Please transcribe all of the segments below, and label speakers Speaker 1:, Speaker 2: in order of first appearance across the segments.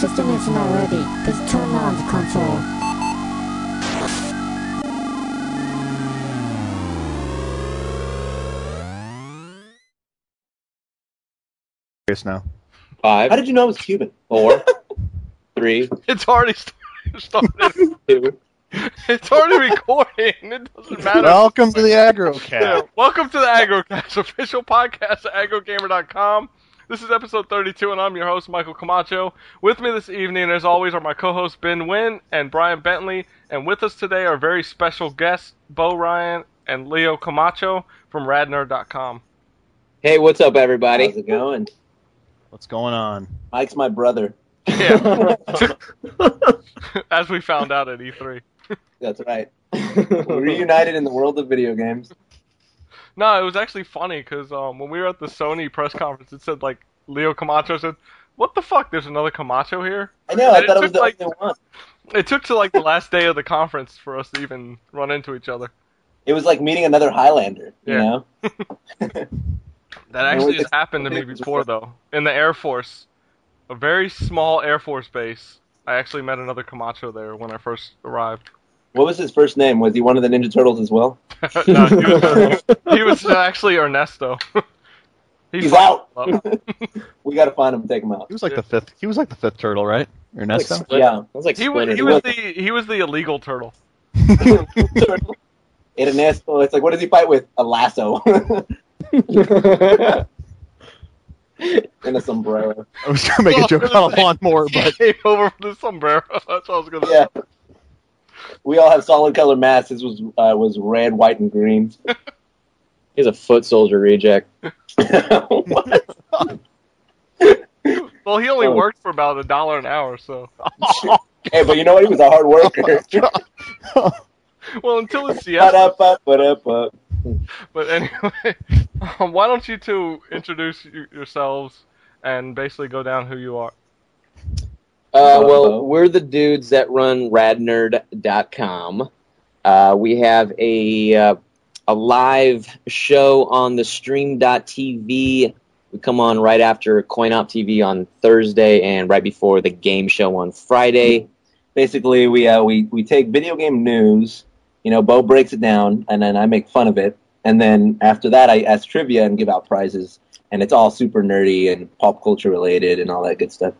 Speaker 1: system is not ready. Please turn on the console.
Speaker 2: Curious now.
Speaker 3: Five.
Speaker 4: How did you know I was Cuban? Four, three,
Speaker 3: It's already st- started.
Speaker 4: two.
Speaker 3: it's already recording. It doesn't matter.
Speaker 2: Welcome to the Aggro
Speaker 3: Yeah.
Speaker 2: Cat.
Speaker 3: Welcome to the AgroCast, official podcast at agrogamer.com. This is episode 32, and I'm your host, Michael Camacho. With me this evening, as always, are my co hosts, Ben Wynn and Brian Bentley. And with us today are very special guests, Bo Ryan and Leo Camacho from radner.com.
Speaker 5: Hey, what's up, everybody?
Speaker 4: How's it going?
Speaker 2: What's going on?
Speaker 4: Mike's my brother.
Speaker 3: Yeah, as we found out at E E3.
Speaker 4: That's right. We're reunited in the world of video games.
Speaker 3: No, it was actually funny because um, when we were at the Sony press conference, it said, like, Leo Camacho said, What the fuck? There's another Camacho here?
Speaker 4: I know. I
Speaker 3: And it
Speaker 4: thought it
Speaker 3: took,
Speaker 4: was the
Speaker 3: like-
Speaker 4: only one.
Speaker 3: It took to like the last day of the conference for us to even run into each other.
Speaker 4: It was like meeting another Highlander. You
Speaker 3: Yeah.
Speaker 4: know,
Speaker 3: That
Speaker 4: Well,
Speaker 3: actually
Speaker 4: it's-
Speaker 3: has happened to me
Speaker 4: it's-
Speaker 3: before, though. In the Air Force, a very small Air Force base, I actually met another Camacho there when I first arrived.
Speaker 4: what was his first name? Was he one of the Ninja Turtles as well?
Speaker 3: no, he was, he was actually Ernesto. He
Speaker 4: He's
Speaker 3: fucked
Speaker 4: out.
Speaker 3: up.
Speaker 4: we got to find him. Take him out.
Speaker 2: He was like the fifth. He was like the fifth turtle, right?
Speaker 5: Like
Speaker 2: Ernesto.
Speaker 5: Splinter.
Speaker 4: Yeah.
Speaker 5: Sounds like
Speaker 3: He was,
Speaker 5: Splinter.
Speaker 3: he was the he was the illegal turtle.
Speaker 4: Turtle. Ernesto. It's like, what does he fight with? A lasso and a sombrero.
Speaker 2: I was gonna make a joke on a lawnmower,
Speaker 3: He
Speaker 2: but
Speaker 3: came over with his sombrero. That's what I was gonna
Speaker 4: Yeah. We all have solid color masks. His was uh, was red, white, and green.
Speaker 5: He's a foot soldier reject.
Speaker 4: what?
Speaker 3: say. Well, he only
Speaker 4: Oh.
Speaker 3: worked for about a dollar an hour, so
Speaker 4: hey, but you know what? He was a hard worker.
Speaker 3: well until his siesta.
Speaker 4: Ba-da-ba, ba-da-ba.
Speaker 3: But anyway, um, why don't you two introduce y- yourselves and basically go down who you are?
Speaker 5: Uh, well,
Speaker 4: Uh-oh.
Speaker 5: we're the dudes that run radnerd.com. Uh, we have a uh, a live show on the stream.tv. We come on right after Coin Op TV on Thursday and right before the game show on Friday.
Speaker 4: Basically, we uh, we we take video game news. You know, Bo breaks it down, and then I make fun of it, and then after that, I ask trivia and give out prizes, and it's all super nerdy and pop culture related and all that good stuff.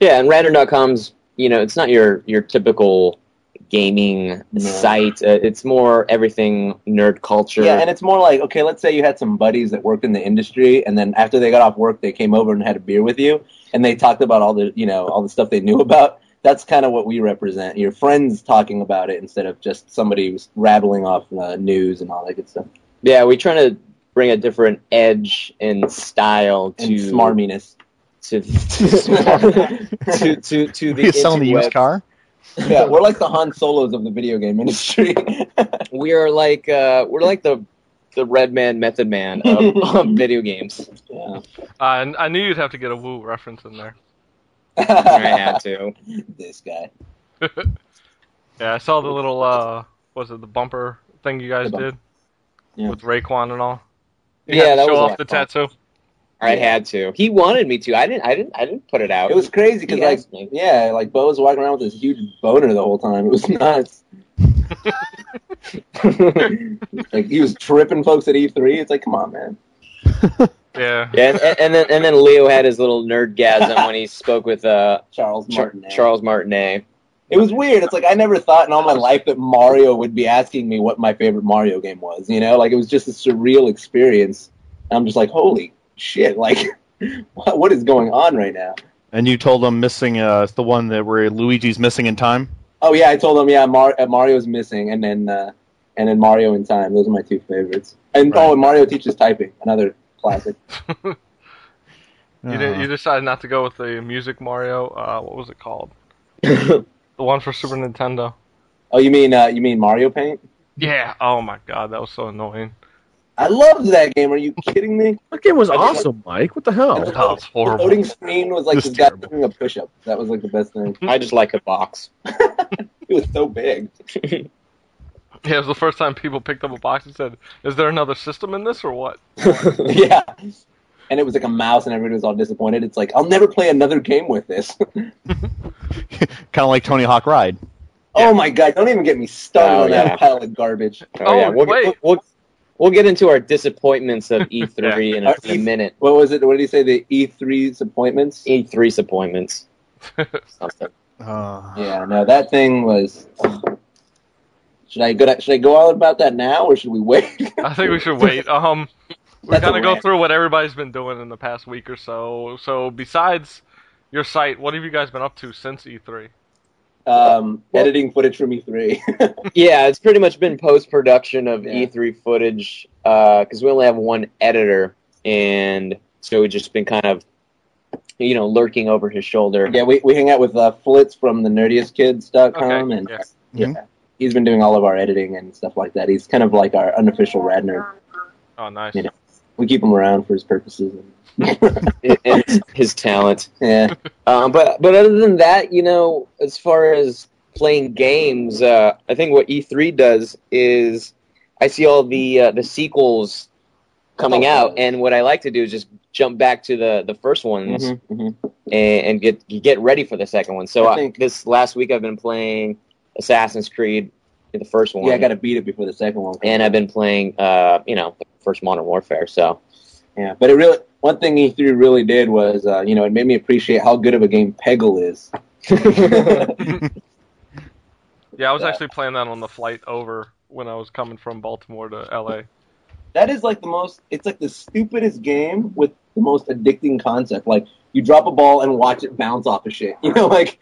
Speaker 5: Yeah, and radnerd.com's, you know, it's not your your typical gaming
Speaker 4: No.
Speaker 5: site. Uh, it's more everything nerd culture.
Speaker 4: Yeah, and it's more like okay, let's say you had some buddies that worked in the industry, and then after they got off work, they came over and had a beer with you, and they talked about all the you know all the stuff they knew about. That's kind of what we represent. Your friends talking about it instead of just somebody who's rattling off uh, news and all that good stuff
Speaker 5: Yeah, we're trying to bring a different edge and style to
Speaker 4: and smarminess.
Speaker 5: to to, to to the
Speaker 2: we selling the used
Speaker 5: interweb.
Speaker 2: car.
Speaker 4: yeah, we're like the Han Solos of the video game industry.
Speaker 5: We are like uh, we're like the the Red Man Method Man of, of video games.
Speaker 4: yeah.
Speaker 3: Uh, I I knew you'd have to get a woo reference in there.
Speaker 5: I had to.
Speaker 4: this guy.
Speaker 3: Yeah, I saw the little uh, was it the bumper thing you guys
Speaker 4: The bump-
Speaker 3: did
Speaker 4: Yeah.
Speaker 3: with Raekwon and all. You
Speaker 5: Yeah,
Speaker 3: had to
Speaker 5: that
Speaker 3: show
Speaker 5: was a
Speaker 3: off
Speaker 5: lot
Speaker 3: the
Speaker 5: of fun.
Speaker 3: tattoo.
Speaker 5: I had to. He wanted me to. I didn't. I didn't. I didn't put it out.
Speaker 4: It was crazy because
Speaker 5: He
Speaker 4: like
Speaker 5: asked me.
Speaker 4: yeah, like Bo was walking around with this huge boner the whole time. It was nuts. like he was tripping folks at E3. It's like, come on, man.
Speaker 3: Yeah,
Speaker 5: Yeah, and, and then and then Leo had his little nerdgasm when he spoke with uh
Speaker 4: Charles
Speaker 5: Char-
Speaker 4: Martin.
Speaker 5: Charles Martinet.
Speaker 4: It was weird. It's like I never thought in all my life that Mario would be asking me what my favorite Mario game was. You know, like it was just a surreal experience. And I'm just like, holy shit! Like, what, what is going on right now?
Speaker 2: And you told him missing. Uh, it's the one that where Luigi's missing in time.
Speaker 4: Oh yeah, I told him yeah, Mar- uh, Mario's missing, and then uh, and then Mario in time. Those are my two favorites. And
Speaker 2: Right.
Speaker 4: oh, and Mario teaches typing, another classic.
Speaker 3: you
Speaker 4: Uh-huh.
Speaker 3: didn't, you decided not to go with the music Mario. Uh, what was it called? the one for Super Nintendo.
Speaker 4: Oh, you mean uh, you mean Mario Paint?
Speaker 3: Yeah. Oh my god, that was so annoying.
Speaker 4: I loved that game. Are you kidding me?
Speaker 6: That game was
Speaker 4: I just-
Speaker 6: awesome, Mike. What the hell?
Speaker 4: It's
Speaker 3: That was
Speaker 4: The
Speaker 3: horrible.
Speaker 4: loading screen was like
Speaker 2: It's
Speaker 4: this guy
Speaker 2: terrible.
Speaker 4: doing a push-up. That was like the best thing.
Speaker 5: I just like the box.
Speaker 4: It was so big.
Speaker 3: Yeah, it was the
Speaker 5: Oh,
Speaker 3: first time people picked up a box and said, "Is there another system in this or what?"
Speaker 4: yeah, and it was like a mouse, and everybody was all disappointed. It's like I'll never play another game with this.
Speaker 2: kind of Uh, like Tony Hawk Ride.
Speaker 4: oh my god! Don't even get me started
Speaker 5: Oh,
Speaker 4: on
Speaker 5: yeah.
Speaker 4: that pile of garbage.
Speaker 3: Oh,
Speaker 5: yeah, we'll,
Speaker 3: wait.
Speaker 5: We'll, we'll, we'll get into our disappointments of E3 in, a,
Speaker 4: Our
Speaker 5: in a
Speaker 4: E-
Speaker 5: minute.
Speaker 4: What was it? What did he say? The E3's appointments.
Speaker 3: E-
Speaker 5: E3 appointments. Something.
Speaker 2: Uh,
Speaker 4: Yeah, no, that thing was. Should I go? Should I go all about that now, or should we wait?
Speaker 3: I think we should wait. Um, we're
Speaker 4: That's a
Speaker 3: gonna go
Speaker 4: rant.
Speaker 3: through what everybody's been doing in the past week or so. So besides your site, what have you guys been up to since E E3?
Speaker 4: um, editing footage from E3.
Speaker 5: Yeah, it's pretty much been post production of
Speaker 4: Yeah.
Speaker 5: E3 footage because we only have one editor, and so we've just been kind of, you know, lurking over his shoulder.
Speaker 4: yeah, we, we hang out with uh, Flitz from the nerdiestkids.com,
Speaker 3: Okay,
Speaker 4: and
Speaker 3: yeah.
Speaker 4: yeah, he's been doing all of our editing and stuff like that. He's kind of like our unofficial radner.
Speaker 3: Oh, nice.
Speaker 4: Yeah. We keep him around for his purposes.
Speaker 5: and his- his talent.
Speaker 4: yeah,
Speaker 5: Um, but but other than that, you know, as far as playing games, uh, I think what E3 does is I see all the uh, the sequels coming
Speaker 4: Oh.
Speaker 5: out, and what I like to do is just jump back to the the first ones
Speaker 4: Mhm, mhm.
Speaker 5: and, and get get ready for the second one. So
Speaker 4: I
Speaker 5: I
Speaker 4: think-
Speaker 5: this last week I've been playing Assassin's Creed, the first one,
Speaker 4: yeah. I got to beat it before the second one.
Speaker 5: and I've been playing, uh, you know, the first Modern Warfare. So
Speaker 4: Yeah, but it really one thing E3 really did was uh, you know it made me appreciate how good of a game Peggle is.
Speaker 3: Yeah, I was
Speaker 4: Yeah.
Speaker 3: actually playing that on the flight over when I was coming from Baltimore to LA.
Speaker 4: That is like the most. It's like the stupidest game with the most addicting concept. Like you drop a ball and watch it bounce off of shit. You know, like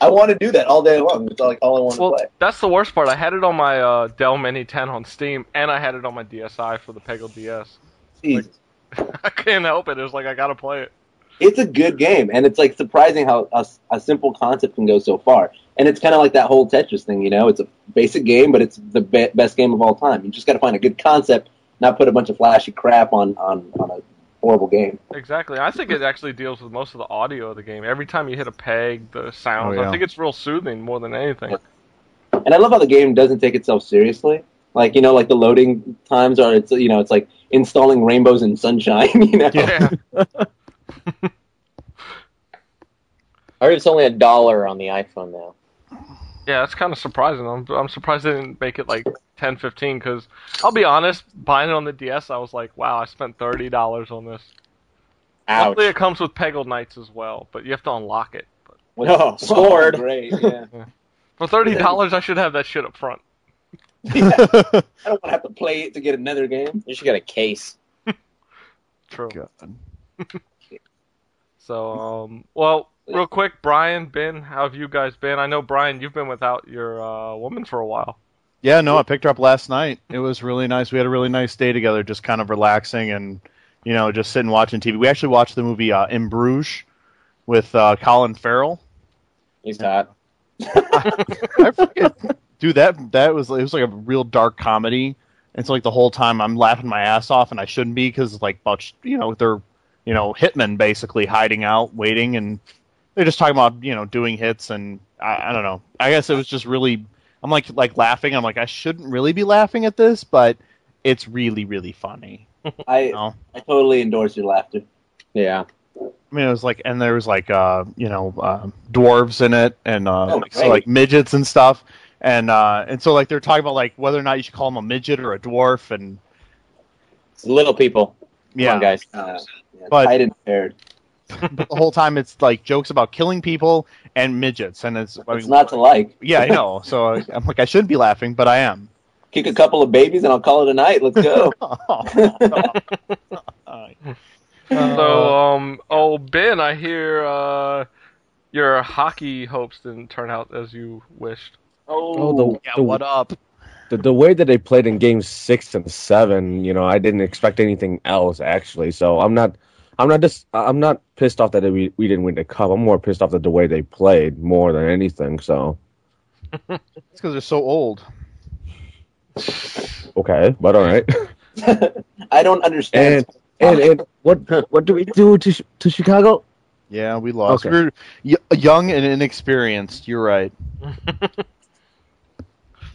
Speaker 4: I want to do that all day long. It's like all I want to
Speaker 3: Well,
Speaker 4: play.
Speaker 3: that's the worst part. I had it on my uh, Dell Mini 10 on Steam, and I had it on my DSi for the Peggle DS.
Speaker 4: Jesus.
Speaker 3: I can't help it. It was like I gotta play it.
Speaker 4: it's a good game, and it's like surprising how a, a simple concept can go so far. And it's kind of like that whole Tetris thing. You know, it's a basic game, but it's the be- best game of all time. You just got to find a good concept, not put a bunch of flashy crap on on, on a horrible game.
Speaker 3: Exactly. I think it actually deals with most of the audio of the game. Every time you hit a peg, the sounds.
Speaker 2: Oh,
Speaker 3: I
Speaker 2: yeah.
Speaker 3: think it's real soothing more than anything.
Speaker 4: And I love how the game doesn't take itself seriously. Like you know, like the loading times are. It's you know, it's like installing rainbows and sunshine. You know,
Speaker 3: Yeah.
Speaker 5: I heard it's only a dollar on the iPhone now.
Speaker 3: Yeah, that's kind of surprising. I'm, I'm surprised they didn't make it like 10, 15 because I'll be honest, buying it on the DS, I was like, wow, I spent thirty dollars on this.
Speaker 5: Ouch.
Speaker 3: Luckily, it comes with Peggle Knights as well, but you have to unlock it.
Speaker 4: Which-
Speaker 5: No, scored.
Speaker 4: Great. Yeah.
Speaker 3: For thirty dollars, I should have that shit up front.
Speaker 4: Yeah, I don't want to have to play it to get another game.
Speaker 5: You should get a case.
Speaker 3: True.
Speaker 2: God.
Speaker 3: So, um, well, real quick, Brian, Ben, how have you guys been? I know Brian, you've been without your uh, woman for a while.
Speaker 2: Yeah, no, I picked her up last night. It was really nice. We had a really nice day together, just kind of relaxing and you know just sitting watching TV. We actually watched the movie uh, In Bruges with uh, Colin Farrell.
Speaker 5: He's hot.
Speaker 2: I forget, dude. That that was it was like a real dark comedy. And so like the whole time I'm laughing my ass off, and I shouldn't be because like bunch, you know, they're you know hitmen basically hiding out, waiting, and they're just talking about you know doing hits, and I, I don't know. I guess it was just really I'm like like laughing. I'm like I shouldn't really be laughing at this, but it's really really funny.
Speaker 4: I
Speaker 2: You know?
Speaker 4: I totally endorse your laughter.
Speaker 5: Yeah.
Speaker 2: I mean, it was like, and there was like, uh, you know, uh, dwarves in it, and uh,
Speaker 4: Oh,
Speaker 2: like, so
Speaker 4: great.
Speaker 2: like midgets and stuff, and uh, and so like they're talking about like whether or not you should call them a midget or a dwarf, and
Speaker 5: It's little people. Come
Speaker 2: yeah,
Speaker 5: on, guys.
Speaker 4: Uh, yeah,
Speaker 2: But-
Speaker 4: tight and paired.
Speaker 2: but the whole time it's like jokes about killing people and midgets, and it's, I
Speaker 4: It's
Speaker 2: mean,
Speaker 4: not to like.
Speaker 2: yeah, I know. So I- I'm like, I should be laughing, but I am.
Speaker 4: Kick a couple of babies and I'll call it a night. Let's go.
Speaker 3: so, um, oh, Ben, I hear uh, your hockey hopes didn't turn out as you wished.
Speaker 6: Oh, the,
Speaker 2: yeah,
Speaker 6: the,
Speaker 2: what up?
Speaker 6: the, the way that they played in games six and seven, you know, I didn't expect anything else actually. So I'm not, I'm not just, I'm not pissed off that we we didn't win the cup. I'm more pissed off at the way they played more than anything. So
Speaker 2: It's because they're so old.
Speaker 6: okay, but all right.
Speaker 4: I don't
Speaker 6: And
Speaker 4: understand.
Speaker 6: and, and what what do we do to Chi- to Chicago?
Speaker 2: Yeah, we lost.
Speaker 6: Okay.
Speaker 2: We were y- young and inexperienced. You're right.
Speaker 4: what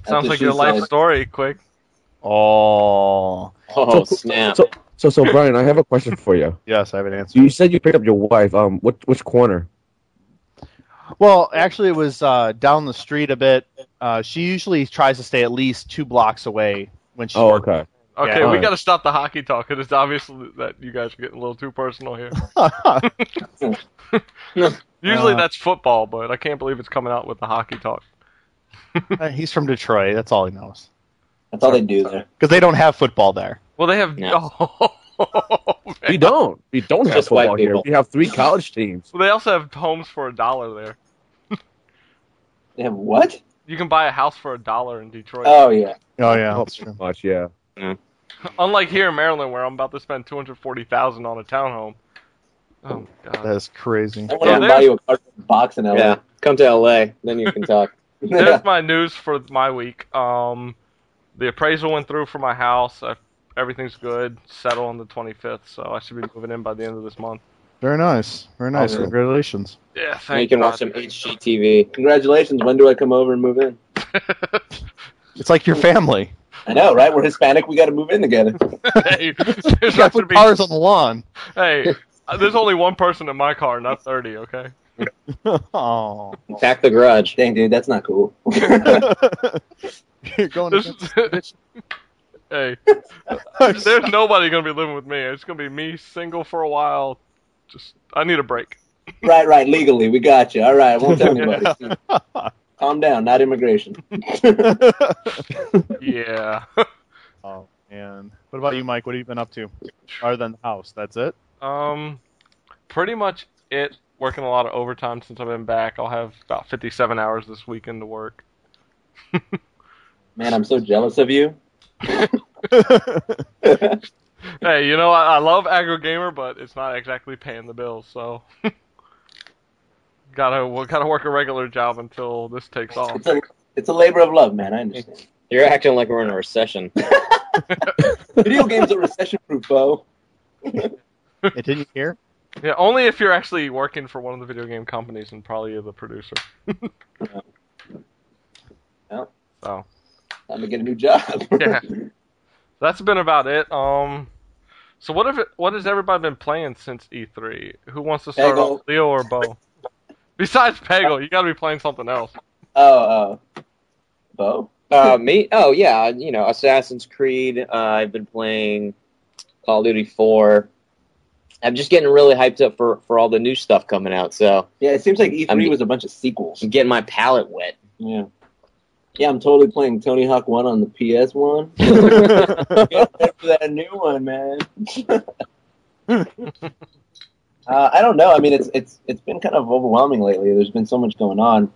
Speaker 3: Sounds like
Speaker 4: she
Speaker 3: your life
Speaker 4: said.
Speaker 3: story. Quick.
Speaker 2: Oh.
Speaker 5: Oh,
Speaker 6: So-
Speaker 5: snap.
Speaker 6: So So, so Brian, I have a question for you.
Speaker 2: Yes, I have an answer.
Speaker 6: You said you picked up your wife. Um, which which corner?
Speaker 2: Well, actually, it was uh, down the street a bit. Uh, she usually tries to stay at least two blocks away when she.
Speaker 6: Oh, okay.
Speaker 3: Okay,
Speaker 2: Yeah.
Speaker 3: we
Speaker 6: Alright.
Speaker 3: got to stop the hockey talk. It is obviously that you guys are getting a little too personal here. Usually
Speaker 2: Uh,
Speaker 3: that's football, but I can't believe it's coming out with the hockey talk.
Speaker 2: He's from Detroit. That's all he knows.
Speaker 4: That's all they do there.
Speaker 2: Because they don't have football there.
Speaker 3: Well, they have.
Speaker 5: No.
Speaker 3: Oh, man.
Speaker 6: We don't. We don't have
Speaker 5: Just white
Speaker 6: football here.
Speaker 5: people.
Speaker 6: We have three college teams.
Speaker 3: Well, they also have homes for a dollar there.
Speaker 4: They have what?
Speaker 3: You can buy a house for a dollar in Detroit.
Speaker 4: Oh yeah.
Speaker 2: Oh yeah,
Speaker 6: Oh,
Speaker 2: that's true.
Speaker 6: Much, yeah.
Speaker 3: Unlike here in Maryland, where I'm about to spend two hundred forty thousand on a townhome. Oh God.
Speaker 2: That is crazy.
Speaker 4: I want to
Speaker 3: Yeah.
Speaker 4: buy you a cardboard box in LA.
Speaker 5: Yeah, come to L.A. Then you can talk.
Speaker 3: There's my news for my week. Um, the appraisal went through for my house. I, everything's good. Settle on the 25th, so I should be moving in by the end of this month.
Speaker 2: Very nice. Very nice.
Speaker 4: Okay.
Speaker 2: Congratulations.
Speaker 3: Yeah,
Speaker 5: And you
Speaker 3: thank
Speaker 5: can
Speaker 3: God.
Speaker 5: watch some HGTV.
Speaker 4: Congratulations. When do I come over and move in?
Speaker 2: It's like your family.
Speaker 4: I know, right? We're Hispanic. We got to move in together.
Speaker 3: hey, there's
Speaker 2: You got
Speaker 3: not to
Speaker 2: put
Speaker 3: be.
Speaker 2: cars on the lawn.
Speaker 3: Hey, uh, there's only one person in my car, not 30. Okay.
Speaker 2: oh,
Speaker 5: Pack the garage.
Speaker 4: Dang, dude, that's not cool.
Speaker 2: you're going.
Speaker 3: There's,
Speaker 2: against-
Speaker 3: hey,
Speaker 2: I'm
Speaker 3: there's nobody gonna be living with me. It's gonna be me single for a while. Just I need a break.
Speaker 4: right, right. Legally, we got you. All right. Won't tell anybody. Calm down. Not immigration.
Speaker 2: sorry.
Speaker 3: Yeah.
Speaker 2: oh man, what about you, Mike? What have you been up to? Other than the house, that's it.
Speaker 3: Um, pretty much it. Working a lot of overtime since I've been back. I'll have about 57 hours this weekend to work.
Speaker 4: Man, I'm so jealous of you.
Speaker 3: Hey, you know I, I love Agro Gamer, but it's not exactly paying the bills. So gotta well, gotta work a regular job until this takes
Speaker 5: Oh.
Speaker 3: off.
Speaker 4: It's a, it's a labor of love, man. I understand.
Speaker 5: You're acting like we're in a recession.
Speaker 4: Video games are recession proof, Bo.
Speaker 2: it didn't hear.
Speaker 3: Yeah, only if you're actually working for one of the video game companies and probably the producer.
Speaker 4: Yeah.
Speaker 3: So
Speaker 4: Time to get a new job.
Speaker 3: Yeah. that's been about it. Um, so what if it, what has everybody been playing since E3? Who wants to start
Speaker 4: Peggle.
Speaker 3: off, Leo or Bo? Besides Peggle, you got to be playing something else.
Speaker 4: Oh, oh. Bo?
Speaker 5: Uh, me? Oh yeah, you know, Assassin's Creed. Uh, I've been playing Call of Duty Four. I'm just getting really hyped up for for all the new stuff coming out. So
Speaker 4: Yeah, it seems like E3
Speaker 5: I mean-
Speaker 4: was a bunch of sequels.
Speaker 5: I'm getting my palate wet.
Speaker 4: Yeah. Yeah, I'm totally playing Tony Hawk 1 on the PS1. Get ready for that new one, man. uh, I don't know. I mean, it's it's it's been kind of overwhelming lately. There's been so much going on.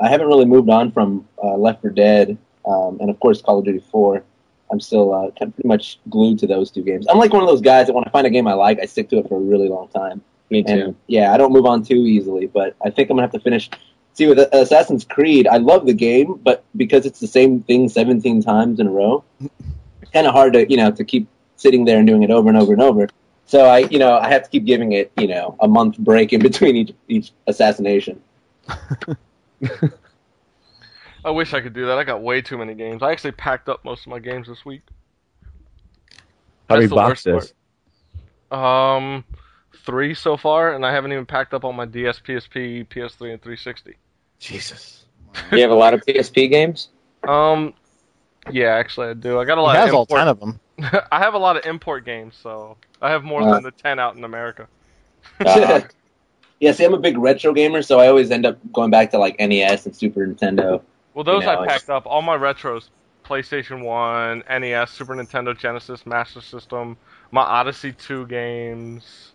Speaker 4: I haven't really moved on from uh, Left 4 Dead, um, and of course Call of Duty 4. I'm still uh, kind of pretty much glued to those two games. I'm like one of those guys that when I find a game I like, I stick to it for a really long time.
Speaker 5: Me too.
Speaker 4: And yeah, I don't move on too easily, but I think I'm gonna have to finish. See, with Assassin's Creed, I love the game, but because it's the same thing 17 times in a row, it's kind of hard to you know to keep sitting there and doing it over and over and over. So I, you know, I have to keep giving it, you know, a month break in between each each assassination.
Speaker 3: I wish I could do that. I got way too many games. I actually packed up most of my games this week.
Speaker 6: How many
Speaker 3: That's the worst
Speaker 6: boxes?
Speaker 3: Um, three so far, and I haven't even packed up on my DS, PSP, PS3, and 360.
Speaker 6: Jesus.
Speaker 5: Do you have a lot of PSP games?
Speaker 3: Um, yeah, actually I do. I got a
Speaker 2: He
Speaker 3: lot.
Speaker 2: has
Speaker 3: of
Speaker 2: all
Speaker 3: import.
Speaker 2: ten of them.
Speaker 3: I have a lot of import games, so I have more
Speaker 4: Uh.
Speaker 3: than the ten out in America.
Speaker 5: Uh,
Speaker 4: yeah, see, I'm a big retro gamer, so I always end up going back to like NES and Super Nintendo.
Speaker 3: Well, those
Speaker 4: Yeah,
Speaker 3: I
Speaker 4: like-
Speaker 3: packed up. All my retros: PlayStation One, NES, Super Nintendo, Genesis, Master System, my Odyssey Two games.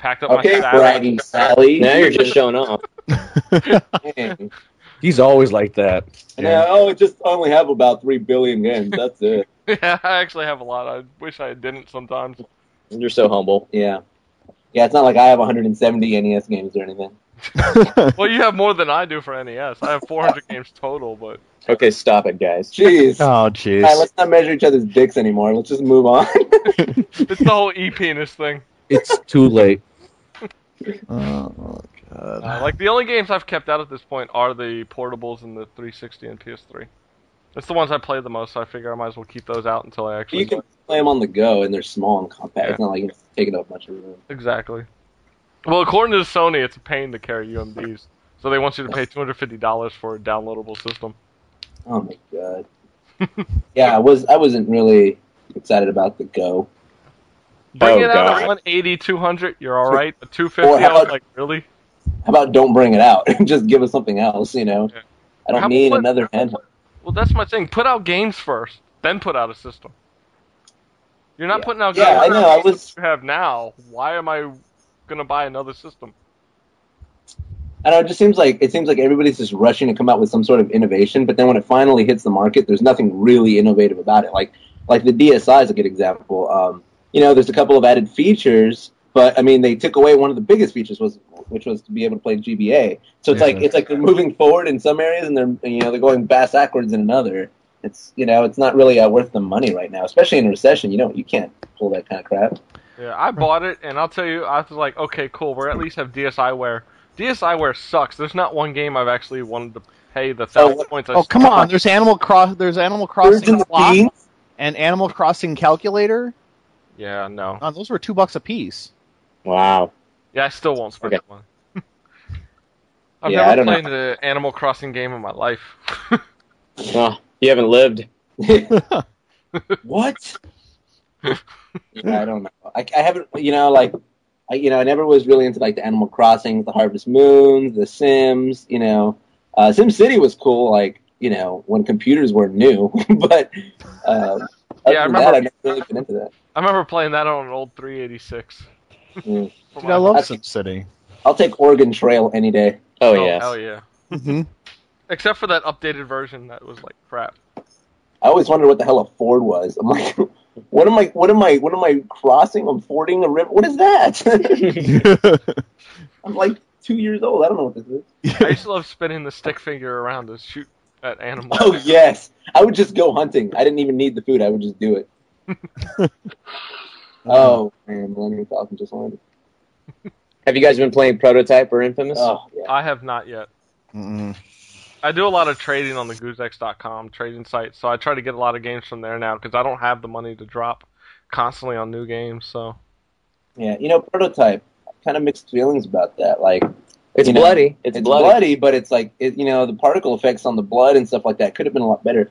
Speaker 3: Packed up
Speaker 4: Okay,
Speaker 3: my
Speaker 4: Brad
Speaker 3: Savage.
Speaker 4: and Sally.
Speaker 5: now you're just showing off.
Speaker 4: Dang.
Speaker 6: He's always like that.
Speaker 4: And I oh, just only have about three billion games. That's it.
Speaker 3: yeah, I actually have a lot. I wish I didn't sometimes.
Speaker 5: You're so humble.
Speaker 4: Yeah. Yeah, it's not like I have 170 NES E games or anything.
Speaker 3: Well, you have more than I do for NES. I have 400 games total, but
Speaker 5: Okay, stop it, guys.
Speaker 4: Jeez. All
Speaker 2: Oh
Speaker 4: right,
Speaker 2: jeez.
Speaker 4: let's not measure each other's dicks anymore. Let's just move on.
Speaker 3: it's the whole E e-penis thing.
Speaker 6: It's too late.
Speaker 2: Oh
Speaker 3: Uh,
Speaker 2: god.
Speaker 3: like the only games I've kept out at this point are the portables and the 360 and PS3. It's the ones I play the most, so I figure I might as well keep those out until I actually.
Speaker 4: you can play them on the go, and they're small and compact. It's not like it's taking up much room.
Speaker 3: Exactly. Well, according to Sony, it's a pain to carry UMDs, so they want you to pay two hundred fifty dollars for a downloadable system.
Speaker 4: Oh my god. yeah, I was I wasn't really excited about the go.
Speaker 3: Bring
Speaker 5: Oh,
Speaker 3: it out
Speaker 5: God.
Speaker 3: at 180, 200, you're all right. But 250,
Speaker 4: Or how
Speaker 3: I was
Speaker 4: about-
Speaker 3: like, really?
Speaker 4: How about don't bring it out and just give us something else? You know,
Speaker 3: Yeah.
Speaker 4: I
Speaker 3: How
Speaker 4: don't need
Speaker 3: about-
Speaker 4: another handheld.
Speaker 3: Well, that's my thing. Put out games first, then put out a system. You're not
Speaker 4: Yeah.
Speaker 3: putting out
Speaker 4: Yeah,
Speaker 3: games
Speaker 4: I know, I
Speaker 3: that
Speaker 4: was-
Speaker 3: you have now. Why am I gonna buy another system?
Speaker 4: I don't know. It just seems like it seems like everybody's just rushing to come out with some sort of innovation, but then when it finally hits the market, there's nothing really innovative about it. Like like the DSI is a good example. Um, you know, there's a couple of added features, but I mean, they took away one of the biggest features was which was to be able to play GBA. So it's
Speaker 6: Yeah.
Speaker 4: like it's like they're moving forward in some areas, and they're you know they're going bass backwards in another. It's you know it's not really uh, worth the money right now, especially in a recession. You know you can't pull that kind of crap.
Speaker 3: Yeah, I bought it, and I'll tell you, I was like, okay, cool. We're at least have DSiWare. DSiWare sucks. There's not one game I've actually wanted to pay the thousand
Speaker 4: what-
Speaker 3: points. I
Speaker 2: Oh
Speaker 3: spent.
Speaker 2: come on! There's Animal Cross. There's Animal
Speaker 4: Birds in
Speaker 2: Crossing
Speaker 4: the
Speaker 2: Clock
Speaker 4: beans.
Speaker 2: and Animal Crossing Calculator.
Speaker 3: Yeah, no.
Speaker 2: Oh, those were two bucks a piece.
Speaker 5: Wow.
Speaker 3: Yeah, I still won't spend
Speaker 5: Okay.
Speaker 3: that money. I've
Speaker 4: Yeah,
Speaker 3: never
Speaker 4: I don't
Speaker 3: played the Animal Crossing game in my life.
Speaker 5: Well, you haven't lived.
Speaker 4: what? yeah, I don't know. I, I haven't, you know, like, I, you know, I never was really into like the Animal Crossings, the Harvest Moons, the Sims. You know, uh, Sim City was cool, like, you know, when computers were new. but uh,
Speaker 3: I
Speaker 4: other than that,
Speaker 3: remember-
Speaker 4: I've never really been into that.
Speaker 3: I remember playing that on an old 386.
Speaker 4: Mm.
Speaker 3: For
Speaker 2: Dude,
Speaker 3: my-
Speaker 2: I love
Speaker 4: That's-
Speaker 2: SimCity.
Speaker 4: I'll take Oregon Trail any day.
Speaker 5: Oh,
Speaker 3: oh,
Speaker 5: yes.
Speaker 3: hell yeah.
Speaker 2: Mm-hmm.
Speaker 3: Except for that updated version that was like crap.
Speaker 4: I always wondered what the hell a ford was. I'm like, what am I? What am I? What am I crossing? I'm fording a river. What is that? I'm like two years old. I don't know what this is.
Speaker 3: I used to love spinning the stick figure around to shoot at animals.
Speaker 4: Oh yes, I would just go hunting. I didn't even need the food. I would just do it. oh man, Millennium Falcon just landed.
Speaker 5: Have you guys been playing Prototype or Infamous?
Speaker 4: Oh yeah.
Speaker 3: I have not yet.
Speaker 2: Mm-mm.
Speaker 3: I do a lot of trading on the Goosex.com trading site, so I try to get a lot of games from there now because I don't have the money to drop constantly on new games. So
Speaker 4: yeah, you know, prototype. Kind of mixed feelings about that. Like
Speaker 5: it's,
Speaker 4: you know,
Speaker 5: bloody.
Speaker 4: it's,
Speaker 5: it's
Speaker 4: bloody.
Speaker 5: bloody.
Speaker 4: but it's like it, you know the particle effects on the blood and stuff like that could have been a lot better.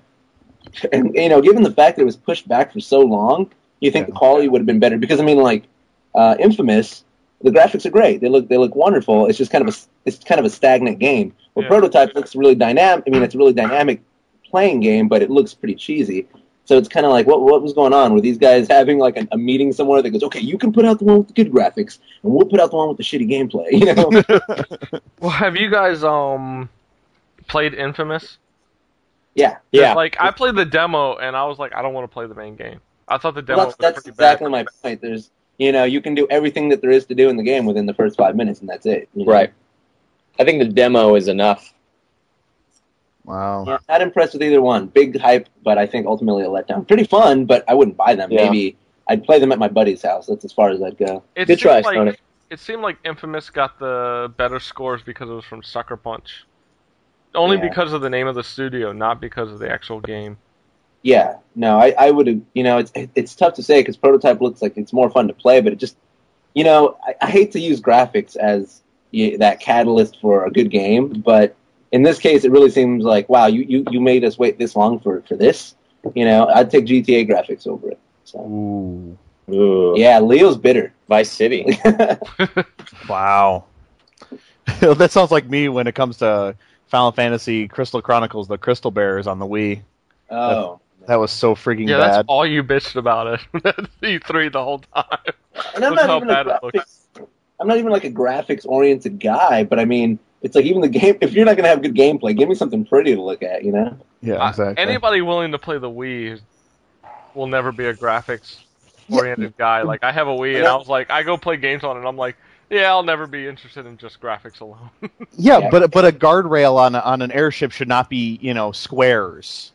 Speaker 4: And you know, given the fact that it was pushed back for so long, you think
Speaker 2: Yeah.
Speaker 4: the quality would have been better? Because I mean, like uh, Infamous, the graphics are great. They look they look wonderful. It's just kind of a it's kind of a stagnant game. Well,
Speaker 3: Yeah.
Speaker 4: Prototype looks really dynamic. I mean, it's a really dynamic playing game, but it looks pretty cheesy. So it's kind of like what what was going on? Were these guys having like a, a meeting somewhere that goes, okay, you can put out the one with the good graphics, and we'll put out the one with the shitty gameplay. You know.
Speaker 3: Well, have you guys um played Infamous?
Speaker 4: Yeah,
Speaker 5: Yeah.
Speaker 3: Like I played the demo and I was like, I don't want to play the main game. I thought the demo
Speaker 4: Well, that's
Speaker 3: was
Speaker 4: that's
Speaker 3: pretty
Speaker 4: exactly
Speaker 3: bad.
Speaker 4: my point. There's you know you can do everything that there is to do in the game within the first five minutes, and that's it. you know?
Speaker 5: Right. I think the demo is enough.
Speaker 2: Wow.
Speaker 4: Yeah, not impressed with either one. Big hype, but I think ultimately a letdown. Pretty fun, but I wouldn't buy them.
Speaker 5: Yeah.
Speaker 4: Maybe I'd play them at my buddy's house. That's as far as I'd go.
Speaker 3: It seemed
Speaker 5: Good try,
Speaker 3: like,
Speaker 5: Sonic.
Speaker 3: It seemed like Infamous got the better scores because it was from Sucker Punch. Only
Speaker 4: Yeah.
Speaker 3: because of the name of the studio, not because of the actual game.
Speaker 4: Yeah, no, I, I would. You know, it's it- it's tough to say because prototype looks like it's more fun to play, but it just, you know, I, I hate to use graphics as y that catalyst for a good game, but in this case, it really seems like wow, you you, you made us wait this long for for this. You know, I'd take GTA graphics over it. So
Speaker 2: Ooh.
Speaker 5: Ooh.
Speaker 4: yeah, Leo's bitter.
Speaker 5: Vice City.
Speaker 2: Wow. that sounds like me when it comes to Final Fantasy Crystal Chronicles: The Crystal Bearers on the Wii.
Speaker 4: oh,
Speaker 2: That was so freaking
Speaker 3: Yeah,
Speaker 2: bad.
Speaker 3: that's all you bitched about it. That's E3 the whole time.
Speaker 4: and I'm
Speaker 3: Look how
Speaker 4: not even a
Speaker 3: bad it
Speaker 4: graphics. I'm not even like a graphics oriented guy, but I mean, it's like even the game. If you're not gonna have good gameplay, give me something pretty to look at. You know.
Speaker 2: yeah,
Speaker 3: Uh,
Speaker 2: exactly.
Speaker 3: Anybody willing to play the Wii will never be a graphics oriented guy. Like I have a Wii and I was like I go play games on it and I'm like, yeah, I'll never be interested in just graphics alone.
Speaker 2: yeah,
Speaker 4: Yeah.
Speaker 2: but but a guardrail on a, on an airship should not be you know squares.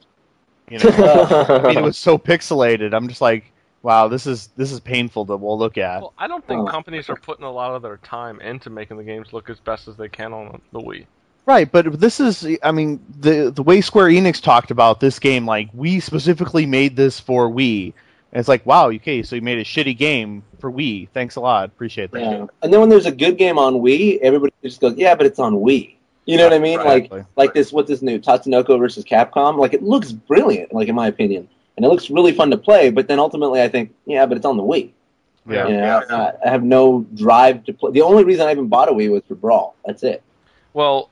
Speaker 2: You know, I mean, it was so pixelated. I'm just like, wow, this is this is painful to well look at.
Speaker 3: Well, I don't think
Speaker 4: Oh.
Speaker 3: companies are putting a lot of their time into making the games look as best as they can on the Wii.
Speaker 2: Right, but this is I mean the the way Square Enix talked about this game like we specifically made this for Wii. And it's like, wow, okay, so you made a shitty game for Wii. Thanks a lot. Appreciate that.
Speaker 4: Yeah. And then when there's a good game on Wii, everybody just goes, "Yeah, but it's on Wii." You know what I mean? Like
Speaker 2: Exactly.
Speaker 4: like this what this new Tatsunoko versus Capcom. Like it looks brilliant, like in my opinion, and it looks really fun to play. But then ultimately, I think, yeah, but it's on the Wii.
Speaker 2: Yeah.
Speaker 4: You know,
Speaker 3: Yeah.
Speaker 4: I, I have no drive to play. The only reason I even bought a Wii was for Brawl. That's it.
Speaker 3: Well,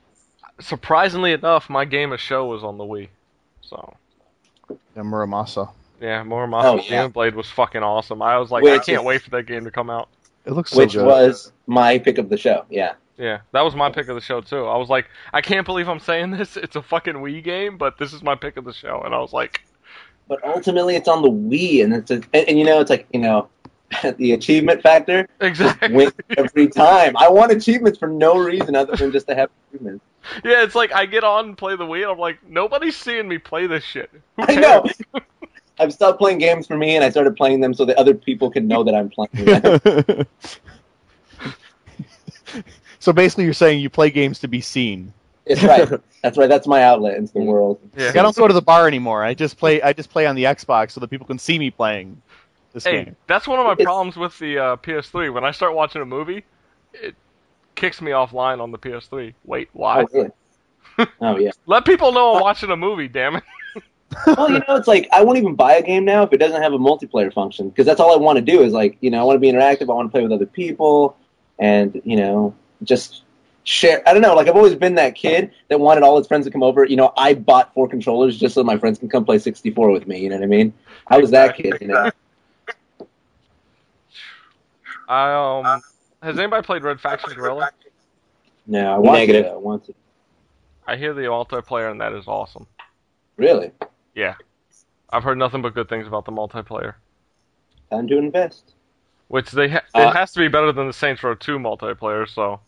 Speaker 3: surprisingly enough, my game of show was on the Wii. So
Speaker 2: And Muramasa.
Speaker 3: yeah, more
Speaker 4: Oh,
Speaker 3: Monster
Speaker 4: yeah.
Speaker 3: Blade was fucking awesome. I was like, I
Speaker 4: Which
Speaker 3: can't
Speaker 4: is-
Speaker 3: wait for that game to come out.
Speaker 2: It looks so
Speaker 4: which
Speaker 2: good.
Speaker 4: was my pick of the show. Yeah,
Speaker 3: Yeah, that was my pick of the show too. I was like, I can't believe I'm saying this. It's a fucking Wii game, but this is my pick of the show. And I was like,
Speaker 4: but ultimately, it's on the Wii, and it's a, and, and you know, it's like you know, the achievement factor
Speaker 3: exactly.
Speaker 4: wins every time. I want achievements for no reason other than just to have achievements.
Speaker 3: Yeah, it's like I get on and play the Wii, and I'm like, nobody's seeing me play this shit. Who
Speaker 4: I
Speaker 3: cares?
Speaker 4: know. I've stopped playing games for me, and I started playing them so that other people can know that I'm playing. them.
Speaker 2: so basically, you're saying you play games to be seen.
Speaker 4: it's right. That's right. That's my outlet into the world.
Speaker 3: Yeah.
Speaker 2: Like, I don't go to the bar anymore. I just play. I just play on the Xbox so that people can see me playing this
Speaker 3: Hey,
Speaker 2: game.
Speaker 3: that's one of my
Speaker 4: It's-
Speaker 3: problems with the uh, PS3. When I start watching a movie, it kicks me offline on the PS3. Wait, why?
Speaker 4: Oh, really? oh yeah.
Speaker 3: Let people know I'm watching a movie, damn it.
Speaker 4: Well, you know, it's like I won't even buy a game now if it doesn't have a multiplayer function because that's all I want to do is like you know I want to be interactive. I want to play with other people, and you know just share. I don't know. Like I've always been that kid that wanted all his friends to come over. You know, I bought four controllers just so my friends can come play 64 with me. You know what I mean? I was that kid. You know.
Speaker 3: I, um, has anybody played Red Faction Guerrilla?
Speaker 4: No, I want
Speaker 5: Negative.
Speaker 4: to. uh, I want to.
Speaker 3: I hear the multiplayer and that is awesome.
Speaker 4: Really,
Speaker 3: I've heard nothing but good things about the multiplayer,
Speaker 4: time to invest.
Speaker 3: which they ha-
Speaker 5: Uh,
Speaker 3: it has to be better than the Saints Row 2 multiplayer. So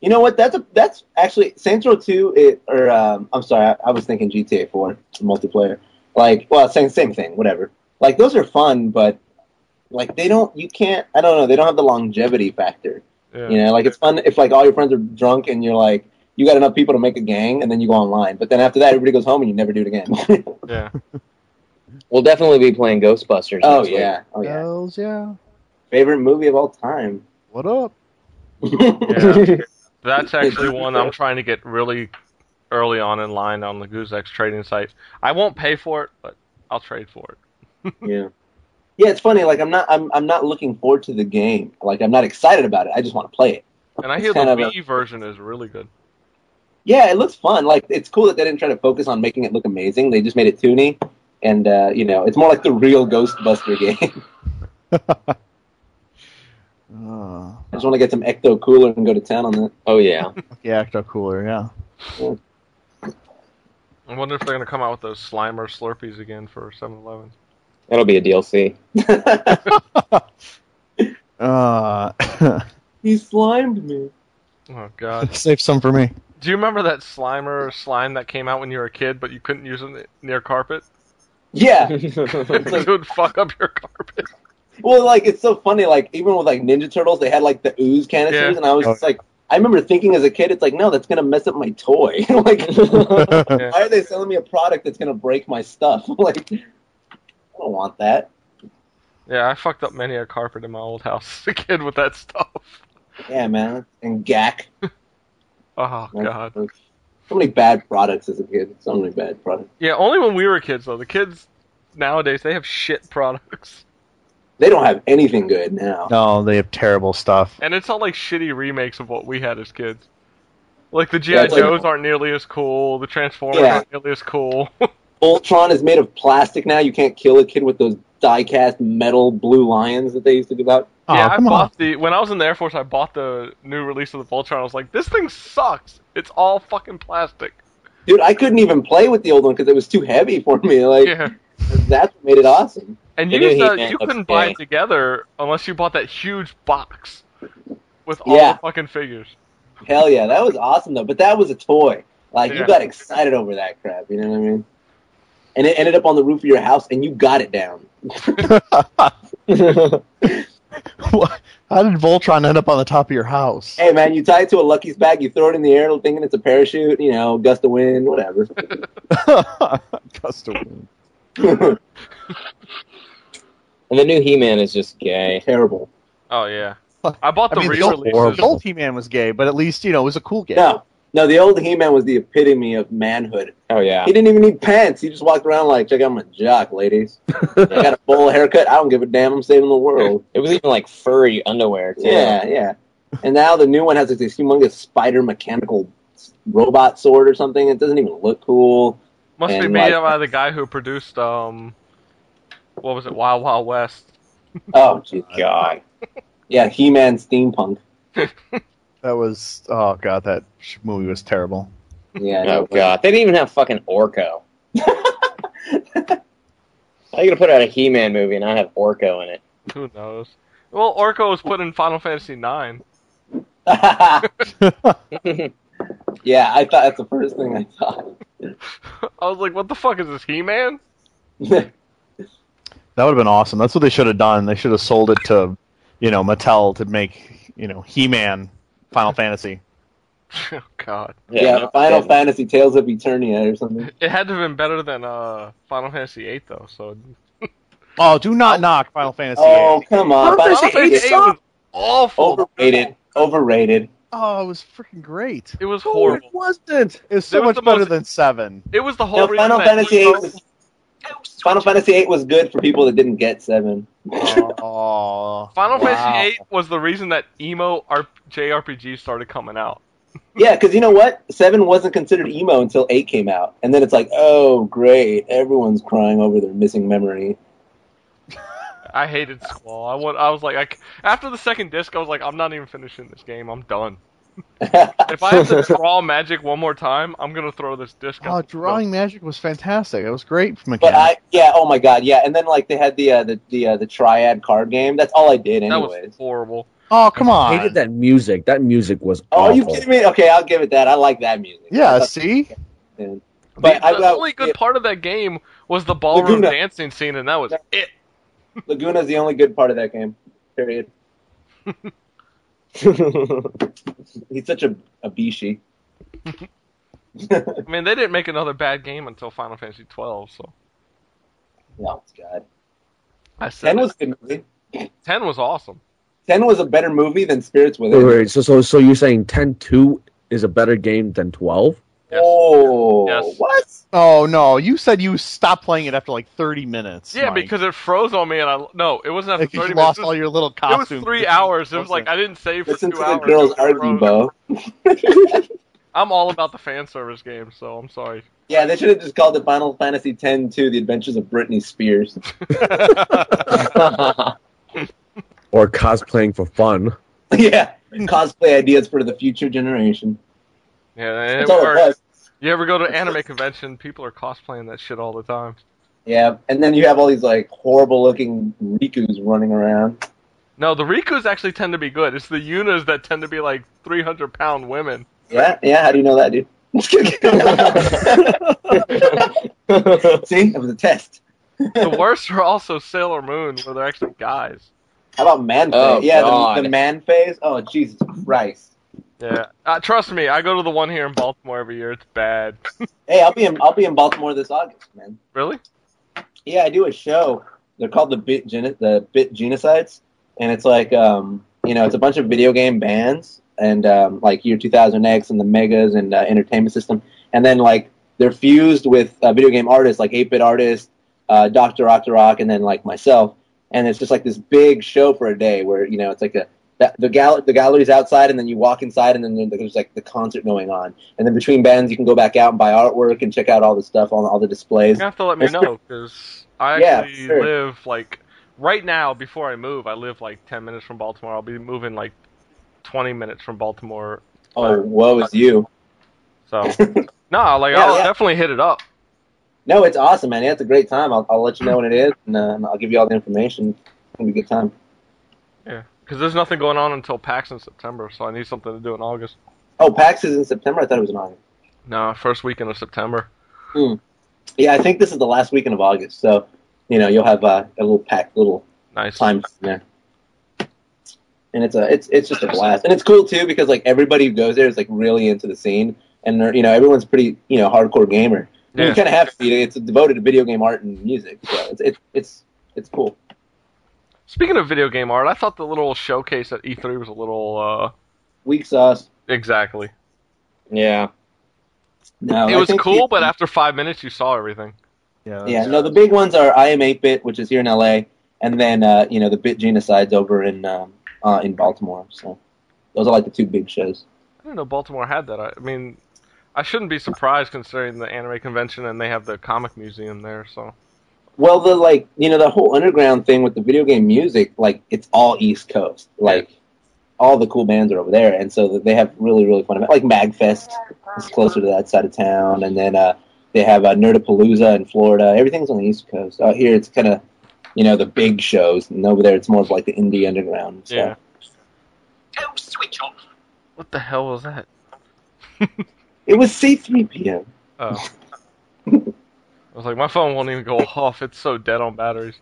Speaker 4: You know what? That's a that's actually Saints Row Two. It or um, I'm sorry, I, I was thinking GTA Four multiplayer. Like, well, same same thing, whatever. Like those are fun, but like they don't. You can't. I don't know. They don't have the longevity factor.
Speaker 3: yeah,
Speaker 4: You know, like it's fun if like all your friends are drunk and you're like you got enough people to make a gang, and then you go online. But then after that, everybody goes home and you never do it again.
Speaker 3: yeah.
Speaker 5: We'll definitely be playing Ghostbusters.
Speaker 4: oh
Speaker 5: next week.
Speaker 4: yeah, oh yeah.
Speaker 2: Hells yeah.
Speaker 4: Favorite movie of all time.
Speaker 2: What up?
Speaker 3: Yeah. That's actually one I'm trying to get really early on in line on the GooseX trading site. I won't pay for it, but I'll trade for it.
Speaker 4: Yeah. Yeah, it's funny. Like I'm not, I'm, I'm not looking forward to the game. Like I'm not excited about it. I just want to play it.
Speaker 3: And I
Speaker 4: It's
Speaker 3: hear the
Speaker 4: kind of a-
Speaker 3: Wii version is really good.
Speaker 4: Yeah, it looks fun. Like it's cool that they didn't try to focus on making it look amazing. They just made it toony, and uh, you know, it's more like the real Ghostbuster game.
Speaker 2: Uh,
Speaker 4: I just want to get some Ecto Cooler and go to town on that.
Speaker 5: Oh yeah.
Speaker 2: yeah, Ecto Cooler. Yeah.
Speaker 3: I wonder if they're going to come out with those Slimer Slurpees again for 7-Eleven.
Speaker 5: That'll be a DLC.
Speaker 2: Uh,
Speaker 4: He slimed me.
Speaker 3: Oh, God.
Speaker 2: save some for me.
Speaker 3: Do you remember that Slimer slime that came out when you were a kid, but you couldn't use it near carpet?
Speaker 4: Yeah.
Speaker 3: Because
Speaker 4: like-
Speaker 3: it would fuck up your carpet.
Speaker 4: Well, like it's so funny. Like even with like Ninja Turtles, they had like the ooze canisters,
Speaker 3: Yeah.
Speaker 4: and I was just like, I remember thinking as a kid, it's like, no, that's gonna mess up my toy. like, why are they selling me a product that's gonna break my stuff? like, I don't want that.
Speaker 3: Yeah, I fucked up many a carpet in my old house as a kid with that stuff.
Speaker 4: Yeah, man. And Gak.
Speaker 3: Oh,
Speaker 4: Like,
Speaker 3: God.
Speaker 4: like, So many bad products as a kid. So many bad products.
Speaker 3: Yeah, only when we were kids, though. The kids nowadays, they have shit products.
Speaker 4: They don't have anything good now.
Speaker 2: No, they have terrible stuff.
Speaker 3: And it's all like shitty remakes of what we had as kids. Like the GI
Speaker 4: Yeah, it's like-
Speaker 3: Joes aren't nearly as cool. The Transformers
Speaker 4: Yeah.
Speaker 3: aren't nearly as cool.
Speaker 4: Ultron is made of plastic now. You can't kill a kid with those die-cast metal blue lions that they used to give out.
Speaker 3: yeah,
Speaker 2: Aw,
Speaker 3: I
Speaker 2: come
Speaker 3: bought
Speaker 2: on.
Speaker 3: the when I was in the Air Force. I bought the new release of the Voltron. I was like, this thing sucks. It's all fucking plastic.
Speaker 4: Dude, I couldn't even play with the old one because it was too heavy for me. Like
Speaker 3: Yeah,
Speaker 4: that's what made it awesome.
Speaker 3: and
Speaker 5: They
Speaker 3: you
Speaker 5: do
Speaker 3: used
Speaker 5: hate
Speaker 3: to-
Speaker 5: man
Speaker 3: you
Speaker 5: looks
Speaker 3: couldn't buy
Speaker 5: gay.
Speaker 3: it together unless you bought that huge box with all
Speaker 4: Yeah.
Speaker 3: the fucking figures.
Speaker 4: Hell yeah, that was awesome though. But that was a toy. Like
Speaker 3: Yeah.
Speaker 4: you got excited over that crap. You know what I mean? And it ended up on the roof of your house, and you got it down.
Speaker 2: What? How did Voltron end up on the top of your house?
Speaker 4: Hey man, you tie it to a Lucky's bag, you throw it in the air, thinking it's a parachute. You know, gust of wind, whatever.
Speaker 2: Custom.
Speaker 5: And the new He-Man is just gay.
Speaker 4: Terrible.
Speaker 3: Oh yeah, I bought the
Speaker 2: I mean, the old,
Speaker 3: re-releases.
Speaker 2: the old He-Man was gay, but at least you know it was a cool gay.
Speaker 4: No, no, the old He-Man was the epitome of manhood.
Speaker 5: Oh yeah.
Speaker 4: He didn't even need pants. He just walked around like, check out my jock, ladies. I got a bowl haircut. I don't give a damn. I'm saving the world.
Speaker 5: It was even like furry underwear too.
Speaker 4: Yeah, yeah. And now the new one has like this humongous spider mechanical s- robot sword or something. It doesn't even look cool.
Speaker 3: Must be
Speaker 4: and,
Speaker 3: made
Speaker 4: like-
Speaker 3: by the guy who produced um, what was it? Wild Wild West.
Speaker 4: Oh, jeez.
Speaker 5: God.
Speaker 4: Yeah, He-Man steampunk.
Speaker 2: That was oh god, that sh- movie was terrible.
Speaker 4: Yeah. no,
Speaker 5: Oh god. They didn't even have fucking Orko. How you gonna put out a He-Man movie and not have Orko in it?
Speaker 3: Who knows? Well, Orko was put in Final Fantasy IX.
Speaker 4: yeah, I thought that's the first thing I thought.
Speaker 3: I was like, what the fuck is this He-Man?
Speaker 2: That would have been awesome. That's what they should have done. They should have sold it to, you know, Mattel to make you know He-Man Final Fantasy.
Speaker 3: oh God,
Speaker 4: yeah,
Speaker 5: no,
Speaker 4: Final
Speaker 5: they-
Speaker 4: Fantasy Tales of Eternia or something.
Speaker 3: it had to have been better than uh Final Fantasy VIII though. So
Speaker 2: Oh, do not knock Final Fantasy.
Speaker 4: Oh,
Speaker 2: VIII.
Speaker 4: come on.
Speaker 6: Final
Speaker 4: Final
Speaker 3: Final
Speaker 4: Fantasy
Speaker 3: Fantasy
Speaker 6: Fantasy
Speaker 3: VIII was awful.
Speaker 4: overrated. Overrated.
Speaker 2: Oh, it was freaking great.
Speaker 3: It was
Speaker 2: No, it
Speaker 3: horrible.
Speaker 2: wasn't. It was so
Speaker 3: That was
Speaker 2: much
Speaker 3: the
Speaker 2: better
Speaker 3: most-
Speaker 2: than seven.
Speaker 3: It was the whole
Speaker 4: No,
Speaker 3: reason
Speaker 4: Final
Speaker 3: that
Speaker 4: Fantasy VIII
Speaker 3: Lego-
Speaker 4: was, Final Fantasy VIII was good for people that didn't get seven.
Speaker 2: Oh, wow.
Speaker 3: Final Fantasy VIII was the reason that emo R- JRPG started coming out.
Speaker 4: Yeah, because you know what? Seven wasn't considered emo until eight came out, and then it's like, oh great, everyone's crying over their missing memory.
Speaker 3: I hated Squall. I want. I was like, I c after the second disc, I was like, I'm not even finishing this game. I'm done. if I have to draw magic one more time, I'm gonna throw this disc.
Speaker 2: Oh,
Speaker 3: out.
Speaker 2: drawing magic was fantastic. That was great for
Speaker 4: But
Speaker 2: mechanics.
Speaker 4: I, yeah, oh my god, yeah. And then like they had the uh, the the, uh, the triad card game. That's all I did,
Speaker 3: That was
Speaker 4: anyways.
Speaker 3: horrible.
Speaker 2: Oh, come
Speaker 6: I
Speaker 2: on.
Speaker 6: hated that music. That music was
Speaker 4: Oh,
Speaker 6: awful.
Speaker 4: you kidding me? Okay, I'll give it that. I like that music.
Speaker 2: Yeah,
Speaker 4: I thought-
Speaker 2: see?
Speaker 4: But
Speaker 3: the,
Speaker 4: I-
Speaker 3: the
Speaker 4: I-
Speaker 3: only good
Speaker 4: yeah.
Speaker 3: part of that game was the ballroom
Speaker 4: Laguna.
Speaker 3: dancing scene, and that was
Speaker 4: Yeah.
Speaker 3: it.
Speaker 4: Laguna's the only good part of that game. Period. He's such a a bishi.
Speaker 3: I mean, they didn't make another bad game until Final Fantasy 12. So
Speaker 4: Oh god.
Speaker 3: I said
Speaker 4: Ten
Speaker 3: it.
Speaker 4: was a good movie.
Speaker 3: ten was awesome.
Speaker 4: Ten was a better movie than Spirits
Speaker 6: Wait,
Speaker 4: Within.
Speaker 6: wait, so, so, so you're saying 10-2 is a better game than 12?
Speaker 3: Yes.
Speaker 4: Oh,
Speaker 3: Yes.
Speaker 4: what?
Speaker 2: Oh no, you said you stopped playing it after like thirty minutes.
Speaker 3: Yeah,
Speaker 2: Mike.
Speaker 3: because it froze on me, and I no, it wasn't after
Speaker 2: Like,
Speaker 3: 30
Speaker 2: you
Speaker 3: minutes.
Speaker 2: lost
Speaker 3: It was-
Speaker 2: all your little
Speaker 3: It was
Speaker 2: costumes.
Speaker 3: three hours. It was like I didn't save for
Speaker 4: Listen
Speaker 3: two
Speaker 4: to the
Speaker 3: hours.
Speaker 4: girls
Speaker 3: It was
Speaker 4: argue,
Speaker 3: gross.
Speaker 4: Bo.
Speaker 3: I'm all about the fan service game, so I'm sorry.
Speaker 4: Yeah, they should have just called it Final Fantasy X 2 The Adventures of Britney Spears.
Speaker 6: Or cosplaying for fun?
Speaker 4: yeah, cosplay ideas for the future generation.
Speaker 3: Yeah, and it
Speaker 4: That's all it
Speaker 3: works.
Speaker 4: was.
Speaker 3: You ever go to anime convention? People are cosplaying that shit all the time.
Speaker 4: Yeah, and then you have all these like horrible looking Rikus running around.
Speaker 3: No, the Rikus actually tend to be good. It's the Yunas that tend to be like 300 pound women.
Speaker 4: Yeah, yeah. How do you know that, dude? See, that was a test.
Speaker 3: The worst are also Sailor Moon, where they're actually guys.
Speaker 4: How about man face?
Speaker 5: Oh,
Speaker 4: yeah, the,
Speaker 5: God.
Speaker 4: the man face. Oh, Jesus Christ.
Speaker 3: Yeah, uh, trust me, I go to the one here in Baltimore every year. It's bad.
Speaker 4: Hey, I'll be in I'll be in Baltimore this August, man.
Speaker 3: Really?
Speaker 4: Yeah, I do a show. They're called the Bit Gen- the Bit Genocides, and it's like um, you know, it's a bunch of video game bands and um, like Year 2000X and the Megas and uh, Entertainment System, and then like they're fused with uh, video game artists like 8-bit artists, uh, Doctor Octorok, and then like myself, and it's just like this big show for a day where you know it's like a that, the gal- the gallery's outside, and then you walk inside, and then there- there's like the concert going on, and then between bands you can go back out and buy artwork and check out all the stuff on all the displays.
Speaker 3: You have to let me know because I
Speaker 4: Yeah,
Speaker 3: actually
Speaker 4: sure.
Speaker 3: live like right now. Before I move, I live like ten minutes from Baltimore. I'll be moving like twenty minutes from Baltimore.
Speaker 4: Oh, woe is you.
Speaker 3: So no, like
Speaker 4: Yeah,
Speaker 3: I'll
Speaker 4: yeah.
Speaker 3: definitely hit it up.
Speaker 4: No, it's awesome, man. Yeah, it's a great time. I'll, I'll let you know when it is, and uh, and I'll give you all the information. It's gonna be a good time.
Speaker 3: Yeah, because there's nothing going on until PAX in September, so I need something to do in August.
Speaker 4: Oh, PAX is in September. I thought it was in August.
Speaker 3: No, first weekend of September.
Speaker 4: Yeah, I think this is the last weekend of August, so you know you'll have uh, a little pack, little
Speaker 3: Nice.
Speaker 4: time there. And it's a, it's it's just a blast, and it's cool too because like everybody who goes there is like really into the scene, and they're, you know everyone's pretty you know hardcore gamer. And
Speaker 3: Yeah.
Speaker 4: You kind of have to be. It's devoted to video game art and music, so it's it's it's, it's cool.
Speaker 3: Speaking of video game art, I thought the little showcase at E3 was a little
Speaker 4: Weak sauce.
Speaker 3: uh exactly.
Speaker 5: Yeah.
Speaker 4: No,
Speaker 3: it
Speaker 4: Oh, I
Speaker 3: was
Speaker 4: think
Speaker 3: cool,
Speaker 4: the-
Speaker 3: but after five minutes, you saw everything.
Speaker 2: Yeah.
Speaker 4: yeah, no, the big ones are I am 8-bit, which is here in LA, and then uh, you know the Bit Genocides over in um, uh, in Baltimore. So those are like the two big shows.
Speaker 3: I didn't know Baltimore had that. I, I mean, I shouldn't be surprised considering the anime convention and they have the comic museum there. So
Speaker 4: Well, the like you know the whole underground thing with the video game music, like it's all East Coast. Like all the cool bands are over there, and so they have really really fun. Like Magfest is closer to that side of town, and then uh, they have uh, Nerdapalooza in Florida. Everything's on the East Coast. Out here, it's kind of you know the big shows, and over there it's more of like the indie underground. So.
Speaker 3: Yeah. what the hell was that?
Speaker 4: It was C3PO.
Speaker 3: Oh. I was like, my phone won't even go off. It's so dead on batteries.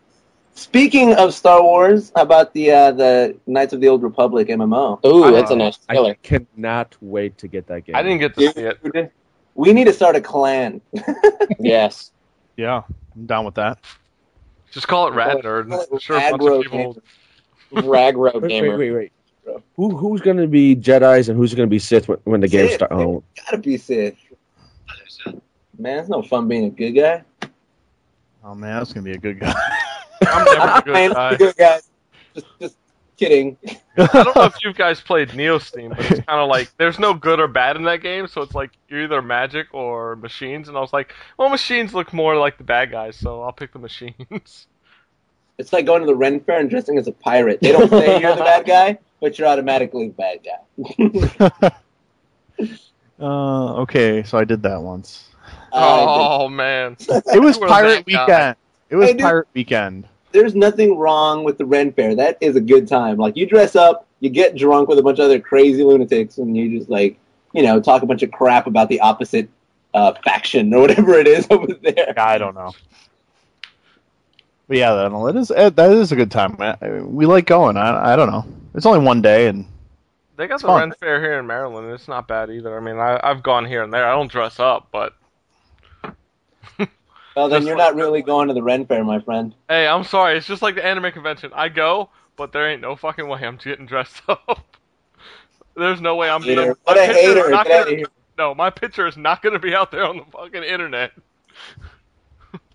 Speaker 4: Speaking of Star Wars, how about the uh, the Knights of the Old Republic MMO?
Speaker 5: Ooh,
Speaker 3: I-
Speaker 5: that's a nice
Speaker 6: I
Speaker 5: killer.
Speaker 6: cannot wait to get that game.
Speaker 3: I didn't get to see it.
Speaker 4: We need to start a clan.
Speaker 5: yes.
Speaker 2: Yeah. I'm down with that.
Speaker 3: Just call it Rad Nerd.
Speaker 4: Call it
Speaker 3: I'm sure a bunch
Speaker 4: Aggro
Speaker 3: of people.
Speaker 5: Ragro
Speaker 6: Wait, wait,
Speaker 5: gamer.
Speaker 6: wait, wait. Who who's gonna be Jedi's and who's gonna be Sith when, when the game
Speaker 4: Sith.
Speaker 6: starts? Oh,
Speaker 4: Gotta be Sith. Man, it's no fun being a good guy.
Speaker 2: Oh man, that's gonna be a good guy.
Speaker 3: I'm never a
Speaker 4: Man,
Speaker 3: good guy.
Speaker 4: good guy. Just, just kidding.
Speaker 3: I don't know if you guys played Neosteam, but it's kind of like there's no good or bad in that game, so it's like you're either magic or machines. And I was like, well, machines look more like the bad guys, so I'll pick the machines.
Speaker 4: It's like going to the Ren Fair and dressing as a pirate. They don't say you're the bad guy, but you're automatically the bad guy.
Speaker 2: uh, okay, so I did that once.
Speaker 4: Uh,
Speaker 3: oh man,
Speaker 2: It was
Speaker 3: You were
Speaker 2: Pirate
Speaker 3: that guy.
Speaker 2: Weekend. It was
Speaker 4: Hey, dude.
Speaker 2: Pirate Weekend.
Speaker 4: there's nothing wrong with the Ren Fair. That is a good time. Like you dress up, you get drunk with a bunch of other crazy lunatics, and you just like you know talk a bunch of crap about the opposite uh, faction or whatever it is over there.
Speaker 2: I don't know. But yeah, that that is eh, that is a good time. I- I- We like going. I I don't know. It's only one day, and
Speaker 3: they got
Speaker 2: It's
Speaker 3: the
Speaker 2: fun.
Speaker 3: Ren Fair here in Maryland, and it's not bad either. I mean, I, I've gone here and there. I don't dress up, but
Speaker 4: Well, then
Speaker 3: Just
Speaker 4: you're
Speaker 3: like-
Speaker 4: not really going to the Ren Fair, my friend.
Speaker 3: hey, I'm sorry. It's just like the anime convention. I go, but there ain't no fucking way I'm getting dressed up. There's no way I'm.
Speaker 4: Hater.
Speaker 3: my
Speaker 4: What a
Speaker 3: picture is
Speaker 4: hater.
Speaker 3: not
Speaker 4: Get out of
Speaker 3: gonna-
Speaker 4: here.
Speaker 3: No, my picture is not going to be out there on the fucking internet.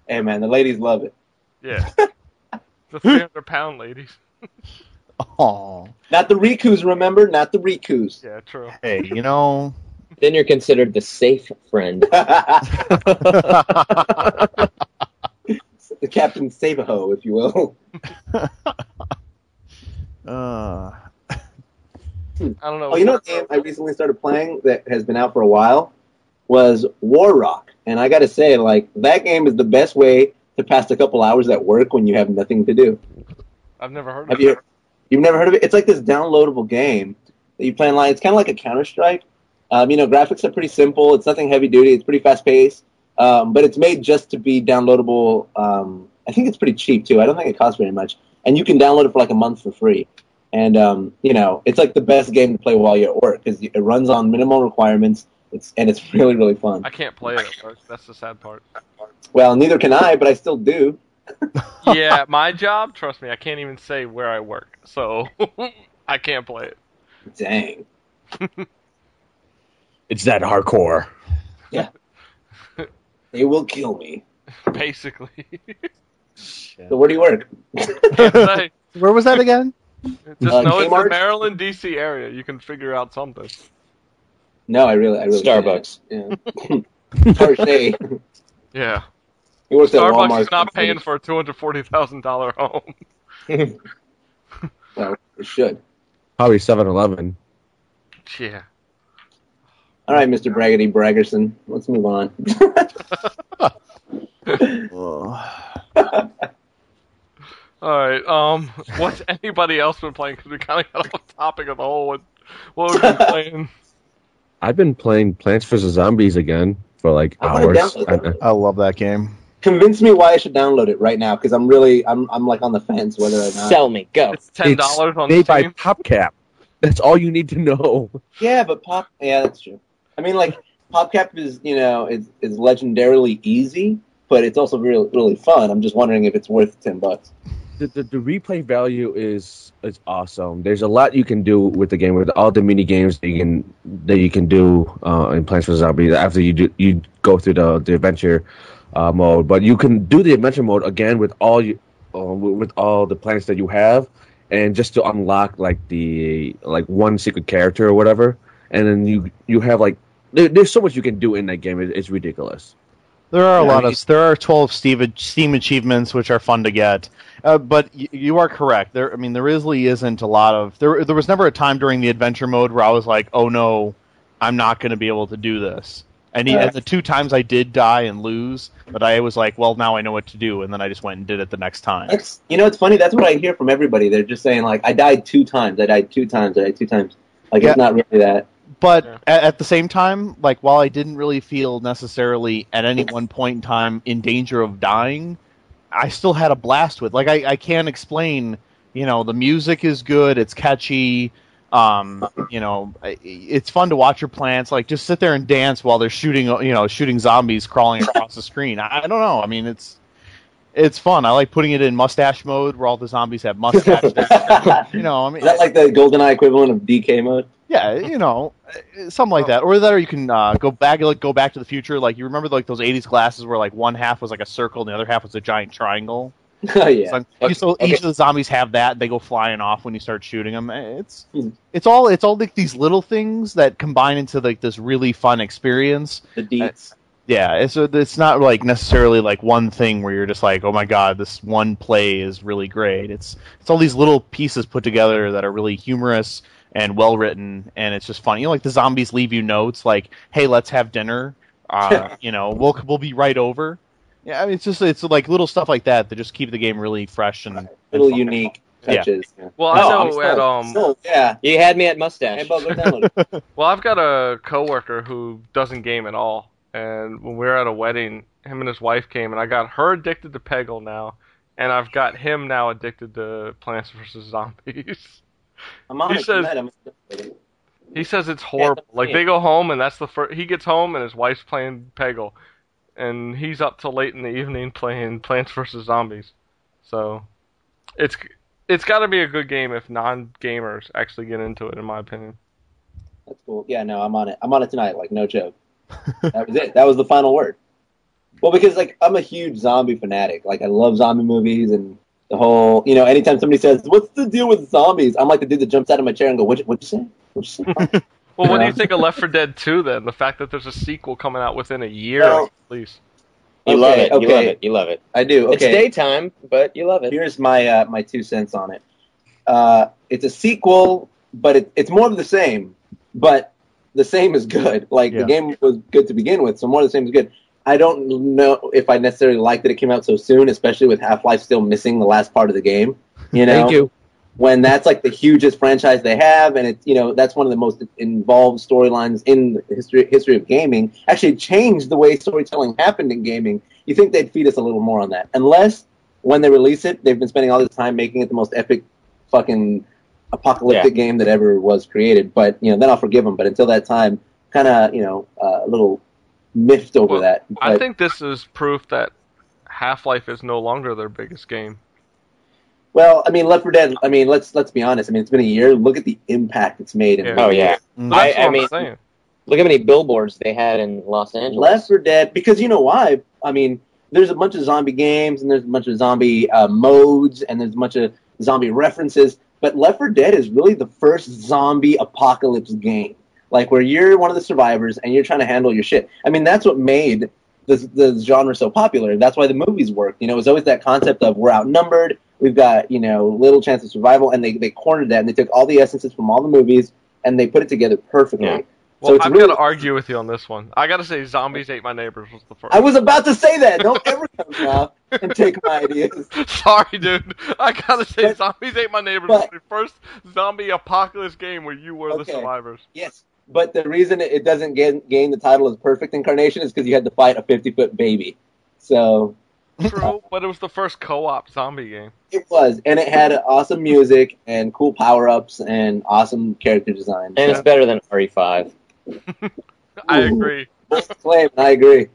Speaker 4: Hey man, the ladies love it.
Speaker 3: Yeah. the 300 pound ladies.
Speaker 2: oh,
Speaker 4: Not the Rikus, remember? Not the Rikus.
Speaker 3: Yeah, true.
Speaker 2: hey, you know,
Speaker 5: Then you're considered the safe friend.
Speaker 2: Uh,
Speaker 4: the Captain Sabaho, if you will.
Speaker 2: uh,
Speaker 3: I don't know.
Speaker 4: Oh, you know what game I recently started playing that has been out for a while was War Rock, and I gotta say, like that game is the best way to pass a couple hours at work when you have nothing to do.
Speaker 3: I've never heard of
Speaker 4: Have
Speaker 3: it.
Speaker 4: you? You've never heard of it? It's like this downloadable game that you play online. It's kind of like a Counter Strike. Um, you know, graphics are pretty simple. It's nothing heavy duty. It's pretty fast paced, um, but it's made just to be downloadable. Um, I think it's pretty cheap too. I don't think it costs very much, and you can download it for like a month for free. And um, you know, it's like the best game to play while you're at work because it runs on minimal requirements. It's and it's really really fun.
Speaker 3: I can't play it at work. That's the sad part.
Speaker 4: Well, neither can I, but I still do.
Speaker 3: yeah, my job, trust me, I can't even say where I work. So I can't play it.
Speaker 4: Dang.
Speaker 6: it's that hardcore.
Speaker 4: They will kill me.
Speaker 3: Basically.
Speaker 4: So where do you work?
Speaker 3: Can't say.
Speaker 2: where was that again?
Speaker 3: Just
Speaker 4: Uh,
Speaker 3: know it's
Speaker 4: Kmart?
Speaker 3: the Maryland, D.C. area. You can figure out something.
Speaker 4: No, I really, I really can't.
Speaker 5: Starbucks.
Speaker 4: Yeah. Target.
Speaker 3: Yeah.
Speaker 4: He works at
Speaker 3: Starbucks
Speaker 4: Walmart.
Speaker 3: is not paying for a $240,000 home.
Speaker 4: Well, it should.
Speaker 6: Probably 7-Eleven.
Speaker 3: Yeah.
Speaker 4: All right, Mr. Braggedy Braggerson. Let's move on.
Speaker 3: All right. Um, what's anybody else been playing? Because we kind of got off topic of the whole what, what we've been playing.
Speaker 6: I've been playing Plants vs Zombies again for like
Speaker 4: I wanna
Speaker 6: hours.
Speaker 4: download
Speaker 6: I-
Speaker 4: that.
Speaker 2: I love that game.
Speaker 4: Convince me why I should download it right now because I'm really, I'm, I'm like on the fence whether or not.
Speaker 5: Sell me. Go.
Speaker 3: It's ten dollars on
Speaker 6: made by
Speaker 3: Steam.
Speaker 6: PopCap. That's all you need to know.
Speaker 4: yeah, but pop. Yeah, that's true. I mean, like PopCap is, you know, is is legendarily easy, but it's also really, really fun. I'm just wondering if it's worth ten bucks.
Speaker 6: the, the, the replay value is is awesome. There's a lot you can do with the game with all the mini games that you can that you can do uh, in Plants vs Zombies after you do you go through the the adventure uh, mode. But you can do the adventure mode again with all you uh, with with all the plants that you have, and just to unlock like the like one secret character or whatever. And then you you have like there, there's so much you can do in that game. It, it's ridiculous.
Speaker 2: There are a
Speaker 6: Yeah,
Speaker 2: lot
Speaker 6: you-
Speaker 2: of there are twelve Steam, Steam achievements which are fun to get, uh, but y- you are correct. There, I mean, there really isn't a lot of there. There was never a time during the adventure mode where I was like, "Oh no, I'm not going to be able to do this." And, he,
Speaker 4: Yeah.
Speaker 2: and the two times I did die and lose, but I was like, "Well, now I know what to do," and then I just went and did it the next time.
Speaker 4: That's you know, it's funny. That's what I hear from everybody. They're just saying like, I died two times. I died two times. I died two times. Like
Speaker 2: Yeah.
Speaker 4: it's not really that.
Speaker 2: But
Speaker 3: Yeah.
Speaker 2: a- at, the same time, like while I didn't really feel necessarily at any one point in time in danger of dying, I still had a blast with. Like I, I can't explain. You know, the music is good. It's catchy. Um, you know, i- i- it's fun to watch your plants. Like just sit there and dance while they're shooting. You know, shooting zombies crawling across the screen. I, I don't know. I mean, it's it's fun. I like putting it in mustache mode where all the zombies have mustaches. you
Speaker 4: Is
Speaker 2: know, I mean,
Speaker 4: that like the GoldenEye equivalent of DK mode?
Speaker 2: yeah, you know, uh, something like that, or that, or you can uh, go back, like go back to the future. Like you remember, like those '80s glasses where like one half was like a circle and the other half was a giant triangle.
Speaker 4: oh yeah.
Speaker 2: So, you- so
Speaker 5: Okay.
Speaker 2: each of the zombies have that. They go flying off when you start shooting them. It's
Speaker 4: Hmm.
Speaker 2: it's all it's all like these little things that combine into like this really fun experience.
Speaker 4: The deets.
Speaker 2: Yeah, it's it's not like necessarily like one thing where you're just like, oh my god, this one play is really great. It's it's all these little pieces put together that are really humorous and well written, and it's just funny. You know, like the zombies leave you notes like, hey, let's have dinner. Uh, you know, we'll we'll be right over. Yeah, I mean, it's just it's like little stuff like that that just keep the game really fresh and, and
Speaker 4: Little
Speaker 2: fun.
Speaker 4: unique
Speaker 2: Yeah.
Speaker 4: touches. Yeah.
Speaker 3: Well, I
Speaker 4: No,
Speaker 3: know
Speaker 4: I'm still-
Speaker 3: at um,
Speaker 4: still- yeah.
Speaker 5: You had me at mustache.
Speaker 4: Hey, Bo, go download it.
Speaker 3: Well, I've got a coworker who doesn't game at all, and when we were at a wedding, him and his wife came, and I got her addicted to Peggle now, and I've got him now addicted to Plants vs Zombies.
Speaker 4: I'm on
Speaker 3: He
Speaker 4: it
Speaker 3: says-
Speaker 4: tonight. I'm-
Speaker 3: He says it's horrible.
Speaker 5: that's
Speaker 3: Like
Speaker 5: it.
Speaker 3: they go home, and that's the first. He gets home, and his wife's playing Peggle, and he's up till late in the evening playing Plants vs Zombies. So, it's it's got to be a good game if non gamers actually get into it, in my opinion.
Speaker 4: That's cool. Yeah, no, I'm on it. I'm on it tonight. Like no joke. that was it. That was the final word. Well, because like I'm a huge zombie fanatic. Like I love zombie movies and the whole. You know, anytime somebody says, "What's the deal with zombies?" I'm like the dude that jumps out of my chair and go, "What? What you say? What you say?"
Speaker 3: Well, what do you
Speaker 4: Yeah.
Speaker 3: think of Left 4 Dead 2 then? The fact that there's a sequel coming out within a year
Speaker 4: Well-
Speaker 3: at least.
Speaker 5: You love
Speaker 4: Okay,
Speaker 5: it. You love
Speaker 4: okay.
Speaker 5: it. You love it.
Speaker 4: I do.
Speaker 5: It's
Speaker 4: Okay.
Speaker 5: daytime, but you love it.
Speaker 4: Here's my uh, my two cents on it. Uh, it's a sequel, but it, it's more of the same. But the same is good. Like
Speaker 2: Yeah.
Speaker 4: the game was good to begin with, so more of the same is good. I don't know if I necessarily like that it came out so soon, especially with Half Life still missing the last part of the game. You know,
Speaker 6: Thank you.
Speaker 4: when that's like the hugest franchise they have, and it's you know that's one of the most involved storylines in the history history of gaming. Actually, changed the way storytelling happened in gaming. You think they'd feed us a little more on that, unless when they release it, they've been spending all this time making it the most epic, fucking apocalyptic game that ever was created. But you know, then I'll forgive them. But until that time, kind of you know uh, a little miffed over
Speaker 3: Well,
Speaker 4: that.
Speaker 3: I
Speaker 4: But-
Speaker 3: think this is proof that Half Life is no longer their biggest game.
Speaker 4: well, I mean, Left 4 Dead. I mean, let's let's be honest. I mean, it's been a year. Look at the impact it's made. In
Speaker 3: Yeah.
Speaker 5: Oh yeah.
Speaker 2: Mm.
Speaker 3: But that's
Speaker 5: I-
Speaker 3: what
Speaker 5: I
Speaker 3: am
Speaker 5: mean-
Speaker 3: saying.
Speaker 5: Look how many billboards they had in Los Angeles.
Speaker 4: Left for Dead because you know why? I mean, there's a bunch of zombie games and there's a bunch of zombie uh, modes and there's a bunch of zombie references. But Left for Dead is really the first zombie apocalypse game, like where you're one of the survivors and you're trying to handle your shit. I mean, that's what made the the genre so popular. That's why the movies worked. You know, it was always that concept of we're outnumbered, we've got you know little chance of survival, and they they cornered that and they took all the essences from all the movies and they put it together perfectly.
Speaker 5: Yeah.
Speaker 3: Well,
Speaker 4: it's
Speaker 3: I'm
Speaker 4: really-
Speaker 3: going to argue with you on this one. I got to say, Zombies Ate My Neighbors was the first.
Speaker 4: I was about to say that. Don't ever come now and take my ideas.
Speaker 3: Sorry, dude. I got to say,
Speaker 4: But-
Speaker 3: Zombies Ate My Neighbors was
Speaker 4: but-
Speaker 3: the first zombie apocalypse game where you were the
Speaker 4: Okay.
Speaker 3: survivors.
Speaker 4: Yes, but the reason it- it doesn't gain, gain the title as perfect incarnation is because you had to fight a fifty-foot baby. So
Speaker 3: True, but it was the first co op zombie game.
Speaker 4: it was, and it had awesome music and cool power-ups and awesome character design.
Speaker 5: and it's better than E RE5.
Speaker 3: I
Speaker 4: Ooh.
Speaker 3: agree.
Speaker 4: Bold claim, I E agree.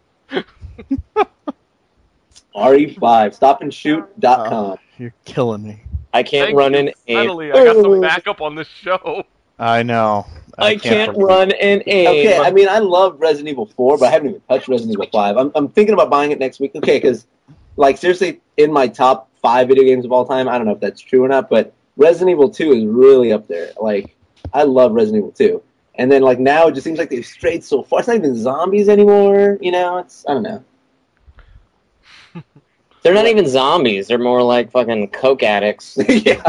Speaker 4: RE5, stopandShoot.com.
Speaker 2: You're killing me.
Speaker 5: I can't
Speaker 3: Thank
Speaker 5: run
Speaker 3: you.
Speaker 5: in a.
Speaker 3: Finally, I got some backup on this show.
Speaker 2: I know.
Speaker 5: I can't run in a.
Speaker 4: Okay, I mean, I love Resident Evil 4, but I haven't even touched Resident Evil 5. I'm, I'm thinking about buying it next week. Okay, because, like, seriously, in my top five video games of all time, I don't know if that's true or not, but Resident Evil 2 is really up there. Like, I love Resident Evil 2. And then, like, now it just seems like they've strayed so far. It's not even zombies anymore, you know? It's, I don't know.
Speaker 5: they're not even zombies. They're more like fucking coke addicts
Speaker 4: yeah.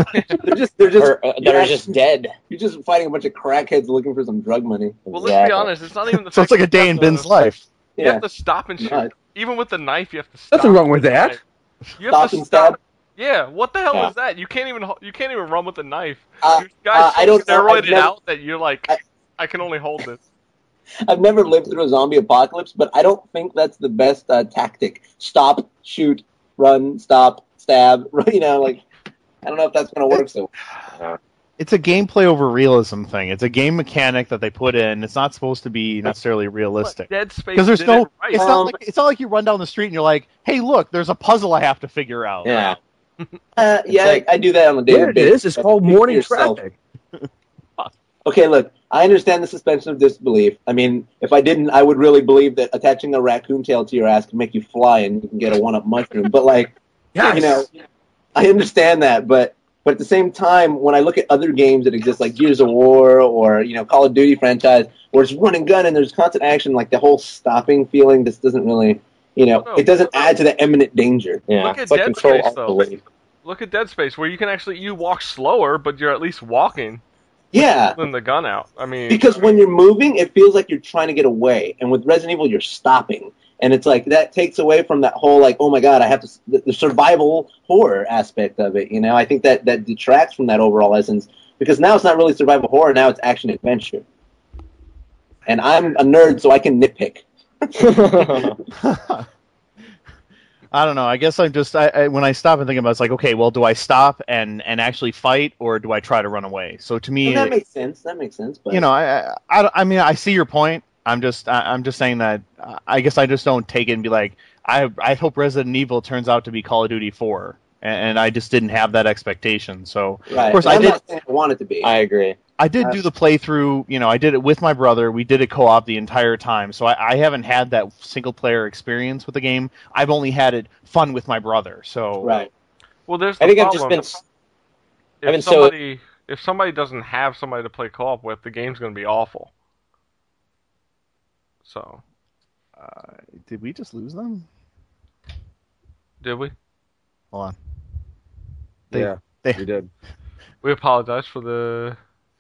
Speaker 4: They're just, they're just,
Speaker 5: or, uh, that
Speaker 4: you're
Speaker 5: are
Speaker 4: act-
Speaker 5: just dead.
Speaker 4: you're just fighting a bunch of crackheads looking for some drug money.
Speaker 3: Well, let's be
Speaker 5: Exactly.
Speaker 3: honest. It's not even the
Speaker 2: So it's
Speaker 3: fact
Speaker 2: like a
Speaker 3: that you
Speaker 2: day
Speaker 3: have
Speaker 2: in
Speaker 3: to-
Speaker 2: Ben's life.
Speaker 3: You
Speaker 4: Yeah.
Speaker 3: have to stop and shoot.
Speaker 4: Not-
Speaker 3: Even with the knife, you have to stop.
Speaker 6: Nothing wrong with that.
Speaker 3: You have
Speaker 4: Stop
Speaker 3: to
Speaker 4: and stab.
Speaker 3: stop. Yeah, what the hell
Speaker 5: Yeah.
Speaker 3: is that? You can't even ho- you can't even run with a knife.
Speaker 4: Uh,
Speaker 3: you guys
Speaker 4: uh, I
Speaker 3: so
Speaker 4: don't know. I've
Speaker 3: steroided
Speaker 4: never-
Speaker 3: out that you're like, I,
Speaker 4: I-
Speaker 3: can only hold this.
Speaker 4: I've never lived through a zombie apocalypse, but I don't think that's the best uh, tactic. Stop, shoot, run, stop, stab. You know, like I don't know if that's going to work. So
Speaker 2: It's a gameplay over realism thing. It's a game mechanic that they put in. It's not supposed to be necessarily realistic.
Speaker 3: Dead Space
Speaker 2: Because there's
Speaker 3: did
Speaker 2: no,
Speaker 3: it right.
Speaker 2: it's not
Speaker 4: Um,
Speaker 2: like it's not like you run down the street and you're like, "Hey, look, there's a puzzle I have to figure out."
Speaker 5: Yeah.
Speaker 4: uh, yeah,
Speaker 5: like-
Speaker 4: I do that on a daily
Speaker 6: There it
Speaker 4: basis.
Speaker 6: is. It's called
Speaker 4: Pick
Speaker 6: morning
Speaker 4: yourself.
Speaker 6: traffic.
Speaker 4: Okay, look, I understand the suspension of disbelief. I mean, if I didn't, I would really believe that attaching a raccoon tail to your ass can make you fly and you can get a one-up mushroom. But like, you know, I understand that, but but at the same time, when I look at other games that exist, like Gears of War or you know Call of Duty franchise, where it's run and gun and there's constant action, like the whole stopping feeling, this doesn't really, you know,
Speaker 3: No.
Speaker 4: it doesn't add to the imminent danger.
Speaker 5: Yeah,
Speaker 3: Look at
Speaker 5: it's like
Speaker 3: Dead
Speaker 5: control
Speaker 3: Space,
Speaker 5: alt
Speaker 3: though.
Speaker 5: delete.
Speaker 3: Look at Dead Space where you can actually you walk slower, but you're at least walking,
Speaker 4: Yeah,
Speaker 3: holding the gun out. I mean,
Speaker 4: because when you're moving, it feels like you're trying to get away, and with Resident Evil, you're stopping, and it's like that takes away from that whole like, oh my god, I have to the, the survival horror aspect of it. You know, I think that that detracts from that overall essence because now it's not really survival horror, now it's action adventure. And I'm a nerd, so I can nitpick.
Speaker 2: I don't know. I guess I'm just I, I, when I stop and think about it, it's like, okay, well, do I stop and and actually fight, or do I try to run away? So to me,
Speaker 4: And that makes sense. That makes sense. But
Speaker 2: you know, I, I I don't- I mean, I see your point. I'm just I, I'm just saying that uh, I guess I just don't take it and be like, I I hope Resident Evil turns out to be Call of Duty Four, and, and I just didn't have that expectation. So
Speaker 4: right.
Speaker 2: of course,
Speaker 4: And
Speaker 2: I
Speaker 4: I'm
Speaker 2: did-
Speaker 4: Not saying I want it to be.
Speaker 5: I agree.
Speaker 2: I did
Speaker 4: Uh,
Speaker 2: do the playthrough. You know, I did it with my brother. We did it co-op the entire time, so I, I haven't had that single player experience with the game. I've only had it fun with my brother. So
Speaker 4: right.
Speaker 3: well, there's the
Speaker 5: I think I've
Speaker 3: problem.
Speaker 5: just been.
Speaker 3: if
Speaker 5: I've been so-
Speaker 3: somebody if somebody doesn't have somebody to play co-op with, the game's going to be awful. So
Speaker 2: did we just lose them?
Speaker 3: did we?
Speaker 2: Hold on. They-
Speaker 6: Yeah,
Speaker 2: they-
Speaker 6: we did.
Speaker 3: We apologize for the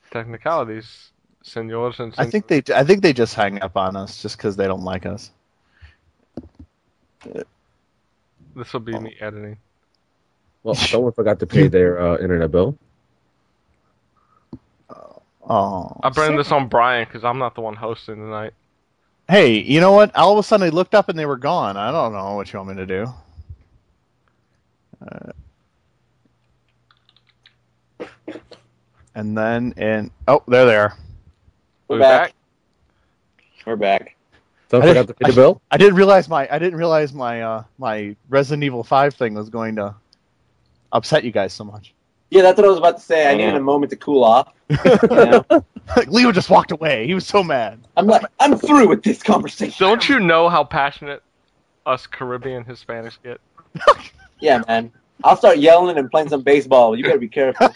Speaker 3: technicalities, senors and.
Speaker 2: I
Speaker 3: sen-
Speaker 2: think they I think they just hang up on us just because they don't like us.
Speaker 3: this will be me editing.
Speaker 6: Well, someone forgot to pay their uh, internet bill.
Speaker 2: Oh,
Speaker 3: I blame this on Brian because I'm not the one hosting tonight.
Speaker 2: Hey, you know what? All of a sudden, I looked up and they were gone. I don't know what you want me to do. Uh, and then, and oh, there they are.
Speaker 5: We're
Speaker 3: We
Speaker 5: back. We're back.
Speaker 6: Someone
Speaker 2: I didn't-
Speaker 6: forgot to pay the bill.
Speaker 2: I didn't realize my I didn't realize my uh, my Resident Evil Five thing was going to upset you guys so much.
Speaker 4: Yeah, that's what I was about to say. I
Speaker 5: Oh, Yeah.
Speaker 4: needed a moment to cool off. you know?
Speaker 2: Like, Leo just walked away. He was so mad.
Speaker 4: I'm like, I'm through with this conversation.
Speaker 3: Don't you know how passionate us Caribbean Hispanics get?
Speaker 4: Yeah, man. I'll start yelling and playing some baseball. You better be careful.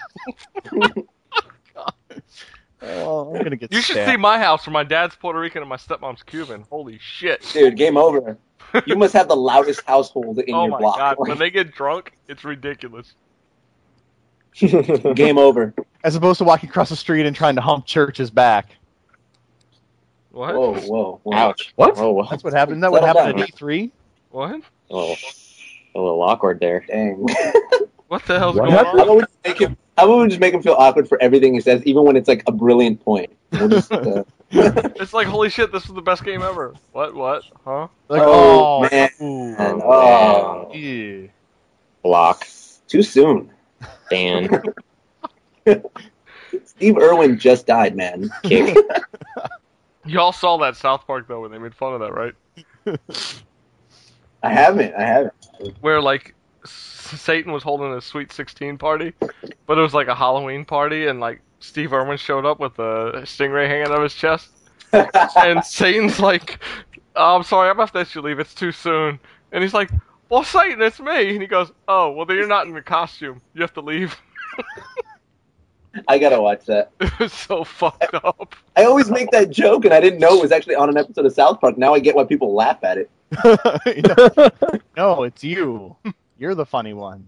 Speaker 2: Oh, I'm gonna get.
Speaker 3: You should
Speaker 2: stabbed.
Speaker 3: see my house where my dad's Puerto Rican and my stepmom's Cuban. Holy shit.
Speaker 4: Dude, game over. You must have the loudest household in
Speaker 3: oh
Speaker 4: your
Speaker 3: my
Speaker 4: block.
Speaker 3: god. When they get drunk, it's ridiculous.
Speaker 4: game over.
Speaker 2: as opposed to walking across the street and trying to hump Church's back.
Speaker 3: What?
Speaker 4: Whoa, whoa, whoa.
Speaker 5: Ouch.
Speaker 6: What?
Speaker 5: Oh, well,
Speaker 2: That's what happened. Isn't that what
Speaker 4: Settle
Speaker 2: happened
Speaker 5: down.
Speaker 2: at E3?
Speaker 3: What?
Speaker 5: a little, a little awkward there.
Speaker 4: Dang.
Speaker 3: What the hell's
Speaker 6: What
Speaker 3: going
Speaker 4: How
Speaker 6: happened?
Speaker 3: on?
Speaker 4: about, we just make him, how about we just make him feel awkward for everything he says, even when it's like a brilliant point? We'll just, uh,
Speaker 3: It's like holy shit, this was the best game ever. What? What? Huh?
Speaker 2: Like,
Speaker 4: Oh,
Speaker 2: oh,
Speaker 4: man.
Speaker 2: ooh,
Speaker 4: and, oh,
Speaker 5: man.
Speaker 2: ew.
Speaker 5: Block.
Speaker 4: too soon.
Speaker 5: Dan.
Speaker 4: Steve Irwin just died, man.
Speaker 5: Kick.
Speaker 3: Y'all saw that South Park though when they made fun of that, right?
Speaker 4: I haven't. I haven't.
Speaker 3: Where like s- Satan was holding his Sweet 16 party, but it was like a Halloween party, and like Steve Irwin showed up with a stingray hanging out of his chest, and Satan's like, oh, "I'm sorry, I'm gonna have to let you leave. It's too soon." And he's like, "Well, Satan, it's me." And he goes, "Oh, well, then you're not in your costume. You have to leave."
Speaker 4: I gotta watch that.
Speaker 3: It was so fucked up.
Speaker 4: I always make that joke, and I didn't know it was actually on an episode of South Park. Now I get why people laugh at it.
Speaker 2: no, it's you. You're the funny one.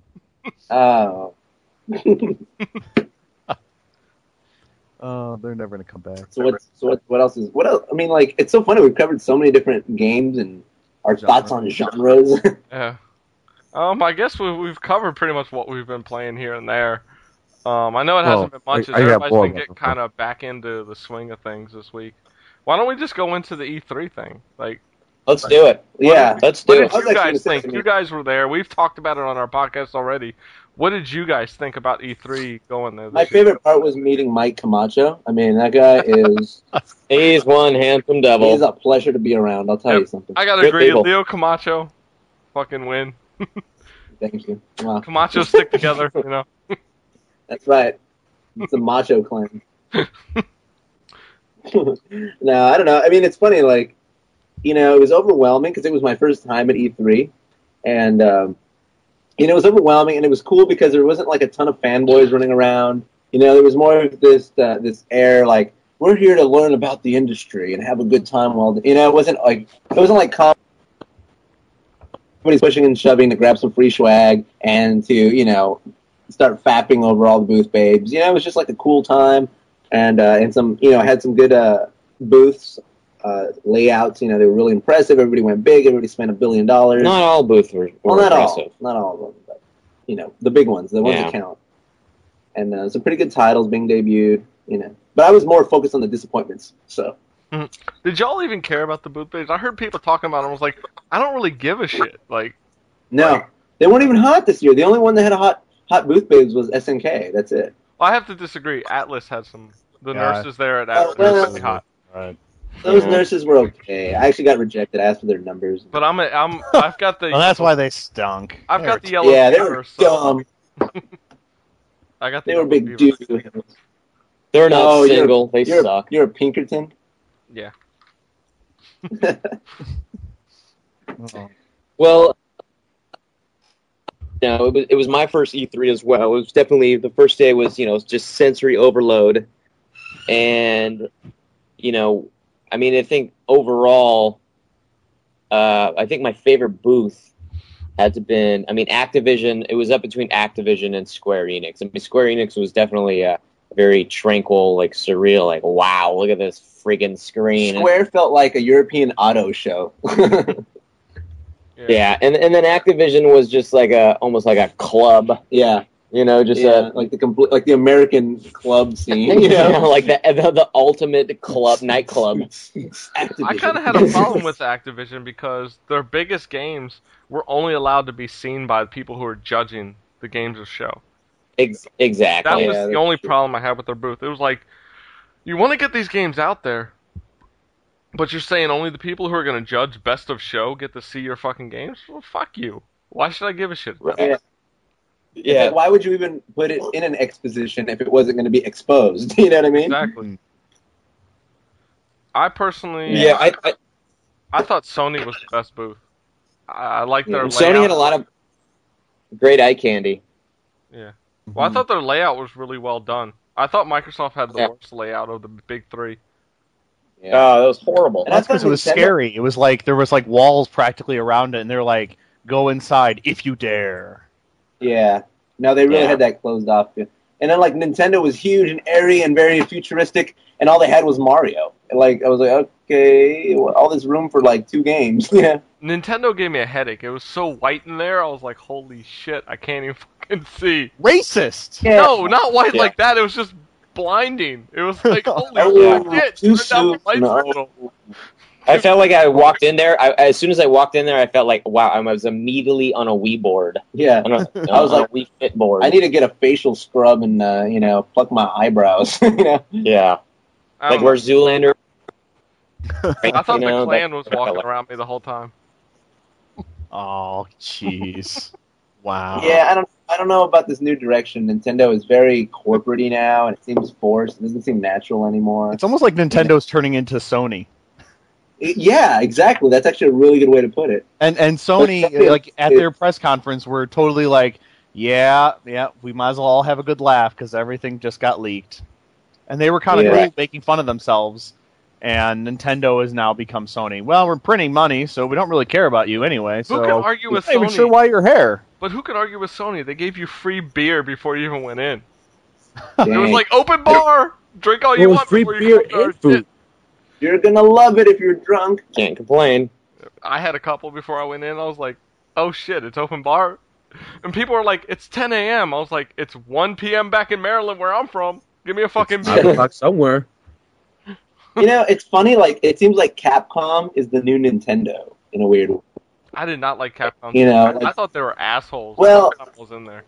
Speaker 4: Oh,
Speaker 2: Oh, they're never gonna come back.
Speaker 4: so what? So what? What else is? What else? I mean, like it's so funny. We've covered so many different games and our
Speaker 2: Genre.
Speaker 4: thoughts on genres.
Speaker 3: Yeah. Um, I guess we, we've covered pretty much what we've been playing here and there. Um, I know it hasn't
Speaker 6: Well,
Speaker 3: been much. as
Speaker 6: I- I got
Speaker 3: everybody's
Speaker 6: more,
Speaker 3: been getting
Speaker 6: motherfucker.
Speaker 3: kind of back into the swing of things this week. Why don't we just go into the E3 thing? Like,
Speaker 5: Let's do it.
Speaker 4: yeah,
Speaker 5: Let's
Speaker 3: what
Speaker 5: do
Speaker 3: did
Speaker 5: it.
Speaker 4: I was
Speaker 3: you
Speaker 4: actually
Speaker 3: guys
Speaker 4: gonna say
Speaker 3: think?
Speaker 4: something.
Speaker 3: You guys were there. We've talked about it on our podcast already. What did you guys think about E3 going there? This
Speaker 4: my
Speaker 3: year?
Speaker 4: favorite part was meeting Mike Camacho. I mean, that guy is.
Speaker 5: He's one handsome devil.
Speaker 4: He's a pleasure to be around. I'll tell
Speaker 3: Yep.
Speaker 4: you something.
Speaker 3: I gotta
Speaker 5: Good
Speaker 3: agree.
Speaker 5: people.
Speaker 3: Leo Camacho, fucking win.
Speaker 4: Thank you. Wow.
Speaker 3: Camacho stick together. You know.
Speaker 4: That's right. It's a macho clan. no, I don't know. I mean, it's funny. Like, you know, it was overwhelming because it was my first time at E E3, and um, you know, it was overwhelming, and it was cool because there wasn't like a ton of fanboys running around. You know, there was more of this uh, this air like we're here to learn about the industry and have a good time while you know it wasn't like it wasn't like com- somebody's pushing and shoving to grab some free swag and to you know start fapping over all the booth babes. You know, it was just like a cool time, and uh, and some you know I had some good uh, booths uh, layouts. You know, they were really impressive. Everybody went big. Everybody spent a billion dollars.
Speaker 5: Not all booths were, were
Speaker 4: well, not
Speaker 5: impressive.
Speaker 4: all, not all of them, but you know, the big ones, the ones
Speaker 5: Yeah.
Speaker 4: that count. And uh, some pretty good titles being debuted. You know, but I was more focused on the disappointments. So
Speaker 3: Did y'all even care about the booth babes? I heard people talking about it. I was like, I don't really give a shit. Like,
Speaker 4: no, they weren't even hot this year. The only one that had a hot hot booth babes was SNK. That's it.
Speaker 3: well, I have to disagree. Atlas had some. The
Speaker 2: Yeah.
Speaker 3: nurses there at
Speaker 4: Oh,
Speaker 3: Atlas were
Speaker 4: well.
Speaker 3: really hot.
Speaker 2: Right.
Speaker 4: Those
Speaker 5: Yeah.
Speaker 4: nurses were okay. I actually got rejected. I asked for their numbers.
Speaker 3: But I'm, a, I'm, I've got the,
Speaker 2: Well, that's why they stunk.
Speaker 3: I've
Speaker 2: They
Speaker 3: got
Speaker 2: were
Speaker 3: the yellow
Speaker 4: yeah, they
Speaker 3: fever.
Speaker 4: were
Speaker 3: so
Speaker 4: dumb.
Speaker 3: I got the
Speaker 4: They were
Speaker 3: yellow
Speaker 4: big
Speaker 3: fever.
Speaker 4: dudes.
Speaker 5: They're not
Speaker 4: No, you're-
Speaker 5: single. They
Speaker 4: You're,
Speaker 5: suck.
Speaker 4: you're a Pinkerton.
Speaker 3: Yeah.
Speaker 2: t- oh.
Speaker 5: Well, no, it was, it was my first E3 as well. It was definitely the first day was you know just sensory overload, and you know, I mean, I think overall, uh, I think my favorite booth had to been, I mean, Activision. It was up between Activision and Square Enix. I mean, Square Enix was definitely a very tranquil, like surreal, like wow, look at this friggin' screen.
Speaker 4: Square felt like a European auto show.
Speaker 5: Yeah, and and then Activision was just like a almost like a club,
Speaker 4: yeah,
Speaker 5: you know, just uh,
Speaker 4: yeah,
Speaker 5: a
Speaker 4: uh, like the complete, like the American club scene. You
Speaker 5: Yeah,
Speaker 4: know,
Speaker 5: like the, the the ultimate club nightclub.
Speaker 3: I kind of had a problem with Activision because their biggest games were only allowed to be seen by the people who are judging the games or show.
Speaker 5: Ex-
Speaker 3: That
Speaker 5: exactly.
Speaker 4: Yeah,
Speaker 3: was the
Speaker 4: that's
Speaker 3: only
Speaker 4: true.
Speaker 3: problem I had with their booth. It was like, you want to get these games out there, but you're saying only the people who are going to judge best of show get to see your fucking games? Well, fuck you. Why should I give a shit?
Speaker 5: Right.
Speaker 4: Yeah.
Speaker 5: Yeah.
Speaker 4: Like, why would you even put it in an exposition if it wasn't going to be exposed? You know what I mean?
Speaker 3: Exactly. I personally,
Speaker 5: Yeah, I, I
Speaker 3: I thought Sony was the best booth. I, I like their
Speaker 5: and Sony had a
Speaker 3: layout.
Speaker 5: lot of great eye candy.
Speaker 3: Well, I thought their layout was really well done. I thought Microsoft had the
Speaker 5: Yeah.
Speaker 3: worst layout of the big three.
Speaker 4: Yeah.
Speaker 5: Oh, that was horrible.
Speaker 4: And I
Speaker 2: That's because it was
Speaker 4: Nintendo-
Speaker 2: scary. It was like there was like walls practically around it, and they're like, "Go inside if you dare."
Speaker 4: Yeah. No, they really
Speaker 5: Yeah.
Speaker 4: had that closed off. yeah. And then like Nintendo was huge and airy and very futuristic, and all they had was Mario. And, like I was like, okay, well, all this room for like two games. Yeah.
Speaker 3: Nintendo gave me a headache. It was so white in there. I was like, holy shit, I can't even fucking see.
Speaker 2: Racist.
Speaker 3: No, not white
Speaker 5: Yeah.
Speaker 3: like that. It was just blinding. It was like, holy
Speaker 4: Oh,
Speaker 3: shit,
Speaker 4: too
Speaker 3: turn down the
Speaker 4: soon.
Speaker 3: lights
Speaker 4: No.
Speaker 3: a little.
Speaker 5: I felt like I walked in there. I, as soon as I walked in there, I felt like wow, I was immediately on a Wii board.
Speaker 4: Yeah.
Speaker 5: On a,
Speaker 4: I was
Speaker 5: on a
Speaker 4: like-
Speaker 5: Wii Fit board.
Speaker 4: I need to get a facial scrub and uh, you know pluck my eyebrows. you know,
Speaker 5: yeah,
Speaker 3: I,
Speaker 5: like
Speaker 3: don't
Speaker 5: where Zoolander.
Speaker 3: know. Um, I thought
Speaker 5: you
Speaker 3: the
Speaker 5: know,
Speaker 3: clan
Speaker 5: that-
Speaker 3: was walking around me the whole time.
Speaker 2: Oh, jeez. Wow.
Speaker 3: Uh-huh.
Speaker 4: Yeah, I don't. I don't know about this new direction. Nintendo is very corporatey now, and it seems forced. It doesn't seem natural anymore.
Speaker 2: It's almost like Nintendo's turning into Sony.
Speaker 4: It- yeah, exactly. That's actually a really good way to put it.
Speaker 2: And and Sony uh, like at their press conference were totally like, yeah, yeah, we might as well all have a good laugh because everything just got leaked, and they were kind of
Speaker 4: Yeah.
Speaker 2: cool making fun of themselves. And Nintendo has now become Sony. Well, we're printing money, so we don't really care about you anyway. So
Speaker 3: Who can argue with
Speaker 2: I'm not even
Speaker 3: Sony?
Speaker 2: sure why your hair.
Speaker 3: But who could argue with Sony? They gave you free beer before you even went in. It was
Speaker 4: Dang.
Speaker 3: like open bar, drink all
Speaker 6: It
Speaker 3: Oh, you
Speaker 6: was
Speaker 3: want
Speaker 6: free
Speaker 3: before you
Speaker 6: beer
Speaker 3: come to our
Speaker 6: and food.
Speaker 3: shit.
Speaker 4: You're gonna love it if you're drunk.
Speaker 5: Can't complain.
Speaker 3: I had a couple before I went in. I was like, oh shit, it's open bar. And people were like, it's 10 a.m. I was like, it's 1 p.m. back in Maryland where I'm from. Give me a fucking
Speaker 6: Nine
Speaker 3: beer.
Speaker 6: o'clock somewhere.
Speaker 4: You know, it's funny. Like it seems like Capcom is the new Nintendo in a weird. way.
Speaker 3: I did not like Capcom.
Speaker 4: You know,
Speaker 3: I
Speaker 4: like-
Speaker 3: thought they were assholes.
Speaker 4: Well-
Speaker 3: assholes in there.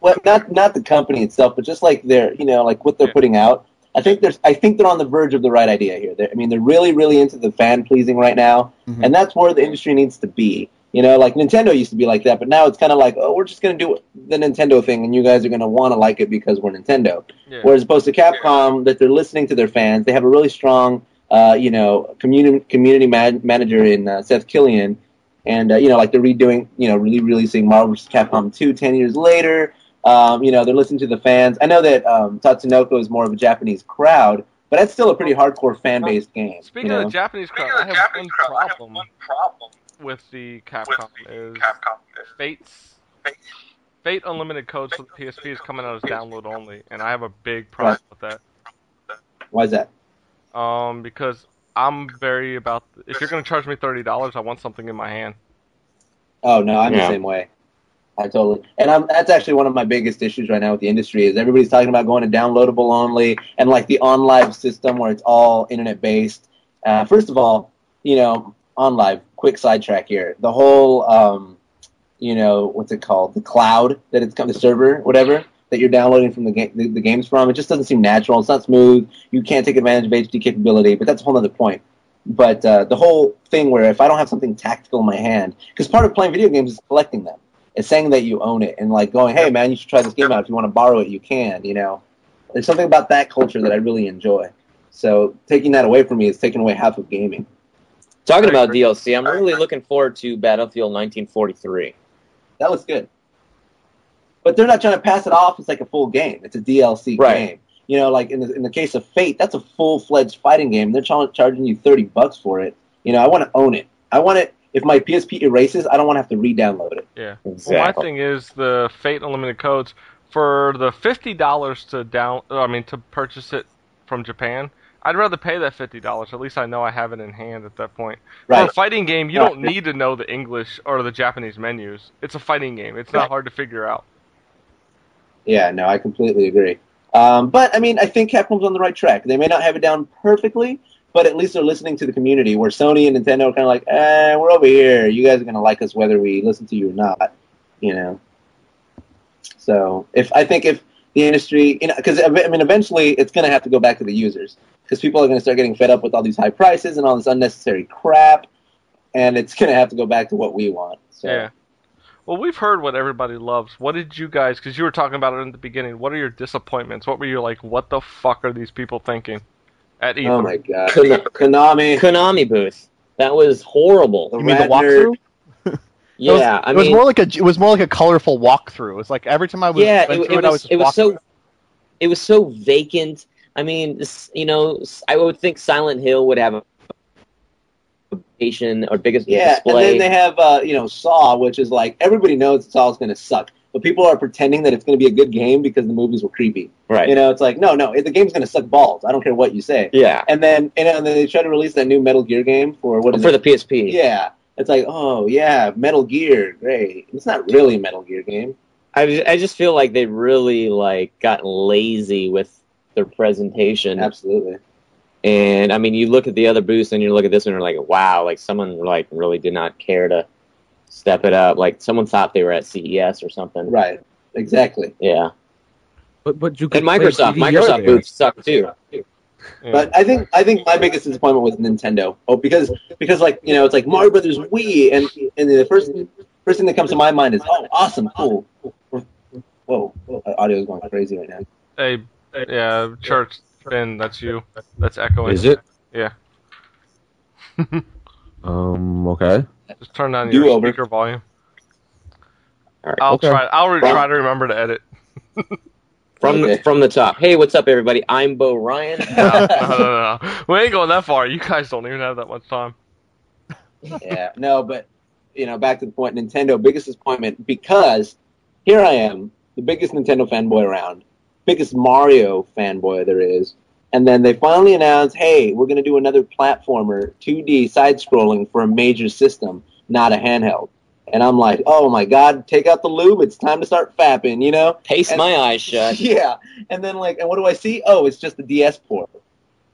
Speaker 4: Well, not not the company itself, but just like their, you know, like what they're
Speaker 3: Yeah.
Speaker 4: putting out. I think there's. I think they're on the verge of the right idea here. They're, I mean, they're really, really into the fan pleasing right now,
Speaker 2: Mhm.
Speaker 4: and that's where the industry needs to be. You know, like Nintendo used to be like that, but now it's kind of like, oh, we're just going to do the Nintendo thing, and you guys are going to want to like it because we're Nintendo.
Speaker 3: Yeah.
Speaker 4: Whereas opposed to Capcom, that they're listening to their fans. They have a really strong, uh, you know, community community man- manager in uh, Seth Killian, and uh, you know, like they're redoing, you know, really releasing Marvel vs. Capcom 2 10 years later. Um, you know, they're listening to the fans. I know that um, Tatsunoko is more of a Japanese crowd, but that's still a pretty hardcore fan based game.
Speaker 3: Speaking
Speaker 4: you know?
Speaker 3: of the Japanese crowd, I, have one problem with the Capcom is Fate's Fate Unlimited Codes for the PSP is coming out as download only, and I have a big problem with that.
Speaker 4: Why is that?
Speaker 3: Um, because I'm very about if you're gonna charge me thirty dollars, I want something in my hand.
Speaker 4: Oh no, I'm
Speaker 5: Yeah.
Speaker 4: the same way. I totally, and I'm, that's actually one of my biggest issues right now with the industry is everybody's talking about going to downloadable only and like the OnLive system where it's all internet based. Uh, first of all, you know, OnLive. Quick sidetrack here. The whole, um, you know, what's it called? The cloud that it's come, the server, whatever that you're downloading from the game, the, the games from. It just doesn't seem natural. It's not smooth. You can't take advantage of HD capability, but that's a whole other point but uh, the whole thing where if I don't have something tactical in my hand, because part of playing video games is collecting them, it's saying that you own it and like going, hey man, you should try this game out. If you want to borrow it, you can. You know, there's something about that culture that I really enjoy. So taking that away from me is taking away half of gaming.
Speaker 5: Talking
Speaker 3: I
Speaker 5: about
Speaker 3: agree.
Speaker 5: DLC, I'm really looking forward to Battlefield 1943.
Speaker 4: That looks good. But they're not trying to pass it off as like a full game. It's a DLC
Speaker 5: Right.
Speaker 4: game. You know, like in the, in the case of Fate, that's a full fledged fighting game. They're char- charging you thirty bucks for it. You know, I want to own it. I want it. If my PSP erases, I don't want to have to re-download it.
Speaker 3: Yeah. Well, my
Speaker 5: Exactly.
Speaker 3: thing is the Fate Unlimited Codes for the fifty dollars to down. uh, I mean to purchase it from Japan. I'd rather pay that fifty dollars. At least I know I have it in hand at that point. For
Speaker 4: Right.
Speaker 3: a fighting game, you
Speaker 4: Yeah.
Speaker 3: don't need to know the English or the Japanese menus. It's a fighting game. It's not
Speaker 4: Right.
Speaker 3: hard to figure out.
Speaker 4: Yeah, no, I completely agree. Um, but I mean, I think Capcom's on the right track. They may not have it down perfectly, but at least they're listening to the community. Where Sony and Nintendo are kind of like, eh, we're over here. You guys are gonna like us whether we listen to you or not. You know. So if I think if the industry, you know, because I mean, eventually it's gonna have to go back to the users because people are gonna start getting fed up with all these high prices and all this unnecessary crap, and it's gonna have to go back to what we want. So.
Speaker 3: Yeah. Well, we've heard what everybody loves. What did you guys? Because you were talking about it in the beginning. What are your disappointments? What were you like? What the fuck are these people thinking? At E3.
Speaker 4: Oh my god.
Speaker 5: Kon-
Speaker 4: Konami.
Speaker 5: Konami booth. That was horrible.
Speaker 2: You mean the
Speaker 4: rat nerd.
Speaker 2: walkthrough? It was-
Speaker 5: Yeah, I
Speaker 2: it was
Speaker 5: mean,
Speaker 2: more like a it was more like a colorful walkthrough. It's like every time I was
Speaker 5: yeah,
Speaker 2: went
Speaker 5: it,
Speaker 2: through
Speaker 5: it
Speaker 2: I
Speaker 5: was
Speaker 2: just
Speaker 5: it was
Speaker 2: walking
Speaker 5: so it was so vacant. I mean, s- you know, s- I would think Silent Hill would have a vacation or biggest
Speaker 4: Yeah,
Speaker 5: display.
Speaker 4: and then they have uh, you know Saw, which is like everybody knows Saw's going to suck, but people are pretending that it's going to be a good game because the movies were creepy.
Speaker 5: right.
Speaker 4: You know, it's like no, no, the game's going to suck balls. I don't care what you say.
Speaker 5: yeah.
Speaker 4: And then and then they try to release that new Metal Gear game for what is
Speaker 5: For
Speaker 4: it?
Speaker 5: the PSP.
Speaker 4: yeah, it's like oh yeah, Metal Gear, great. It's not really a Metal Gear game.
Speaker 5: I, ju- I just feel like they really like got lazy with their presentation.
Speaker 4: Absolutely.
Speaker 5: And I mean, you look at the other booths and you look at this one and you're like, wow, like someone like really did not care to step it up. Like someone thought they were at CES or something.
Speaker 4: Right. Exactly.
Speaker 5: Yeah.
Speaker 6: But but you could
Speaker 5: And
Speaker 6: play
Speaker 5: Microsoft,
Speaker 6: DDR
Speaker 5: Microsoft
Speaker 6: there.
Speaker 5: booths suck too.
Speaker 3: Yeah.
Speaker 4: But I think I think my biggest disappointment was Nintendo. Oh, because because like you know it's like Mario Brothers Wii, and and the first first thing that comes to my mind is, oh, awesome, cool. Whoa, whoa audio is going crazy right now.
Speaker 3: Hey, yeah, church, Ben, that's you. That's echoing.
Speaker 6: Is it?
Speaker 3: Yeah.
Speaker 6: Um. Okay.
Speaker 3: Just turn down
Speaker 4: Do
Speaker 3: your
Speaker 4: over.
Speaker 3: speaker volume.
Speaker 5: All right.
Speaker 3: I'll
Speaker 6: Okay.
Speaker 3: try. I'll re- try to remember to edit.
Speaker 5: From
Speaker 4: Okay.
Speaker 5: from the top. Hey, what's up, everybody? I'm Bo Ryan.
Speaker 3: No, no, no, no. We ain't going that far. You guys don't even have that much time.
Speaker 4: yeah, no, but you know, back to the point, Nintendo biggest disappointment because here I am, the biggest Nintendo fanboy around, biggest Mario fanboy there is, and then they finally announce, hey, we're going to do another platformer, 2D side-scrolling for a major system, not a handheld. And I'm like, oh my god, take out the lube, it's time to start fapping, you know?
Speaker 5: Pace my eyes shut.
Speaker 4: Yeah. And then like, and what do I see? Oh, it's just the DS port.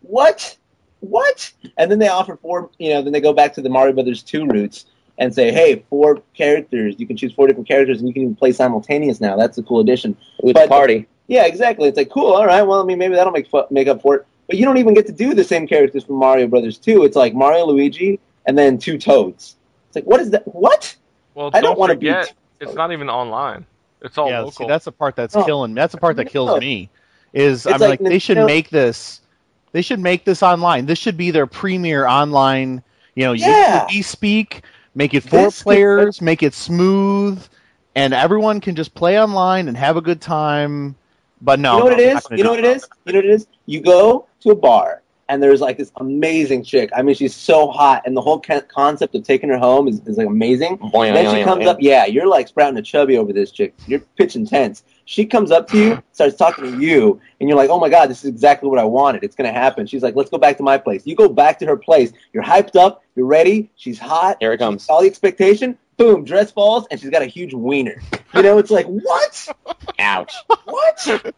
Speaker 4: What? What? And then they offer four. You know, then they go back to the Mario Brothers two roots and say, hey, four characters. You can choose four different characters, and you can even play simultaneous now. That's a cool addition.
Speaker 5: With
Speaker 4: But-
Speaker 5: the party.
Speaker 4: Yeah, exactly. It's like cool. All right. Well, I mean, maybe that'll make fu- make up for it. But you don't even get to do the same characters from Mario Brothers two. It's like Mario, Luigi, and then two Toads. It's like what is that? What?
Speaker 3: Well,
Speaker 4: I
Speaker 3: don't,
Speaker 4: don't wanna be-
Speaker 3: forget, it's not even online. It's all
Speaker 2: yeah,
Speaker 3: local.
Speaker 2: see, that's the part that's
Speaker 4: Oh,
Speaker 2: killing. That's the part that kills
Speaker 4: no.
Speaker 2: me. Is
Speaker 4: It's
Speaker 2: I'm
Speaker 4: like
Speaker 2: like, they should
Speaker 4: Nintendo-
Speaker 2: make this. They should make this online. This should be their premier online. You know,
Speaker 4: Yeah.
Speaker 2: you speak. Make it four
Speaker 4: This could-
Speaker 2: players. Make it smooth, and everyone can just play online and have a good time. But no,
Speaker 4: you know what it
Speaker 2: no, they're
Speaker 4: is?
Speaker 2: not gonna
Speaker 4: You know
Speaker 2: do
Speaker 4: what it is? You know what it is? You go to a bar and there's like this amazing chick. I mean, she's so hot, and the whole ca- concept of taking her home is, is like amazing. Then she comes up. Yeah, you're like sprouting a chubby over this chick. You're pitching tents. She comes up to you, starts talking to you, and you're like, "Oh my god, this is exactly what I wanted. It's gonna happen." She's like, "Let's go back to my place." You go back to her place. You're hyped up. You're ready. She's hot.
Speaker 5: Here it comes.
Speaker 4: All the expectation. Boom, dress falls, and she's got a huge wiener. You know, it's like, what?
Speaker 5: Ouch.
Speaker 4: What?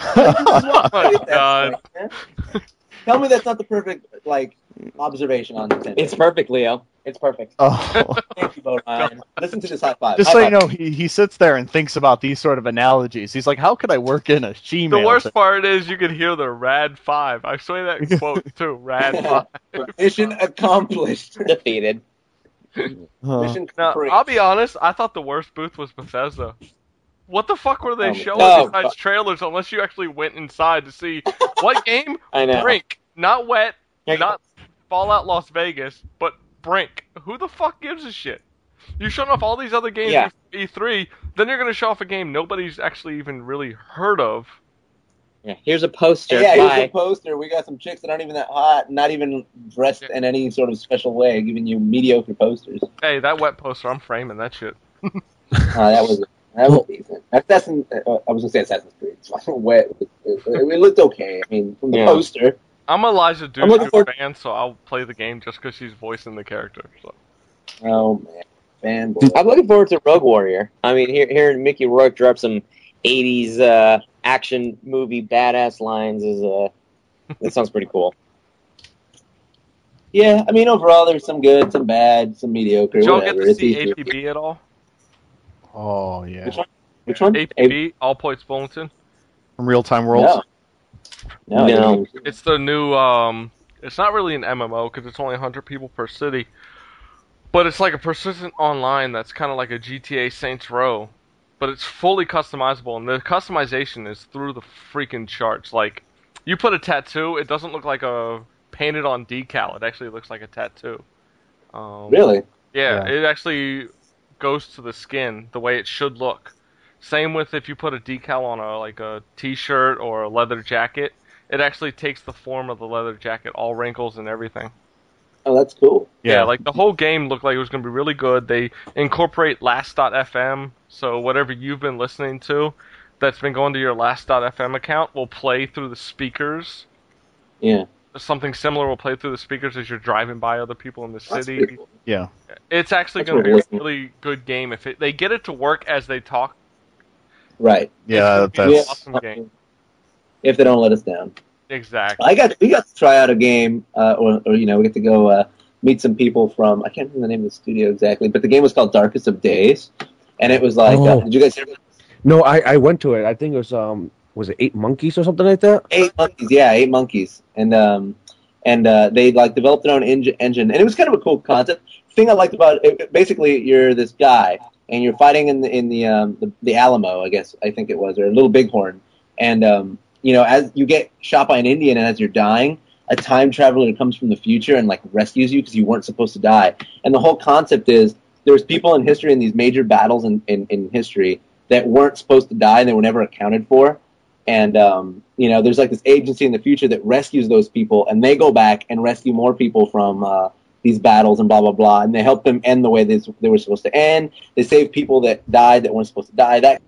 Speaker 3: oh my
Speaker 4: Look at that
Speaker 3: god.
Speaker 4: thing, man. Tell me that's not the perfect like observation on Nintendo.
Speaker 5: It's perfect, Leo. It's perfect.
Speaker 2: Oh.
Speaker 4: Thank you, Bo Ryan. Listen to this high five.
Speaker 2: Just
Speaker 4: high
Speaker 2: so you
Speaker 4: five.
Speaker 2: know, he, he sits there and thinks about these sort of analogies. He's like, how could I work in a she
Speaker 3: The worst part is you could hear the Rad Five. I say that quote too. Rad Five.
Speaker 4: Mission accomplished.
Speaker 5: Defeated.
Speaker 2: Uh,
Speaker 4: Mission
Speaker 3: Now,
Speaker 4: complete.
Speaker 3: I'll be honest. I thought the worst booth was Bethesda. What the fuck were they
Speaker 4: Oh,
Speaker 3: showing
Speaker 5: no.
Speaker 3: besides trailers? Unless you actually went inside to see what game?
Speaker 5: I know.
Speaker 3: Brink, not Wet,
Speaker 5: Here you
Speaker 3: not Fallout Las Vegas, but Brink. Who the fuck gives a shit? You're showing off all these other games
Speaker 5: Yeah.
Speaker 3: in E3, then you're gonna show off a game nobody's actually even really heard of.
Speaker 5: Yeah, here's a poster.
Speaker 4: yeah, here's a
Speaker 5: Bye.
Speaker 4: poster. We got some chicks that aren't even that hot, not even dressed in any sort of special way, giving you mediocre posters.
Speaker 3: Hey, that Wet poster, I'm framing that shit.
Speaker 4: Uh, that was that was decent. Assassin, uh, I was gonna say Assassin's Creed. It's fucking Wet. It, it, it looked okay. I mean, from the
Speaker 5: Yeah.
Speaker 4: poster.
Speaker 3: I'm Eliza
Speaker 4: I'm looking
Speaker 3: Dushku
Speaker 4: forward-
Speaker 3: fan, so I'll play the game just because she's voicing the character. So.
Speaker 4: Oh man, fanboy.
Speaker 5: I'm looking forward to Rogue Warrior. I mean, here, hearing Mickey Rourke drop some '80s uh, action movie badass lines is uh, that sounds pretty cool.
Speaker 4: Yeah, I mean overall there was some good, some bad, some mediocre.
Speaker 3: Did y'all
Speaker 4: whatever.
Speaker 3: get to
Speaker 4: It's
Speaker 3: see
Speaker 4: easy.
Speaker 3: APB at all?
Speaker 2: Oh yeah,
Speaker 4: Which one? Which one? A-
Speaker 3: APB, All Points Bulletin.
Speaker 2: from real time worlds.
Speaker 4: No. No. I
Speaker 5: No.
Speaker 4: didn't even-
Speaker 3: It's the new. Um, it's not really an MMO because it's only 100 people per city, but it's like a persistent online that's kind of like a GTA Saints Row, but it's fully customizable and the customization is through the freaking charts. Like, you put a tattoo, it doesn't look like a painted on decal. It actually looks like a tattoo. Um,
Speaker 4: Really?
Speaker 3: Yeah,
Speaker 2: Yeah.
Speaker 3: it actually goes to the skin the way it should look. Same with if you put a decal on a like a t-shirt or a leather jacket, it actually takes the form of the leather jacket, all wrinkles and everything.
Speaker 4: Oh, that's cool.
Speaker 3: Yeah, like the whole game looked like it was going to be really good. They incorporate last.fm, so whatever you've been listening to that's been going to your last.fm account will play through the speakers.
Speaker 4: Yeah.
Speaker 3: Something similar will play through the speakers as you're driving by other people in the
Speaker 4: That's
Speaker 3: city.
Speaker 4: pretty cool.
Speaker 2: yeah.
Speaker 3: It's actually
Speaker 4: That's
Speaker 3: going to
Speaker 4: what
Speaker 3: be
Speaker 4: it
Speaker 3: a
Speaker 4: is.
Speaker 3: really good game if it, they get it to work as they talk.
Speaker 4: Right.
Speaker 2: Yeah,
Speaker 3: It's gonna be
Speaker 2: that's
Speaker 3: an awesome game.
Speaker 4: If they don't let us down.
Speaker 3: Exactly.
Speaker 4: I got we got to try out a game, uh, or, or you know, we get to go uh, meet some people from I can't remember the name of the studio exactly, but the game was called Darkest of Days, and it was like, uh,
Speaker 6: Oh.
Speaker 4: did you guys hear about
Speaker 6: No, I, I went to it. I think it was um was it eight monkeys or something like that?
Speaker 4: eight monkeys? Yeah, eight monkeys, and um, and uh, they like developed their own engine, engine, and it was kind of a cool concept. thing I liked about it, basically you're this guy and you're fighting in the in the, um, the the Alamo, I guess I think it was, or Little Bighorn, and um, you know as you get shot by an Indian and as you're dying, a time traveler comes from the future and like rescues you because you weren't supposed to die. And the whole concept is there's people in history in these major battles in, in, in history that weren't supposed to die and they were never accounted for. And um, you know, there's like this agency in the future that rescues those people, and they go back and rescue more people from uh, these battles and blah blah blah, and they help them end the way they, they were supposed to end. They save people that died that weren't supposed to die. That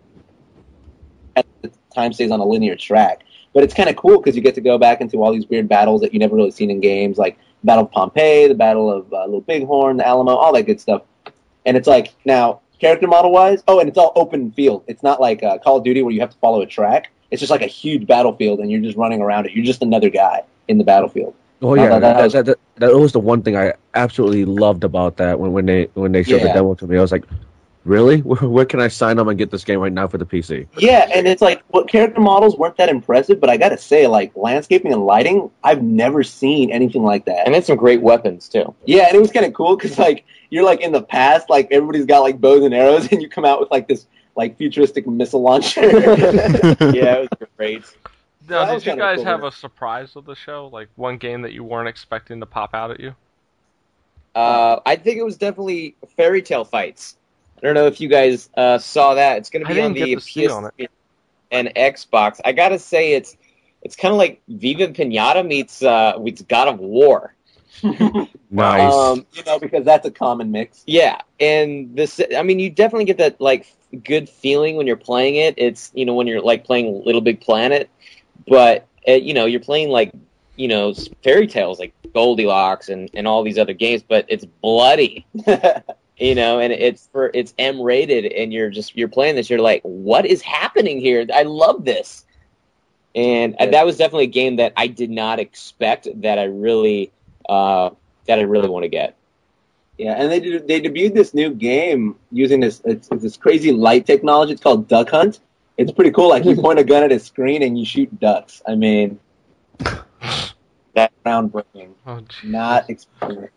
Speaker 4: time stays on a linear track, but it's kind of cool because you get to go back into all these weird battles that you never really seen in games, like Battle of Pompeii, the Battle of uh, Little Bighorn, the Alamo, all that good stuff. And it's like now character model wise, oh, and it's all open field. It's not like uh, Call of Duty where you have to follow a track. It's just like a huge battlefield, and you're just running around it. You're just another guy in the battlefield.
Speaker 6: Oh
Speaker 4: No,
Speaker 6: yeah,
Speaker 4: no,
Speaker 6: that,
Speaker 4: that was-
Speaker 6: that, that, that, was the one thing I absolutely loved about that when, when they when they showed the
Speaker 4: Yeah.
Speaker 6: demo to me. I was like, really? Where, where can I sign up and get this game right now for the PC?
Speaker 4: Yeah, and it's like what character models weren't that impressive, but I gotta say, like landscaping and lighting, I've never seen anything like that.
Speaker 5: And it's some great weapons too.
Speaker 4: Yeah, and it was kind of cool because like you're like in the past, like everybody's got like bows and arrows, and you come out with like this like futuristic missile launcher.
Speaker 5: yeah, it was great.
Speaker 3: Now,
Speaker 4: That was
Speaker 3: did you
Speaker 4: kinda
Speaker 3: guys
Speaker 4: cool.
Speaker 3: have a surprise of the show? Like one game that you weren't expecting to pop out at you?
Speaker 5: Uh, I think it was definitely fairy tale fights. I don't know if you guys uh, saw that. It's going
Speaker 3: I
Speaker 5: to be
Speaker 3: didn't
Speaker 5: on
Speaker 3: get
Speaker 5: the
Speaker 3: to see on
Speaker 5: PS3 and Xbox. I gotta say, it's it's kind of like Viva Pinata meets uh, meets God of War.
Speaker 6: Nice.
Speaker 5: Um,
Speaker 4: you know, because that's a common mix.
Speaker 5: yeah, and this I mean, you definitely get that like good feeling when you're playing it. It's you know when you're like playing Little Big Planet, but uh, you know you're playing like you know fairy tales like Goldilocks and and all these other games, but it's bloody. you know and it's for it's m rated and you're just you're playing this you're like what is happening here i love this and uh,
Speaker 4: Yeah.
Speaker 5: that was definitely a game that i did not expect that i really uh that i really want to get
Speaker 4: Yeah, and they did, they debuted this new game using this it's, it's this crazy light technology. It's called Duck Hunt. It's pretty cool. Like you point a gun at a screen and you shoot ducks. I mean, that groundbreaking.
Speaker 3: Oh, geez.
Speaker 4: Not expecting.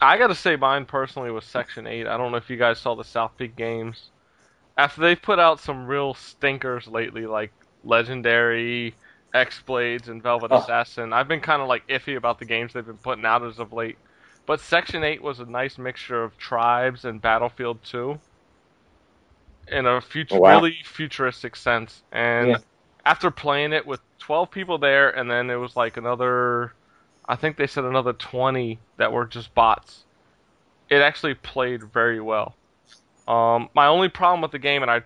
Speaker 3: I gotta say, mine personally was Section Eight. I don't know if you guys saw the South Peak Games. After they've put out some real stinkers lately, like Legendary, X Blades, and Velvet
Speaker 4: Oh.
Speaker 3: Assassin, I've been kind of like iffy about the games they've been putting out as of late. But Section Eight was a nice mixture of Tribes and Battlefield Two, in a fut-
Speaker 5: Oh, wow.
Speaker 3: really futuristic sense. And
Speaker 5: Yeah.
Speaker 3: after playing it with twelve people there, and then it was like another, I think they said another twenty that were just bots it actually played very well. Um, my only problem with the game, and I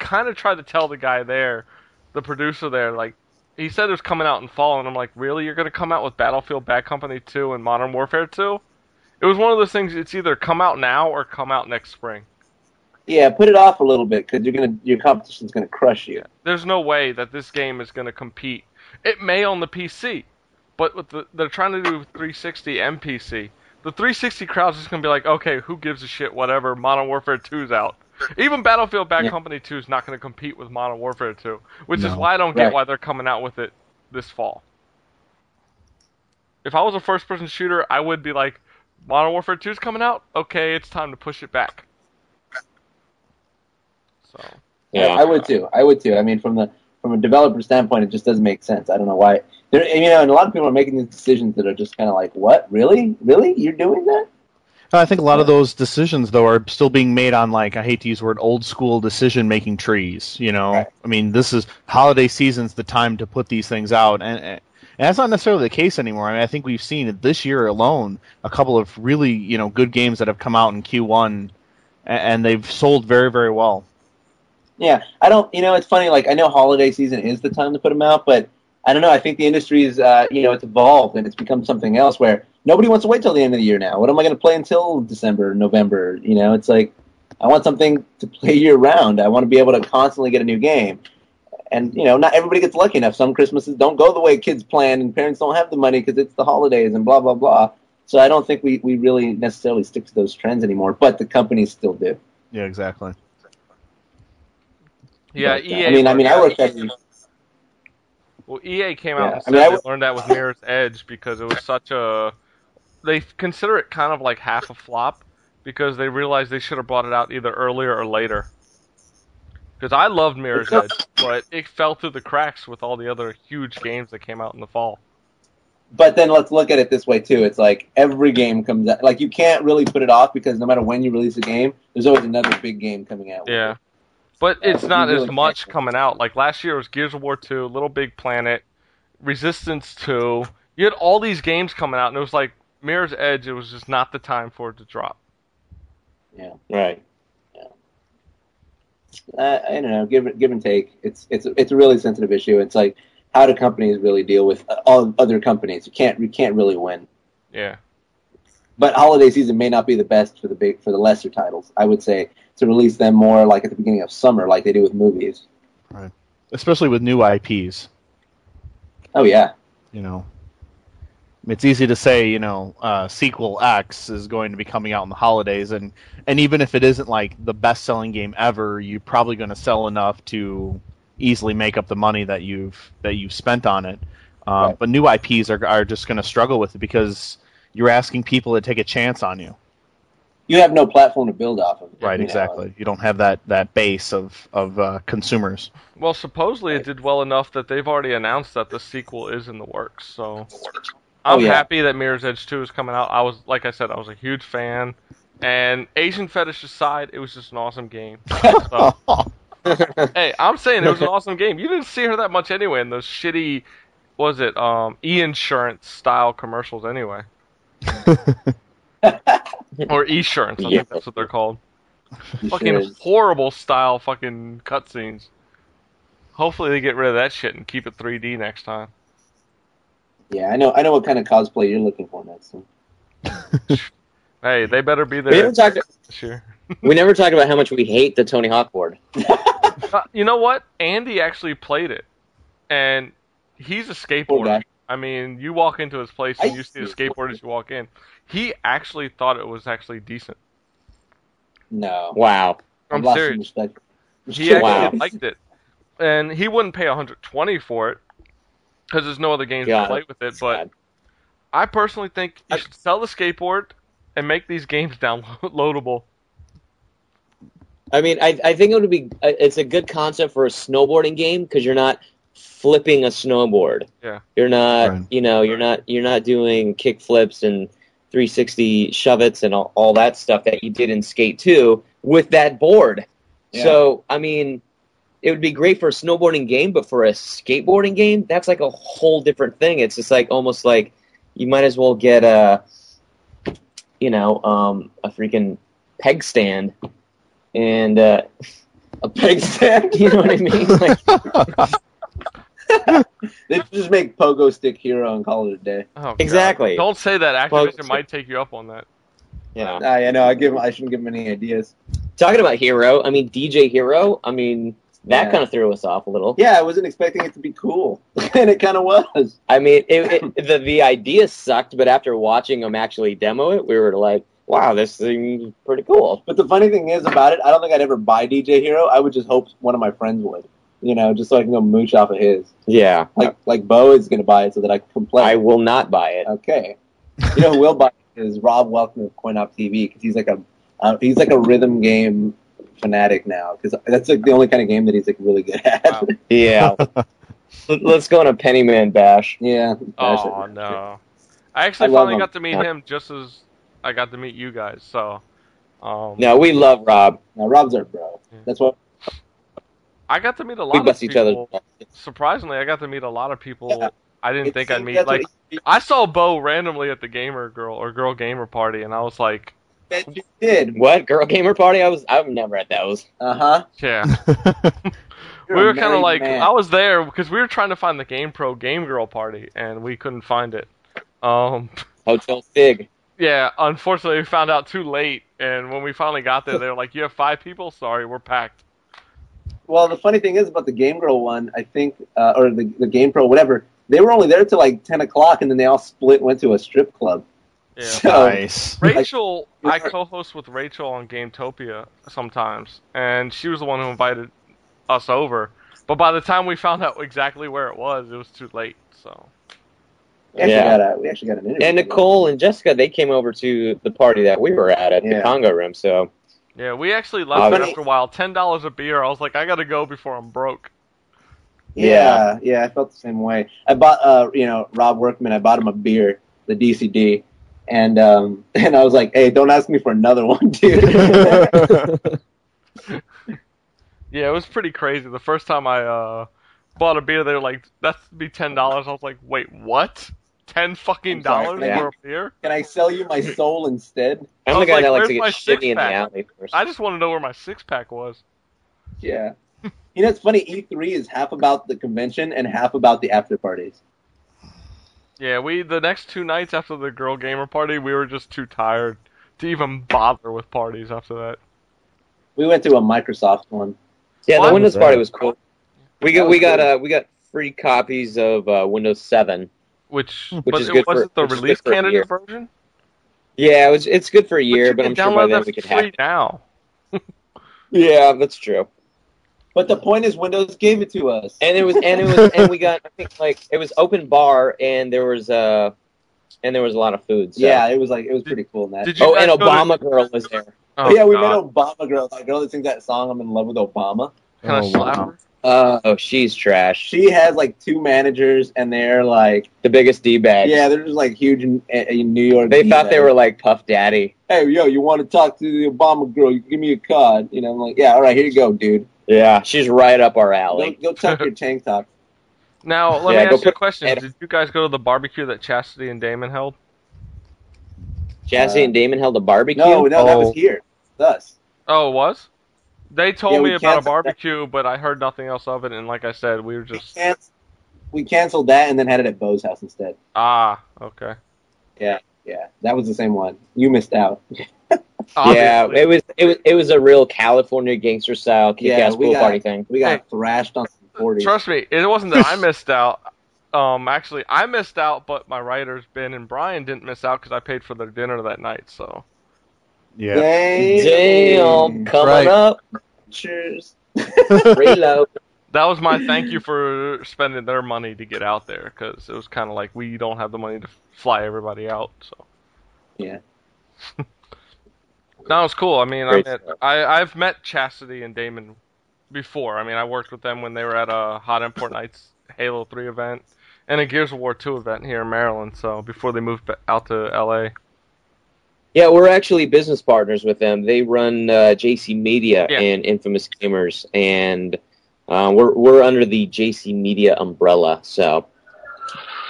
Speaker 3: kind of tried to tell the guy there, the producer there, like he said it was coming out in fall, and I'm like, really, you're gonna come out with Battlefield Bad Company 2 and Modern Warfare 2? It was one of those things. It's either come out now or come out next spring.
Speaker 4: Yeah, put it off a little bit because you're gonna your competition's gonna crush you.
Speaker 3: There's no way that this game is gonna compete. It may on the PC, but with the, they're trying to do 360 and PC. The 360 crowd's just gonna be like, okay, who gives a shit? Whatever. Modern Warfare 2's out. Even Battlefield Bad
Speaker 4: Yeah.
Speaker 3: Company 2 is not going to compete with Modern Warfare 2, which is
Speaker 6: No.
Speaker 3: why I don't get
Speaker 4: Right.
Speaker 3: why they're coming out with it this fall. If I was a first person shooter, I would be like, Modern Warfare 2 is coming out? Okay, it's time to push it back. So,
Speaker 4: I would too. I would too. I mean, from the from a developer standpoint, it just doesn't make sense. I don't know why. There, and, you know, and a lot of people are making these decisions that are just kind of like, "What? Really? Really? You're doing that?"
Speaker 2: I think a lot of those decisions, though, are still being made on like I hate to use the word old school decision making trees. You know,
Speaker 4: Right.
Speaker 2: I mean, this is holiday season's the time to put these things out, and and that's not necessarily the case anymore. I mean, I think we've seen it this year alone a couple of really you know good games that have come out in Q1, a- and they've sold very very well.
Speaker 4: Yeah, I don't. You know, it's funny. Like, I know holiday season is the time to put them out, but I don't know. I think the industry is, uh, you know, it's evolved and it's become something else where nobody wants to wait till the end of the year now. What am I going to play until December, November? You know, it's like I want something to play year round. I want to be able to constantly get a new game. And you know, not everybody gets lucky enough. Some Christmases don't go the way kids plan, and parents don't have the money because it's the holidays and blah blah blah. So I don't think we, we really necessarily stick to those trends anymore, but the companies still do.
Speaker 2: Yeah, exactly.
Speaker 3: yeah, E
Speaker 4: But, uh,
Speaker 3: EA.
Speaker 4: I mean, I mean, I
Speaker 3: learned-
Speaker 4: worked at
Speaker 3: Well, EA came
Speaker 4: Yeah,
Speaker 3: out and
Speaker 4: I
Speaker 3: said
Speaker 4: mean, I
Speaker 3: they
Speaker 4: was-
Speaker 3: learned that with Mirror's Edge because it was such a they consider it kind of like half a flop because they realize they should have brought it out either earlier or later. Because I loved Mirror's Edge, but it fell through the cracks with all the other huge games that came out in the fall.
Speaker 4: But then let's look at it this way too. It's like every game comes out. Like you can't really put it off because no matter when you release a game, there's always another big game coming out. with
Speaker 3: Yeah.
Speaker 4: it.
Speaker 3: But it's
Speaker 4: you
Speaker 3: not
Speaker 4: really
Speaker 3: as much
Speaker 4: can't.
Speaker 3: coming out. Like last year was Gears of War 2, Little Big Planet, Resistance 2. You had all these games coming out, and it was like Mirror's Edge, it was just not the time for it to drop.
Speaker 4: Yeah.
Speaker 5: Right.
Speaker 4: Uh, I don't know. Give give and take. It's it's it's a really sensitive issue. It's like how do companies really deal with uh, all other companies? You can't you can't really win.
Speaker 3: Yeah.
Speaker 4: But holiday season may not be the best for the big for the lesser titles. I would say to release them more like at the beginning of summer, like they do with movies.
Speaker 2: especially with new IPs.
Speaker 4: Oh yeah,
Speaker 2: You know, it's easy to say you know uh, sequel X is going to be coming out in the holidays, and and even if it isn't like the best selling game ever, you're probably going to sell enough to easily make up the money that you've that you've spent on it. Um,
Speaker 4: Right.
Speaker 2: But new IPs are are just going to struggle with it because you're asking people to take a chance on you.
Speaker 4: you have no platform to build off of.
Speaker 2: Right,
Speaker 4: you know.
Speaker 2: exactly. You don't have that that base of of uh, consumers.
Speaker 3: Well, supposedly it did well enough that they've already announced that the sequel is in the works. So
Speaker 4: Oh,
Speaker 3: I'm
Speaker 4: yeah.
Speaker 3: happy that Mirror's Edge 2 is coming out. I was, like I said, I was a huge fan. And Asian fetish aside, it was just an awesome game. So, hey, I'm saying it was an awesome game. You didn't see her that much anyway in those shitty, what was it um, e-insurance style commercials anyway, or e-insurance? I
Speaker 5: Yeah.
Speaker 3: think that's what they're called.
Speaker 4: You
Speaker 3: Fucking
Speaker 4: should.
Speaker 3: horrible style fucking cutscenes. Hopefully they get rid of that shit and keep it 3D next time.
Speaker 4: Yeah, I know. I know what kind of cosplay you're looking for next. time.
Speaker 3: Hey, they better be
Speaker 5: We
Speaker 3: there
Speaker 5: never, talked,
Speaker 3: this year.
Speaker 5: we never talked about how much we hate the Tony Hawk board.
Speaker 3: Uh, you know what? Andy actually played it, and he's
Speaker 4: Poor
Speaker 3: a skateboarder.
Speaker 4: guy.
Speaker 3: I mean, you walk into his place and
Speaker 4: I-
Speaker 3: you see a skateboard as you walk in. He actually thought it was actually decent.
Speaker 4: No,
Speaker 5: Wow.
Speaker 3: I'm
Speaker 4: lost
Speaker 3: serious.
Speaker 4: some respect.
Speaker 3: He actually
Speaker 5: Wow.
Speaker 3: liked it, and he wouldn't pay 120 for it because there's no other games
Speaker 5: Got
Speaker 3: to
Speaker 5: it.
Speaker 3: play with it. But I personally think you should sell the skateboard and make these games downloadable.
Speaker 5: I mean, I, I think it would be it's a good concept for a snowboarding game because you're not flipping a snowboard.
Speaker 3: Yeah.
Speaker 5: You're not,
Speaker 2: Right.
Speaker 5: you know, you're not you're not doing kick flips and 360 shove its and all, all that stuff that you did in Skate 2 with that board.
Speaker 4: Yeah.
Speaker 5: So, I mean, it would be great for a snowboarding game, but for a skateboarding game, that's like a whole different thing. It's just like almost like you might as well get a, you know, um, a freaking peg stand and uh, a peg stand. You know what I mean? Like,
Speaker 4: They should just make Pogo Stick Hero and call it a day.
Speaker 3: Oh, God.
Speaker 5: Exactly.
Speaker 3: Don't say that.
Speaker 5: Well,
Speaker 3: Activision might take you up on that. Uh,
Speaker 5: yeah.
Speaker 4: I, I know. I give. 'em- I shouldn't give him any ideas.
Speaker 5: Talking about Hero, I mean DJ Hero. I mean that
Speaker 4: Yeah.
Speaker 5: kind of threw us off a little.
Speaker 4: Yeah, I wasn't expecting it to be cool, and it kind of was.
Speaker 5: I mean it, it, the the idea sucked, but after watching them actually demo it, we were like, wow, this thing's pretty cool.
Speaker 4: But the funny thing is about it, I don't think I'd ever buy DJ Hero. I would just hope one of my friends would, you know, just so I can go mooch off of his.
Speaker 5: Yeah,
Speaker 4: Like like Bo is gonna buy it so that I can
Speaker 5: I
Speaker 4: complain.
Speaker 5: will not buy it.
Speaker 4: okay, you know who will buy it is Rob Welton of Coin Op TV because he's like a uh, he's like a rhythm game fanatic now because that's like the only kind of game that he's like really good at.
Speaker 3: Wow.
Speaker 5: Yeah, Let- let's go on a Pennyman bash.
Speaker 4: yeah. that's
Speaker 3: Oh
Speaker 4: it.
Speaker 3: no! I actually
Speaker 4: I love
Speaker 3: finally
Speaker 4: him.
Speaker 3: got to meet
Speaker 5: Yeah.
Speaker 3: him just as I got to meet you guys. So, um,
Speaker 5: No, we love Rob.
Speaker 4: Now Rob's our bro.
Speaker 3: Yeah.
Speaker 4: That's what
Speaker 3: I got to meet a lot
Speaker 5: We
Speaker 3: of
Speaker 5: bust each
Speaker 3: people.
Speaker 5: other.
Speaker 3: Surprisingly, I got to meet a lot of people
Speaker 4: Yeah.
Speaker 3: I didn't
Speaker 4: it
Speaker 3: think I'd
Speaker 4: seems
Speaker 3: meet.
Speaker 4: that's what
Speaker 3: Like
Speaker 4: he-
Speaker 3: I saw Bo randomly at the gamer girl or girl gamer party, and I was like,
Speaker 4: that you did.
Speaker 5: What girl gamer party? I was. I'm never at those.
Speaker 4: Uh huh.
Speaker 3: yeah. we were kind of like I was there because we were trying to find the Game Pro Game Girl party, and we couldn't find it. Um,
Speaker 5: Hotel Fig.
Speaker 3: yeah, unfortunately, we found out too late, and when we finally got there, they were like, "You have five people. Sorry, we're packed."
Speaker 4: Well, the funny thing is about the Game Girl one, I think, uh, or the, the Game Pro, whatever, they were only there till like 10 o'clock and then they all split went to a strip club.
Speaker 3: Yeah.
Speaker 4: So,
Speaker 2: nice.
Speaker 3: Rachel, I
Speaker 4: Like-
Speaker 3: co-host with Rachel on GameTopia sometimes, and she was the one who invited us over. But by the time we found out exactly where it was, it was too late. So
Speaker 4: We actually
Speaker 5: Yeah.
Speaker 4: got a, we actually got an interview.
Speaker 5: And Nicole and Jessica, they came over to the party that we were at at the
Speaker 4: Yeah.
Speaker 5: Congo room. So
Speaker 3: Oh, Yeah, we actually left
Speaker 5: Obvious.
Speaker 3: after a while. Ten dollars a beer. I was like, I gotta go before I'm broke.
Speaker 4: Yeah, yeah, I felt the same way. I bought, uh, you know, Rob Workman. I bought him a beer, the DCD, and um, and I was like, "Hey, don't ask me for another one, dude."
Speaker 3: Yeah, it was pretty crazy. The first time I uh, bought a beer, they were like, "That's be ten dollars." I was like, "Wait, what? Ten fucking
Speaker 4: I'm sorry,
Speaker 3: dollars
Speaker 5: yeah.
Speaker 3: for a beer?"
Speaker 4: Can I sell you my soul instead?
Speaker 3: I
Speaker 5: I'm the
Speaker 3: was
Speaker 5: guy
Speaker 3: like,
Speaker 5: that likes
Speaker 3: "Where's
Speaker 5: to get
Speaker 3: my
Speaker 5: shitty in the
Speaker 3: six-pack?"
Speaker 5: alley first.
Speaker 3: I just want to know where my six pack was.
Speaker 4: Yeah. You know, it's funny. E three is half about the convention and half about the after parties.
Speaker 3: Yeah, we the next two nights after the girl gamer party, we were just too tired to even bother with parties after that.
Speaker 4: We went to a Microsoft one.
Speaker 5: yeah, the
Speaker 3: What?
Speaker 5: Windows
Speaker 6: What was
Speaker 5: party
Speaker 6: that?
Speaker 5: was cool. We
Speaker 4: That
Speaker 5: got
Speaker 4: was
Speaker 5: we got
Speaker 4: cool.
Speaker 5: uh, we got free copies of uh, Windows Seven.
Speaker 3: Which,
Speaker 5: Which
Speaker 3: but
Speaker 5: is
Speaker 3: it
Speaker 5: good for-
Speaker 3: wasn't the
Speaker 5: which is good
Speaker 3: release
Speaker 5: for a year.
Speaker 3: candidate version.
Speaker 5: Yeah, it was, it's good for a year,
Speaker 3: you
Speaker 5: but,
Speaker 3: can
Speaker 5: I'm sure by
Speaker 3: download
Speaker 5: then
Speaker 3: that
Speaker 5: we could
Speaker 3: for
Speaker 5: have.
Speaker 3: free
Speaker 5: it.
Speaker 3: now.
Speaker 5: Yeah, that's true.
Speaker 4: But the point is, Windows gave it to us.
Speaker 5: And it was and it was and we got I think like it was open bar and there was uh and there was a lot of food. So.
Speaker 4: yeah, it was like it was pretty cool. in That.
Speaker 3: Did you
Speaker 5: Oh, and
Speaker 3: guys go to-
Speaker 5: Obama girl was there.
Speaker 3: Oh,
Speaker 4: yeah, we
Speaker 3: God.
Speaker 4: met Obama girl. That girl that sings that song, "I'm in love with Obama."
Speaker 3: Can I
Speaker 6: Oh,
Speaker 3: slap
Speaker 6: wow.
Speaker 3: her?
Speaker 5: Uh, oh, she's trash. She's
Speaker 4: She has like two managers, and they're like.
Speaker 5: the biggest d bag.
Speaker 4: Yeah, they're just like huge in, in New York.
Speaker 5: They thought they
Speaker 4: either.
Speaker 5: were like Puff Daddy.
Speaker 4: Hey, yo, you want to talk to the Obama girl? You give me a card. You know, I'm like, yeah, all right, here you go, dude.
Speaker 5: Yeah, Ah, she's right up our
Speaker 4: Go,
Speaker 5: alley.
Speaker 4: go tuck your tank top.
Speaker 3: Now, let
Speaker 5: Yeah,
Speaker 3: me
Speaker 5: go
Speaker 3: ask you a
Speaker 5: put-
Speaker 3: question.
Speaker 5: Ed-
Speaker 3: Did you guys go to the barbecue that Chastity and Damon held?
Speaker 5: Jazzy
Speaker 4: Uh,
Speaker 5: and Damon held a barbecue.
Speaker 4: No, no, that was
Speaker 2: Oh.
Speaker 4: here. It's us.
Speaker 3: Oh, it was? They told
Speaker 4: Yeah, we
Speaker 3: me about a
Speaker 4: canceled that.
Speaker 3: barbecue, but I heard nothing else of it, and like I said, we were
Speaker 4: We,
Speaker 3: just.
Speaker 4: canc- we canceled that and then had it at Bo's house instead.
Speaker 3: Ah, okay.
Speaker 4: Yeah, that was the same one. You missed out.
Speaker 5: yeah,
Speaker 3: Obviously.
Speaker 5: it was it was it was a real California gangster style kick
Speaker 4: Yeah,
Speaker 5: ass
Speaker 4: we
Speaker 5: pool
Speaker 4: got-
Speaker 5: party thing.
Speaker 4: We got
Speaker 3: Hey.
Speaker 4: thrashed on some 40.
Speaker 3: Trust me, it wasn't that I missed out. Um, actually, I missed out, but my writers, Ben and Brian, didn't miss out because I paid for their dinner that night, so.
Speaker 2: yeah.
Speaker 4: Damn.
Speaker 5: Damn, coming
Speaker 2: Right.
Speaker 5: up,
Speaker 4: Cheers.
Speaker 5: reload.
Speaker 3: That was my thank you for spending their money to get out there because it was kind of like we don't have the money to fly everybody out. So
Speaker 4: Yeah.
Speaker 3: no, it's cool. I mean, I,
Speaker 5: Great
Speaker 3: met,
Speaker 5: stuff.
Speaker 3: I I've met Chastity and Damon before. I mean, I worked with them when they were at a Hot Import Nights Halo Three event and a Gears of War Two event here in Maryland. So before they moved ba- out to L.A.
Speaker 5: Yeah, we're actually business partners with them. They run uh, JC Media
Speaker 3: Yeah.
Speaker 5: and Infamous Gamers, and uh, we're we're under the JC Media umbrella. So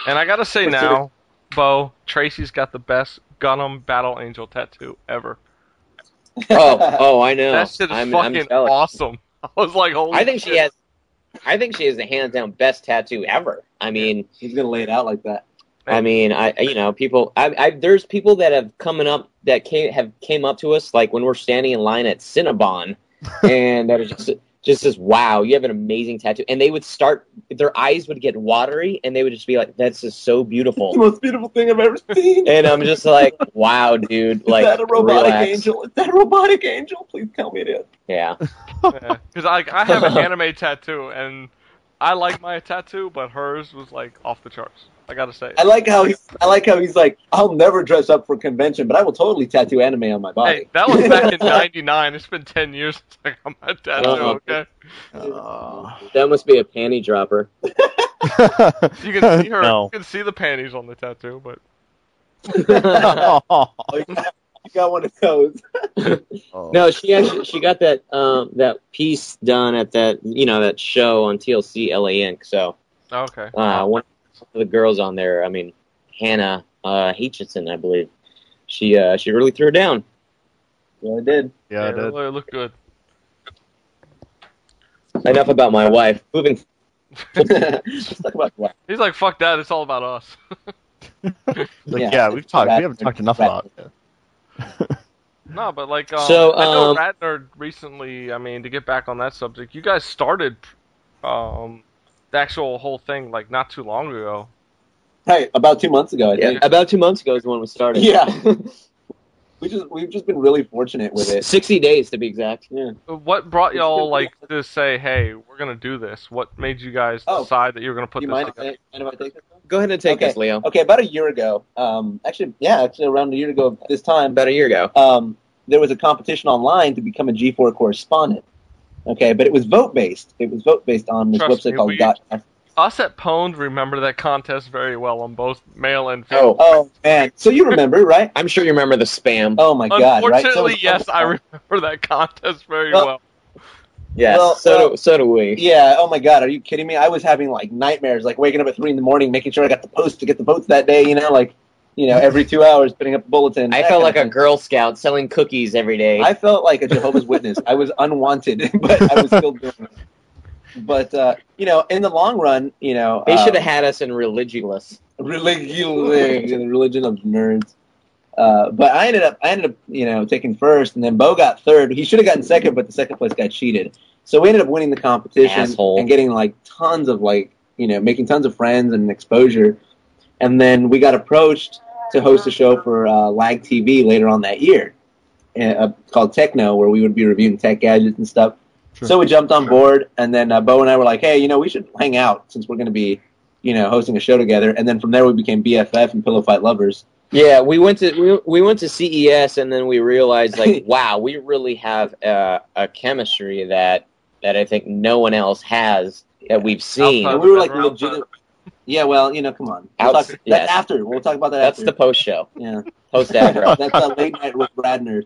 Speaker 3: And I gotta say
Speaker 4: What's
Speaker 3: now, Bo Tracy's got the best Gundam Battle Angel tattoo ever.
Speaker 5: oh oh I know
Speaker 3: that shit is
Speaker 5: I'm, I'm
Speaker 3: fucking
Speaker 5: jealous.
Speaker 3: awesome. I was like, holy
Speaker 5: I think she
Speaker 3: shit.
Speaker 5: has. I think she has the hands down best tattoo ever. I mean,
Speaker 4: He's going to lay it out like that.
Speaker 5: I mean, I you know, people. I, I there's people that have coming up that came have came up to us like when we're standing in line at Cinnabon, and that was just just says, "Wow, you have an amazing tattoo." And they would start, their eyes would get watery, and they would just be like, "That's just so
Speaker 4: It's the
Speaker 5: beautiful."
Speaker 4: most beautiful thing I've ever seen.
Speaker 5: And I'm just like, "Wow, dude!" Like,
Speaker 4: is that a robotic
Speaker 5: relax.
Speaker 4: angel? Is that a robotic angel? Please tell me it is.
Speaker 5: Yeah,
Speaker 3: Because I, I have an anime tattoo, and I like my tattoo, but hers was like off the charts. I gotta say.
Speaker 4: I like how he's. I like how he's like. I'll never dress up for convention, but I will totally tattoo anime on my body.
Speaker 3: Hey, that was back in '99. It's been 10 years since I got my tattoo.
Speaker 5: Uh-huh.
Speaker 3: Okay,
Speaker 2: Uh,
Speaker 5: that must be a panty dropper.
Speaker 3: you can see her.
Speaker 2: No.
Speaker 3: You can see the panties on the tattoo, but
Speaker 2: Oh,
Speaker 4: you got one of those.
Speaker 5: No, she actually she got that um, that piece done at that you know that show on TLC LA Inc. So
Speaker 3: okay.
Speaker 5: uh, one of the girls on there, I mean Hannah uh, Hitchison, I believe. She uh, she really threw it down.
Speaker 4: Really did.
Speaker 2: yeah,
Speaker 3: it
Speaker 2: it did.
Speaker 3: really looked good.
Speaker 5: Enough about my wife. Moving.
Speaker 4: Let's talk about black.
Speaker 3: He's like, "Fuck that! It's all about us."
Speaker 2: Like,
Speaker 4: Yeah.
Speaker 2: yeah. we've talked.
Speaker 4: Rat-
Speaker 2: we haven't talked enough
Speaker 4: rat-
Speaker 2: about it.
Speaker 3: No, but like, um,
Speaker 5: So,
Speaker 3: I know
Speaker 5: um,
Speaker 3: Ratner recently. I mean, to get back on that subject, you guys started um, the actual whole thing like not too long ago.
Speaker 4: Hey, about two months ago, I
Speaker 5: Yeah,
Speaker 4: think.
Speaker 5: about two months ago is when we started.
Speaker 4: Yeah. we just we've just been really fortunate with it.
Speaker 5: sixty days to be exact.
Speaker 4: Yeah.
Speaker 3: What brought y'all
Speaker 4: It's
Speaker 3: like
Speaker 4: good.
Speaker 3: to say, "Hey, we're gonna do this"? What made you guys
Speaker 4: Oh.
Speaker 3: decide that you were gonna put
Speaker 4: you
Speaker 3: this
Speaker 4: mind if,
Speaker 3: together?
Speaker 4: I, mind if I take this? one?
Speaker 5: Go ahead and take
Speaker 4: Okay.
Speaker 5: us, Leo.
Speaker 4: Okay, about a year ago, um, actually, yeah, actually around a year ago this time,
Speaker 5: About a year ago.
Speaker 4: um, there was a competition online to become a G4 correspondent. Okay, but it was vote based. It was vote based on this
Speaker 3: Trust
Speaker 4: website
Speaker 3: me,
Speaker 4: called
Speaker 3: we-
Speaker 4: Got.
Speaker 3: Us at Pwned remember that contest very well on both male and female.
Speaker 5: Oh,
Speaker 4: Oh man, so you remember, right?
Speaker 5: I'm sure you remember the spam.
Speaker 4: Oh my god, right? So
Speaker 3: Unfortunately,
Speaker 4: it was-
Speaker 3: yes, I remember that contest very
Speaker 4: Well-
Speaker 3: well.
Speaker 5: yes.
Speaker 4: well,
Speaker 5: so
Speaker 4: well,
Speaker 5: do, so do we.
Speaker 4: Yeah. Oh my god, are you kidding me? I was having like nightmares, like waking up at three in the morning, making sure I got the post to get the votes that day. You know, like you know, every two hours, putting up a bulletin.
Speaker 5: I
Speaker 4: that kinda
Speaker 5: felt like a
Speaker 4: thing.
Speaker 5: Girl Scout selling cookies every day.
Speaker 4: I felt like a Jehovah's Witness. I was unwanted, but I was still doing it. But uh, you know, in the long run, you know,
Speaker 5: they
Speaker 4: uh,
Speaker 5: should have had us in religious.
Speaker 4: religion, the religion of nerds. Uh, but I ended up, I ended up, you know, taking first, and then Bo got third. He should have gotten second, but the second place guy cheated. So we ended up winning the competition
Speaker 5: Asshole.
Speaker 4: and getting like tons of like, you know, making tons of friends and exposure. And then we got approached to host a show for uh, Lag TV later on that year, uh, uh, called Techno, where we would be reviewing tech gadgets and stuff.
Speaker 2: Sure.
Speaker 4: So we jumped on board, and then uh, Bo and I were like, "Hey, you know, we should hang out since we're going to be you know, hosting a show together, and then from there we became BFF and Pillow Fight lovers.
Speaker 5: Yeah, we went to we, we went to CES and then we realized like, wow, we really have uh, a chemistry that that I think no one else has that we've seen.
Speaker 3: Outside-
Speaker 4: And we were like
Speaker 3: Around
Speaker 4: legit. Yeah, well, you know, come on. We'll
Speaker 5: Outs-
Speaker 4: talk,
Speaker 5: yes.
Speaker 4: That's after. We'll talk about that.
Speaker 5: That's the
Speaker 4: after.
Speaker 5: post show,
Speaker 4: yeah.
Speaker 5: post after.
Speaker 4: that's uh, late night with Bradner.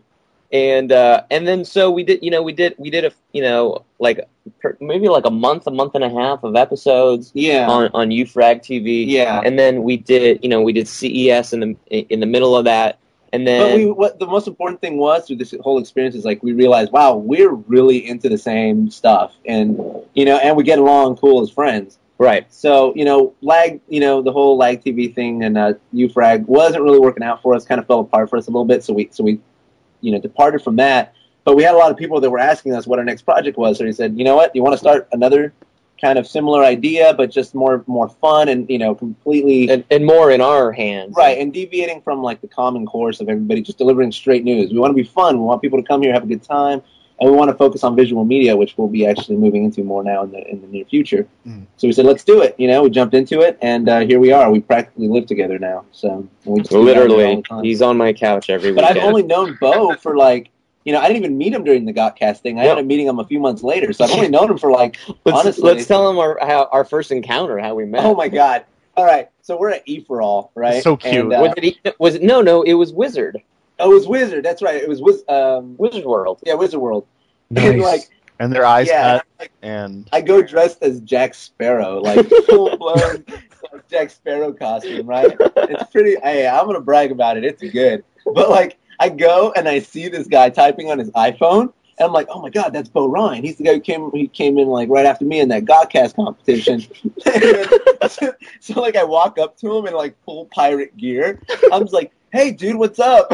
Speaker 5: and uh, and then so we did you know we did we did a you know like per, maybe like a month a month and a half of episodes
Speaker 4: Yeah,
Speaker 5: on on UFrag TV
Speaker 4: yeah.
Speaker 5: and then we did you know we did CES in the in the middle of that and then
Speaker 4: But we, what the most important thing was through this whole experience is like we realized, wow, we're really into the same stuff, and you know, and we get along cool as friends.
Speaker 5: right
Speaker 4: So you know, lag, you know, the whole lag TV thing and uh, UFrag wasn't really working out for us. Kind of fell apart for us a little bit. So we, so we, you know, departed from that. But we had a lot of people that were asking us what our next project was. So he said, you know what, you want to start another kind of similar idea, but just more more fun and you know, completely
Speaker 5: and, and more in our hands
Speaker 4: right and deviating from like the common course of everybody just delivering straight news. We want to be fun. We want people to come here have a good time. And we want to focus on visual media, which we'll be actually moving into more now in the in the near future.
Speaker 2: Mm.
Speaker 4: So we said, let's do it. You know, we jumped into it, and uh, here we are. We practically live together now. So we just hang out all
Speaker 5: literally
Speaker 4: the time.
Speaker 5: he's on my couch every
Speaker 4: But I've
Speaker 5: weekend
Speaker 4: only known Bo for like, you know, I didn't even meet him during the Gotcast thing. I
Speaker 5: No.
Speaker 4: ended up meeting him a few months later. So I've only known him for like,
Speaker 5: let's,
Speaker 4: honestly-
Speaker 5: let's tell him our how, our first encounter how we met
Speaker 4: oh my god. All right, so we're at E for all, right?
Speaker 2: So cute.
Speaker 4: And, uh,
Speaker 5: was it he- was it no no it was Wizard
Speaker 4: oh, it was Wizard. That's right. It was Wiz. Um,
Speaker 5: Wizard World
Speaker 4: yeah, Wizard World. And like,
Speaker 2: and their eyes
Speaker 4: yeah,
Speaker 2: met,
Speaker 4: like,
Speaker 2: and
Speaker 4: I go dressed as Jack Sparrow, like full blown like, Jack Sparrow costume, right? It's pretty. Hey, I'm gonna brag about it. It's good. But like, I go and I see this guy typing on his iPhone, and I'm like, oh my god, that's Bo Ryan. He's the guy who came. He came in like right after me in that Godcast competition. so like, I walk up to him in like full pirate gear. I'm just like, hey, dude, what's up?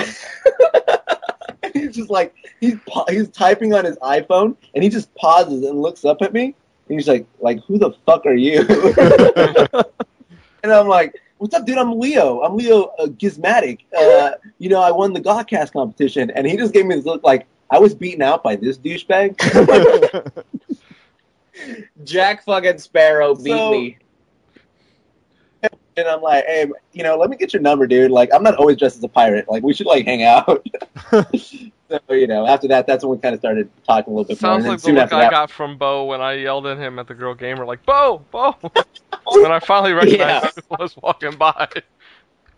Speaker 4: And he's just like he's pa- he's typing on his iPhone and he just pauses and looks up at me and he's like like who the fuck are you? and I'm like, what's up, dude? I'm Leo. I'm Leo uh, Gizmatic. Uh, you know, I won the Godcast competition, and he just gave me this look like I was beaten out by this douchebag.
Speaker 5: Jack fucking Sparrow beat
Speaker 4: So-
Speaker 5: me
Speaker 4: and I'm like, hey, you know, let me get your number, dude. Like, I'm not always dressed as a pirate. Like, we should like hang out. so you know, after that, that's when we kind of started talking a little bit more. and
Speaker 3: Sounds
Speaker 4: then
Speaker 3: like the
Speaker 4: soon
Speaker 3: look
Speaker 4: after
Speaker 3: I
Speaker 4: that,
Speaker 3: got from Bo when I yelled at him at the girl gamer, like Bo, Bo. when I finally recognized
Speaker 5: Yeah.
Speaker 3: who was walking by.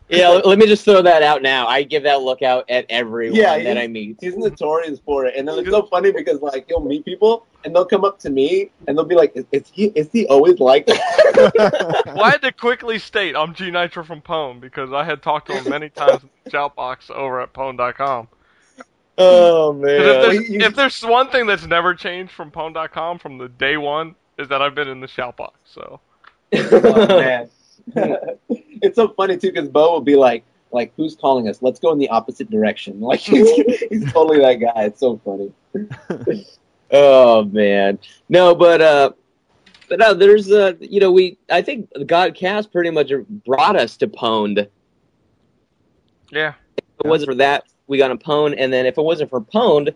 Speaker 5: yeah let- let me just throw that out now I give that look out at everyone
Speaker 4: Yeah,
Speaker 5: that
Speaker 4: you-
Speaker 5: I meet
Speaker 4: he's notorious for it. And then it's so funny because like he'll meet people and they'll come up to me and they'll be like, "Is, is he? Is he always like that?"
Speaker 3: Well, I had to quickly state I'm G Nitro from Pwn because I had talked to him many times in the shout box over at Pwn.com.
Speaker 5: oh
Speaker 3: 'Cause if,
Speaker 5: man
Speaker 3: there's, if there's one thing that's never changed from Pwn.com from the day one is that I've been in the shout box. So
Speaker 4: oh, man. it's so funny too because Bo will be like, "Like who's calling us? Let's go in the opposite direction." Like he's, he's totally that guy. It's so funny.
Speaker 5: Oh man, no, but uh, but no, there's uh, you know, we I think God Cast pretty much brought us to Pwned. If
Speaker 3: yeah,
Speaker 5: it wasn't for that, we got a Pwned, and then if it wasn't for Pwned,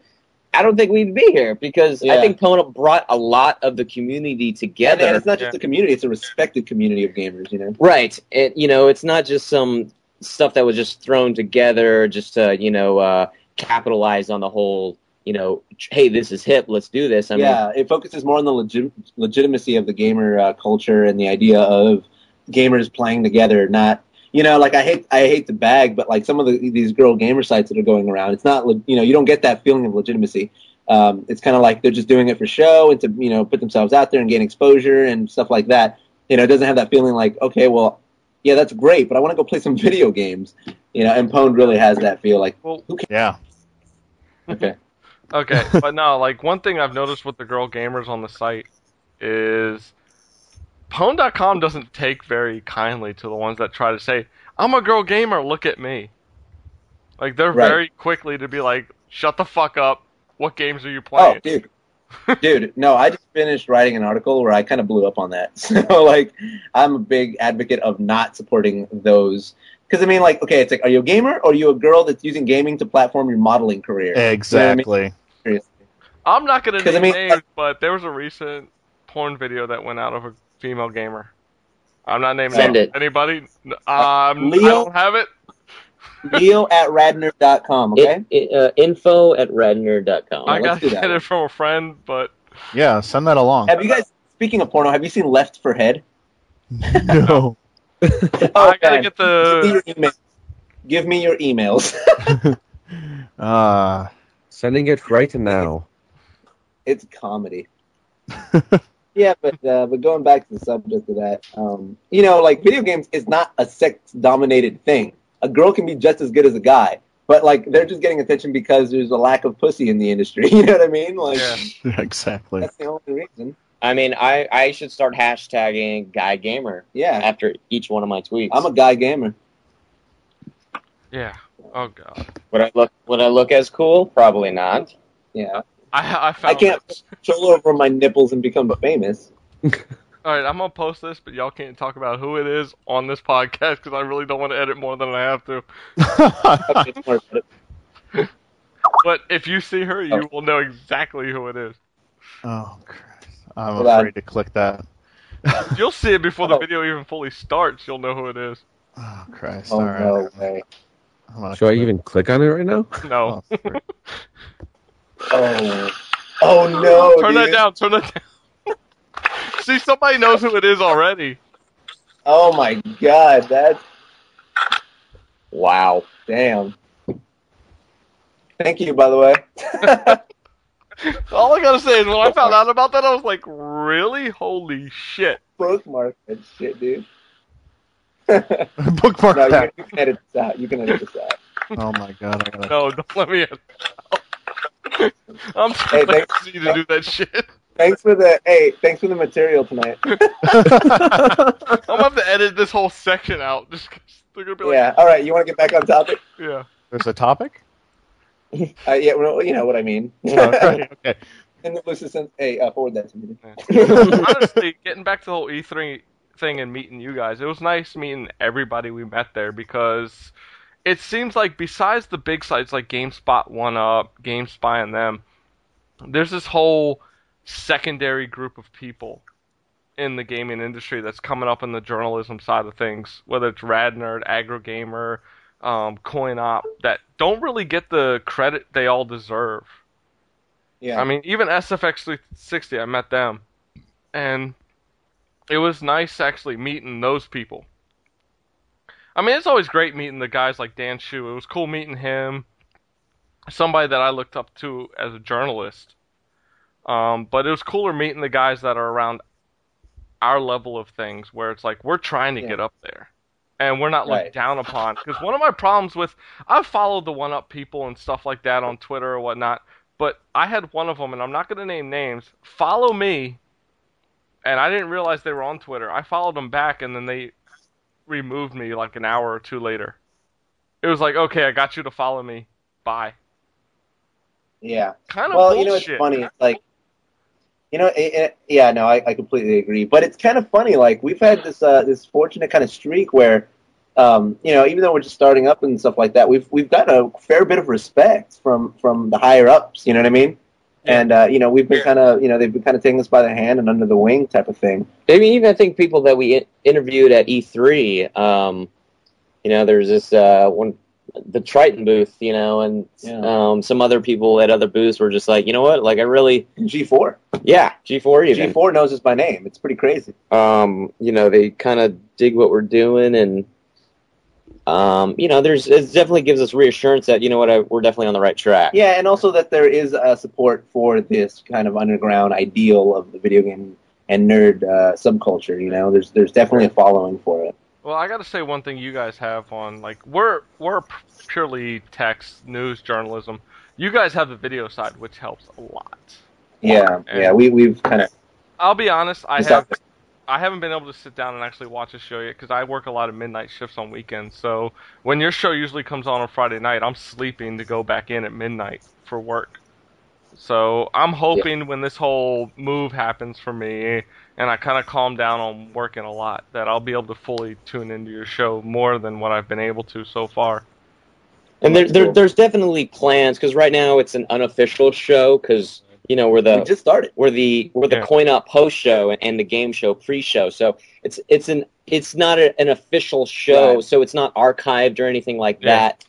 Speaker 5: I don't think we'd be here because I
Speaker 4: Yeah.
Speaker 5: think Kona brought a lot of the community
Speaker 4: And, and
Speaker 5: together.
Speaker 4: it's not just
Speaker 3: Yeah.
Speaker 4: a community; it's a respected community of gamers. You know.
Speaker 5: Right. It, you know, it's not just some stuff that was just thrown together just to, you know, uh, capitalize on the whole, you know, hey, this is hip, let's do this. I mean,
Speaker 4: yeah, it focuses more on the legi- legitimacy of the gamer uh, culture and the idea of gamers playing together. Not you know, like I hate I hate the bag, but like some of the, these girl gamer sites that are going around, it's not le- you know you don't get that feeling of legitimacy. Um, it's kind of like they're just doing it for show and to you know put themselves out there and gain exposure and stuff like that. You know, it doesn't have that feeling like okay, well, yeah, that's great, but I want to go play some video games. You know, and Pwn really has that feel like
Speaker 2: Yeah.
Speaker 4: okay,
Speaker 3: Okay, but no, like one thing I've noticed with the girl gamers on the site is Pwn.com doesn't take very kindly to the ones that try to say, I'm a girl gamer, look at me. Like they're
Speaker 4: Right.
Speaker 3: very quickly to be like, Shut the fuck up. What games are you
Speaker 4: Oh,
Speaker 3: playing?
Speaker 4: dude. dude, no, I just finished writing an article where I kind of blew up on that. So, like, I'm a big advocate of not supporting those. Because, I mean, like, okay, it's like, are you a gamer or are you a girl that's using gaming to platform your modeling career?
Speaker 3: Eh.
Speaker 2: Exactly.
Speaker 4: Seriously.
Speaker 3: I'm not gonna
Speaker 4: 'Cause I mean,
Speaker 3: name names,
Speaker 4: like-
Speaker 3: but there was a recent porn video that went out of a female gamer. I'm not naming
Speaker 5: Send
Speaker 3: names.
Speaker 5: it.
Speaker 3: anybody. Um, I
Speaker 4: Uh, Leo?
Speaker 3: don't have it.
Speaker 4: Leo at radner.com, okay?
Speaker 5: it, it, uh, info at radner.com.
Speaker 3: I
Speaker 4: Oh, let's
Speaker 3: got
Speaker 4: do that.
Speaker 3: it from a friend, but
Speaker 2: Yeah, send that along.
Speaker 4: Have you guys, speaking of porno, have you seen Left for Head?
Speaker 2: no.
Speaker 4: Oh,
Speaker 3: I
Speaker 4: man.
Speaker 3: gotta get
Speaker 4: Give me
Speaker 3: the
Speaker 4: your email. Give me your emails.
Speaker 2: Uh,
Speaker 6: Sending it right now.
Speaker 4: it's comedy. yeah, but uh, but going back to the subject of that, um, you know, like video games is not a sex dominated thing. A girl can be just as good as a guy, but like they're just getting attention because there's a lack of pussy in the industry. You know what I mean? Like
Speaker 3: Yeah.
Speaker 2: exactly.
Speaker 4: that's the only reason.
Speaker 5: I mean, I, I should start hashtagging guy gamer
Speaker 4: Yeah,
Speaker 5: after each one of my tweets.
Speaker 4: I'm a guy gamer.
Speaker 3: yeah. Oh god,
Speaker 5: would I look would I look as cool? Probably not.
Speaker 4: Yeah,
Speaker 3: I I found.
Speaker 4: I can't
Speaker 3: it.
Speaker 4: control over my nipples and become famous.
Speaker 3: All right, I'm gonna post this, but y'all can't talk about who it is on this podcast because I really don't want to edit more than I have to.
Speaker 4: Okay, don't worry about it.
Speaker 3: But if you see her, you will know exactly who it is.
Speaker 2: oh, Christ. I'm
Speaker 4: Hold on.
Speaker 2: afraid to click that.
Speaker 3: You'll see it before the
Speaker 4: Oh.
Speaker 3: video even fully starts. You'll know who it is.
Speaker 2: Oh, Christ.
Speaker 4: Oh
Speaker 2: All right.
Speaker 4: no way!
Speaker 2: I'm gonna
Speaker 6: Should I
Speaker 2: click-
Speaker 6: even click on it right now?
Speaker 3: No,
Speaker 2: Oh, sorry.
Speaker 4: Oh, oh no!
Speaker 3: turn that
Speaker 4: dude.
Speaker 3: down. Turn that down. see, somebody knows who it is already.
Speaker 4: Oh my god, that's
Speaker 5: Wow.
Speaker 4: Damn. Thank you, by the way.
Speaker 3: All I gotta say is when I found out about that, I was like, really? Holy shit!
Speaker 4: Bookmark that shit, dude.
Speaker 2: Bookmark
Speaker 4: No, you,
Speaker 2: that.
Speaker 4: you can edit this out. You can edit this out.
Speaker 2: Oh my god. I gotta...
Speaker 3: No, don't let me. In. I'm
Speaker 4: Hey,
Speaker 3: so glad
Speaker 4: thanks-
Speaker 3: to see you to do that shit.
Speaker 4: Thanks for the hey. Thanks for the material tonight.
Speaker 3: I'm gonna have to edit this whole section out just 'cause they're gonna be like,
Speaker 4: Yeah. All right. You want to get back on topic?
Speaker 3: yeah.
Speaker 2: There's a topic.
Speaker 4: Uh, yeah. Well, you know what I mean.
Speaker 2: Oh, right, Okay.
Speaker 4: In the loosest sense. Hey, uh, forward that to me.
Speaker 3: Honestly, getting back to the whole E3 thing and meeting you guys, it was nice meeting everybody we met there because it seems like besides the big sites like GameSpot, One Up, GameSpy, and them, there's this whole secondary group of people in the gaming industry that's coming up in the journalism side of things, whether it's Radnerd, AgroGamer, um, CoinOp, that don't really get the credit they all deserve.
Speaker 4: Yeah.
Speaker 3: I mean, even SFX360, I met them, and it was nice actually meeting those people. I mean, it's always great meeting the guys like Dan Shu. It was cool meeting him, somebody that I looked up to as a journalist. Um, but it was cooler meeting the guys that are around our level of things, where it's like we're trying to
Speaker 4: Yeah.
Speaker 3: get up there, and we're not looked
Speaker 4: Right.
Speaker 3: down upon. Because one of my problems with I've followed the one up people and stuff like that on Twitter or whatnot, but I had one of them, and I'm not going to name names. Follow me, and I didn't realize they were on Twitter. I followed them back, and then they removed me like an hour or two later. It was like, okay, I got you to follow me. Bye.
Speaker 4: yeah.
Speaker 3: Kind of
Speaker 4: well,
Speaker 3: bullshit.
Speaker 4: you know, it's funny. It's like, you know, it, it, yeah, no, I, I completely agree. But it's kind of funny. Like we've had this uh, this fortunate kind of streak where, um, you know, even though we're just starting up and stuff like that, we've we've got a fair bit of respect from from the higher ups. You know what I mean? And uh, you know, we've been kind of, you know, they've been kind of taking us by the hand and under the wing type of thing.
Speaker 5: I mean, even I think people that we in- interviewed at E3, um, you know, there's this uh, one, the Triton booth, you know, and
Speaker 4: Yeah.
Speaker 5: um, some other people at other booths were just like, you know what, like I really,
Speaker 4: G4,
Speaker 5: yeah, G4 even.
Speaker 4: G4 knows us by name. It's pretty crazy.
Speaker 5: um, you know, they kind of dig what we're doing, and um, you know, there's it definitely gives us reassurance that you know what, I, we're definitely on the right track.
Speaker 4: Yeah, and also that there is uh, support for this kind of underground ideal of the video game and nerd uh, subculture. You know, there's there's definitely a following for it.
Speaker 3: Well, I got to say one thing you guys have on like we're we're p- purely text news journalism. You guys have the video side, which helps a lot.
Speaker 4: Yeah,
Speaker 3: And-
Speaker 4: yeah, we we've kind of
Speaker 3: I'll be honest, I
Speaker 4: It's
Speaker 3: have
Speaker 4: out there.
Speaker 3: I haven't been able to sit down and actually watch a show yet because I work a lot of midnight shifts on weekends. So when your show usually comes on on Friday night, I'm sleeping to go back in at midnight for work. So I'm hoping when this whole move happens for me and I kind of calm down on working a lot, that I'll be able to fully tune into your show more than what I've been able to so far.
Speaker 5: and there,
Speaker 4: That's
Speaker 5: there
Speaker 4: cool.
Speaker 5: there's definitely plans because right now it's an unofficial show because you know we're the
Speaker 4: we just started.
Speaker 5: we're the we're the
Speaker 3: Yeah.
Speaker 5: coin op post show and the game show pre show. So it's it's an it's not a, an official show,
Speaker 4: Right.
Speaker 5: so it's not archived or anything like
Speaker 3: Yeah.
Speaker 5: that.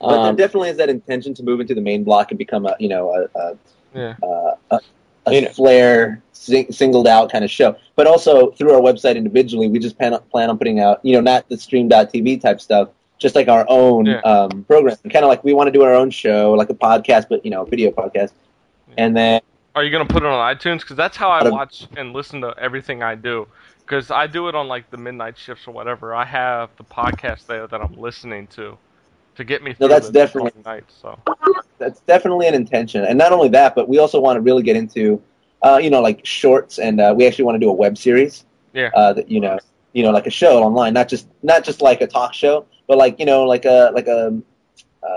Speaker 4: But
Speaker 5: Um,
Speaker 4: there definitely is that intention to move into the main block and become a you know a, a
Speaker 3: Yeah.
Speaker 4: uh, a, a
Speaker 5: You know.
Speaker 4: flair sing- singled out kind of show. But also through our website individually, we just plan, plan on putting out, you know, not the stream.tv type stuff, just like our own
Speaker 3: Yeah.
Speaker 4: um, program. Kind of like we want to do our own show, like a podcast, but, you know, a video podcast. And then,
Speaker 3: Are you gonna put it on iTunes? Because that's how I
Speaker 4: Adam-
Speaker 3: watch and listen to everything I do. Because I do it on like the midnight shifts or whatever. I have the podcast there that I'm listening to to get me through
Speaker 4: that's
Speaker 3: the
Speaker 4: definitely-
Speaker 3: long night. So
Speaker 4: that's definitely an intention. And not only that, but we also want to really get into, uh, you know, like shorts, and uh, we actually want to do a web series.
Speaker 3: Yeah.
Speaker 4: Uh, that you know, you know, like a show online, not just not just like a talk show, but like you know, like a like a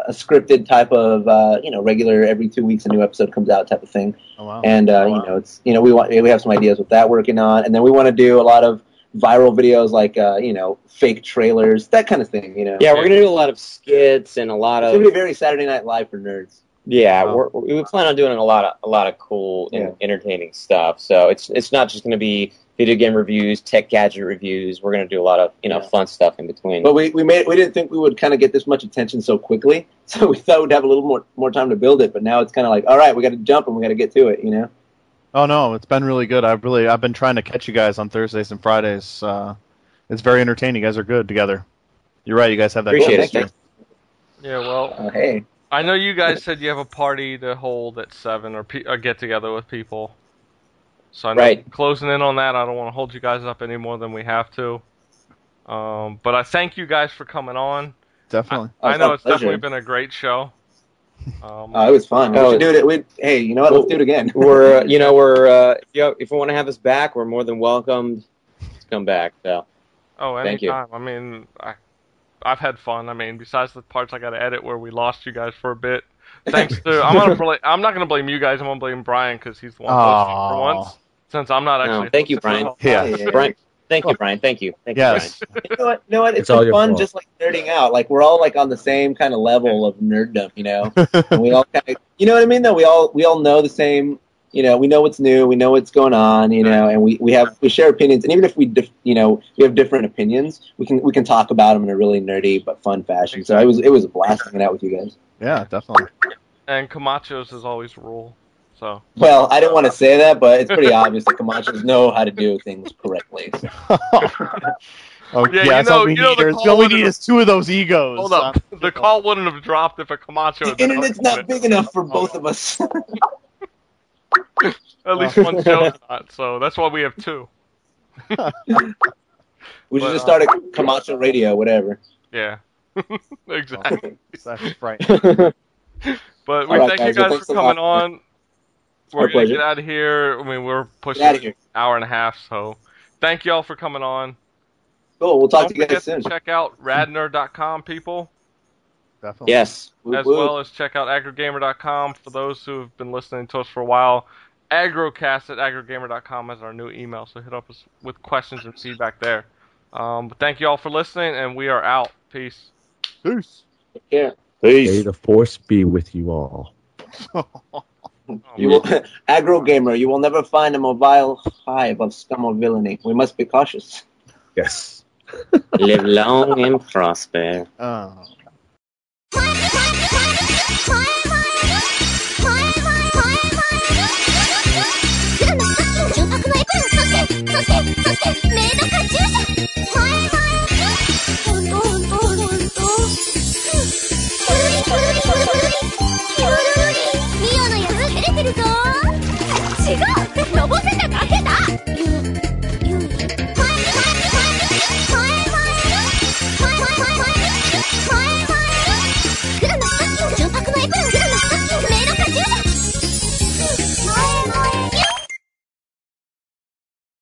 Speaker 4: a scripted type of uh, you know regular every two weeks a new episode comes out type of thing.
Speaker 2: Oh, wow.
Speaker 4: And uh,
Speaker 2: Wow.
Speaker 4: you know, it's you know we want we have some ideas with that working on, and then we want to do a lot of viral videos like uh, you know fake trailers, that kind of thing. You know,
Speaker 5: yeah, we're gonna do a lot of skits and a lot
Speaker 4: it's
Speaker 5: of
Speaker 4: gonna be very Saturday Night Live for nerds.
Speaker 5: Yeah,
Speaker 2: Wow.
Speaker 5: we're, we plan on doing a lot of a lot of cool
Speaker 4: Yeah.
Speaker 5: and entertaining stuff. So it's it's not just going to be video game reviews, tech gadget reviews. We're going to do a lot of you know
Speaker 4: Yeah.
Speaker 5: fun stuff in between.
Speaker 4: But we, we made we didn't think we would kind of get this much attention so quickly, so we thought we'd have a little more more time to build it. But now it's kind of like, all right, we got to jump and we got to get to it. You know,
Speaker 2: Oh no, it's been really good. I've really I've been trying to catch you guys on Thursdays and Fridays. Uh, it's very entertaining. You guys are good together. You're right. You guys have that.
Speaker 5: Appreciate
Speaker 4: it.
Speaker 2: chemistry.
Speaker 3: yeah, well,
Speaker 5: Oh,
Speaker 4: uh, hey,
Speaker 3: I know you guys said you have a party to hold at seven or, pe- or get together with people. So I know
Speaker 5: Right.
Speaker 3: closing in on that, I don't want to hold you guys up any more than we have to. Um, but I thank you guys for coming on.
Speaker 2: Definitely.
Speaker 4: Oh,
Speaker 3: I
Speaker 4: it's
Speaker 3: know
Speaker 4: my
Speaker 3: it's
Speaker 4: pleasure.
Speaker 3: definitely been a great show. Um,
Speaker 4: oh, it was fun.
Speaker 5: Oh,
Speaker 4: we should do it. We hey, you know what? Let's do it again.
Speaker 5: we're uh, you know we're uh, if you if you want to have us back, we're more than welcome to come back. So
Speaker 3: Oh,
Speaker 5: Thank you.
Speaker 3: anytime. I mean, I, I've had fun. I mean, besides the parts I got to edit where we lost you guys for a bit. Thanks to I'm gonna bl- I'm not gonna blame you guys. I'm gonna blame Brian because he's the one hosting for
Speaker 2: Aw.
Speaker 3: once. Since I'm not
Speaker 5: No,
Speaker 3: actually.
Speaker 5: thank you,
Speaker 3: hosting.
Speaker 5: Brian.
Speaker 2: Yeah.
Speaker 4: Yeah.
Speaker 5: Brian, thank you, Brian. Thank you. Thank
Speaker 2: Yes.
Speaker 4: you know what? You know what? It's,
Speaker 6: It's all
Speaker 4: been
Speaker 6: your
Speaker 4: fun,
Speaker 6: fault.
Speaker 4: just like nerding out. Like we're all like on the same kind of level of nerddom, you know. and we all kind of, you know what I mean? Though we all we all know the same. You know, we know what's new. We know what's going on. You know, and we, we have we share opinions. And even if we dif- you know we have different opinions, we can we can talk about them in a really nerdy but fun fashion. So it was it was a blast hanging out with you guys.
Speaker 2: yeah, definitely.
Speaker 3: And Camacho's is always rule. So
Speaker 4: Well, I didn't want to say that, but it's pretty obvious that Camachos know how to do things correctly. So,
Speaker 2: oh,
Speaker 3: Yeah,
Speaker 2: yeah,
Speaker 3: you
Speaker 2: that's
Speaker 3: know-
Speaker 2: all we
Speaker 3: you know
Speaker 2: need.
Speaker 3: the
Speaker 2: is-
Speaker 3: call
Speaker 2: all we
Speaker 3: was-
Speaker 2: need is two of those egos.
Speaker 3: hold up, the call wouldn't have dropped if a Camacho.
Speaker 4: the
Speaker 3: had been
Speaker 4: internet's
Speaker 3: hosting
Speaker 4: not
Speaker 3: it.
Speaker 4: big enough for both of us.
Speaker 3: At least one show's not. So that's why we have two.
Speaker 4: we should
Speaker 3: But,
Speaker 4: just start a
Speaker 6: uh,
Speaker 4: Camacho Radio, whatever.
Speaker 3: Yeah. exactly.
Speaker 2: That's right.
Speaker 5: you.
Speaker 3: But we
Speaker 4: All right,
Speaker 3: thank
Speaker 4: guys,
Speaker 3: you
Speaker 4: well,
Speaker 3: guys
Speaker 4: thanks
Speaker 3: for
Speaker 4: a lot.
Speaker 3: coming on. We're
Speaker 4: Our
Speaker 3: gonna
Speaker 4: pleasure.
Speaker 3: get out of here. I mean, we're pushing
Speaker 4: Get out of here.
Speaker 3: hour and a half, so thank y'all for coming on.
Speaker 4: Cool. We'll talk
Speaker 3: Don't
Speaker 4: to you
Speaker 3: forget
Speaker 4: guys soon.
Speaker 3: to check out radner.com, people,
Speaker 2: Definitely.
Speaker 5: yes.
Speaker 4: Woo,
Speaker 3: as
Speaker 4: woo.
Speaker 3: well as check out agrogamer.com for those who have been listening to us for a while. Agrocast at agrogamer.com is our new email, so hit up us with questions and feedback there. Um, but thank you all for listening, and we are out. Peace.
Speaker 2: Peace.
Speaker 4: Take care.
Speaker 2: Oh,
Speaker 6: May the force be with you all.
Speaker 4: You will, aggro gamer, you will never find a mobile hive of scum or villainy. We must be cautious.
Speaker 6: Yes.
Speaker 5: Live long and prosper.
Speaker 2: Oh.
Speaker 7: Huh?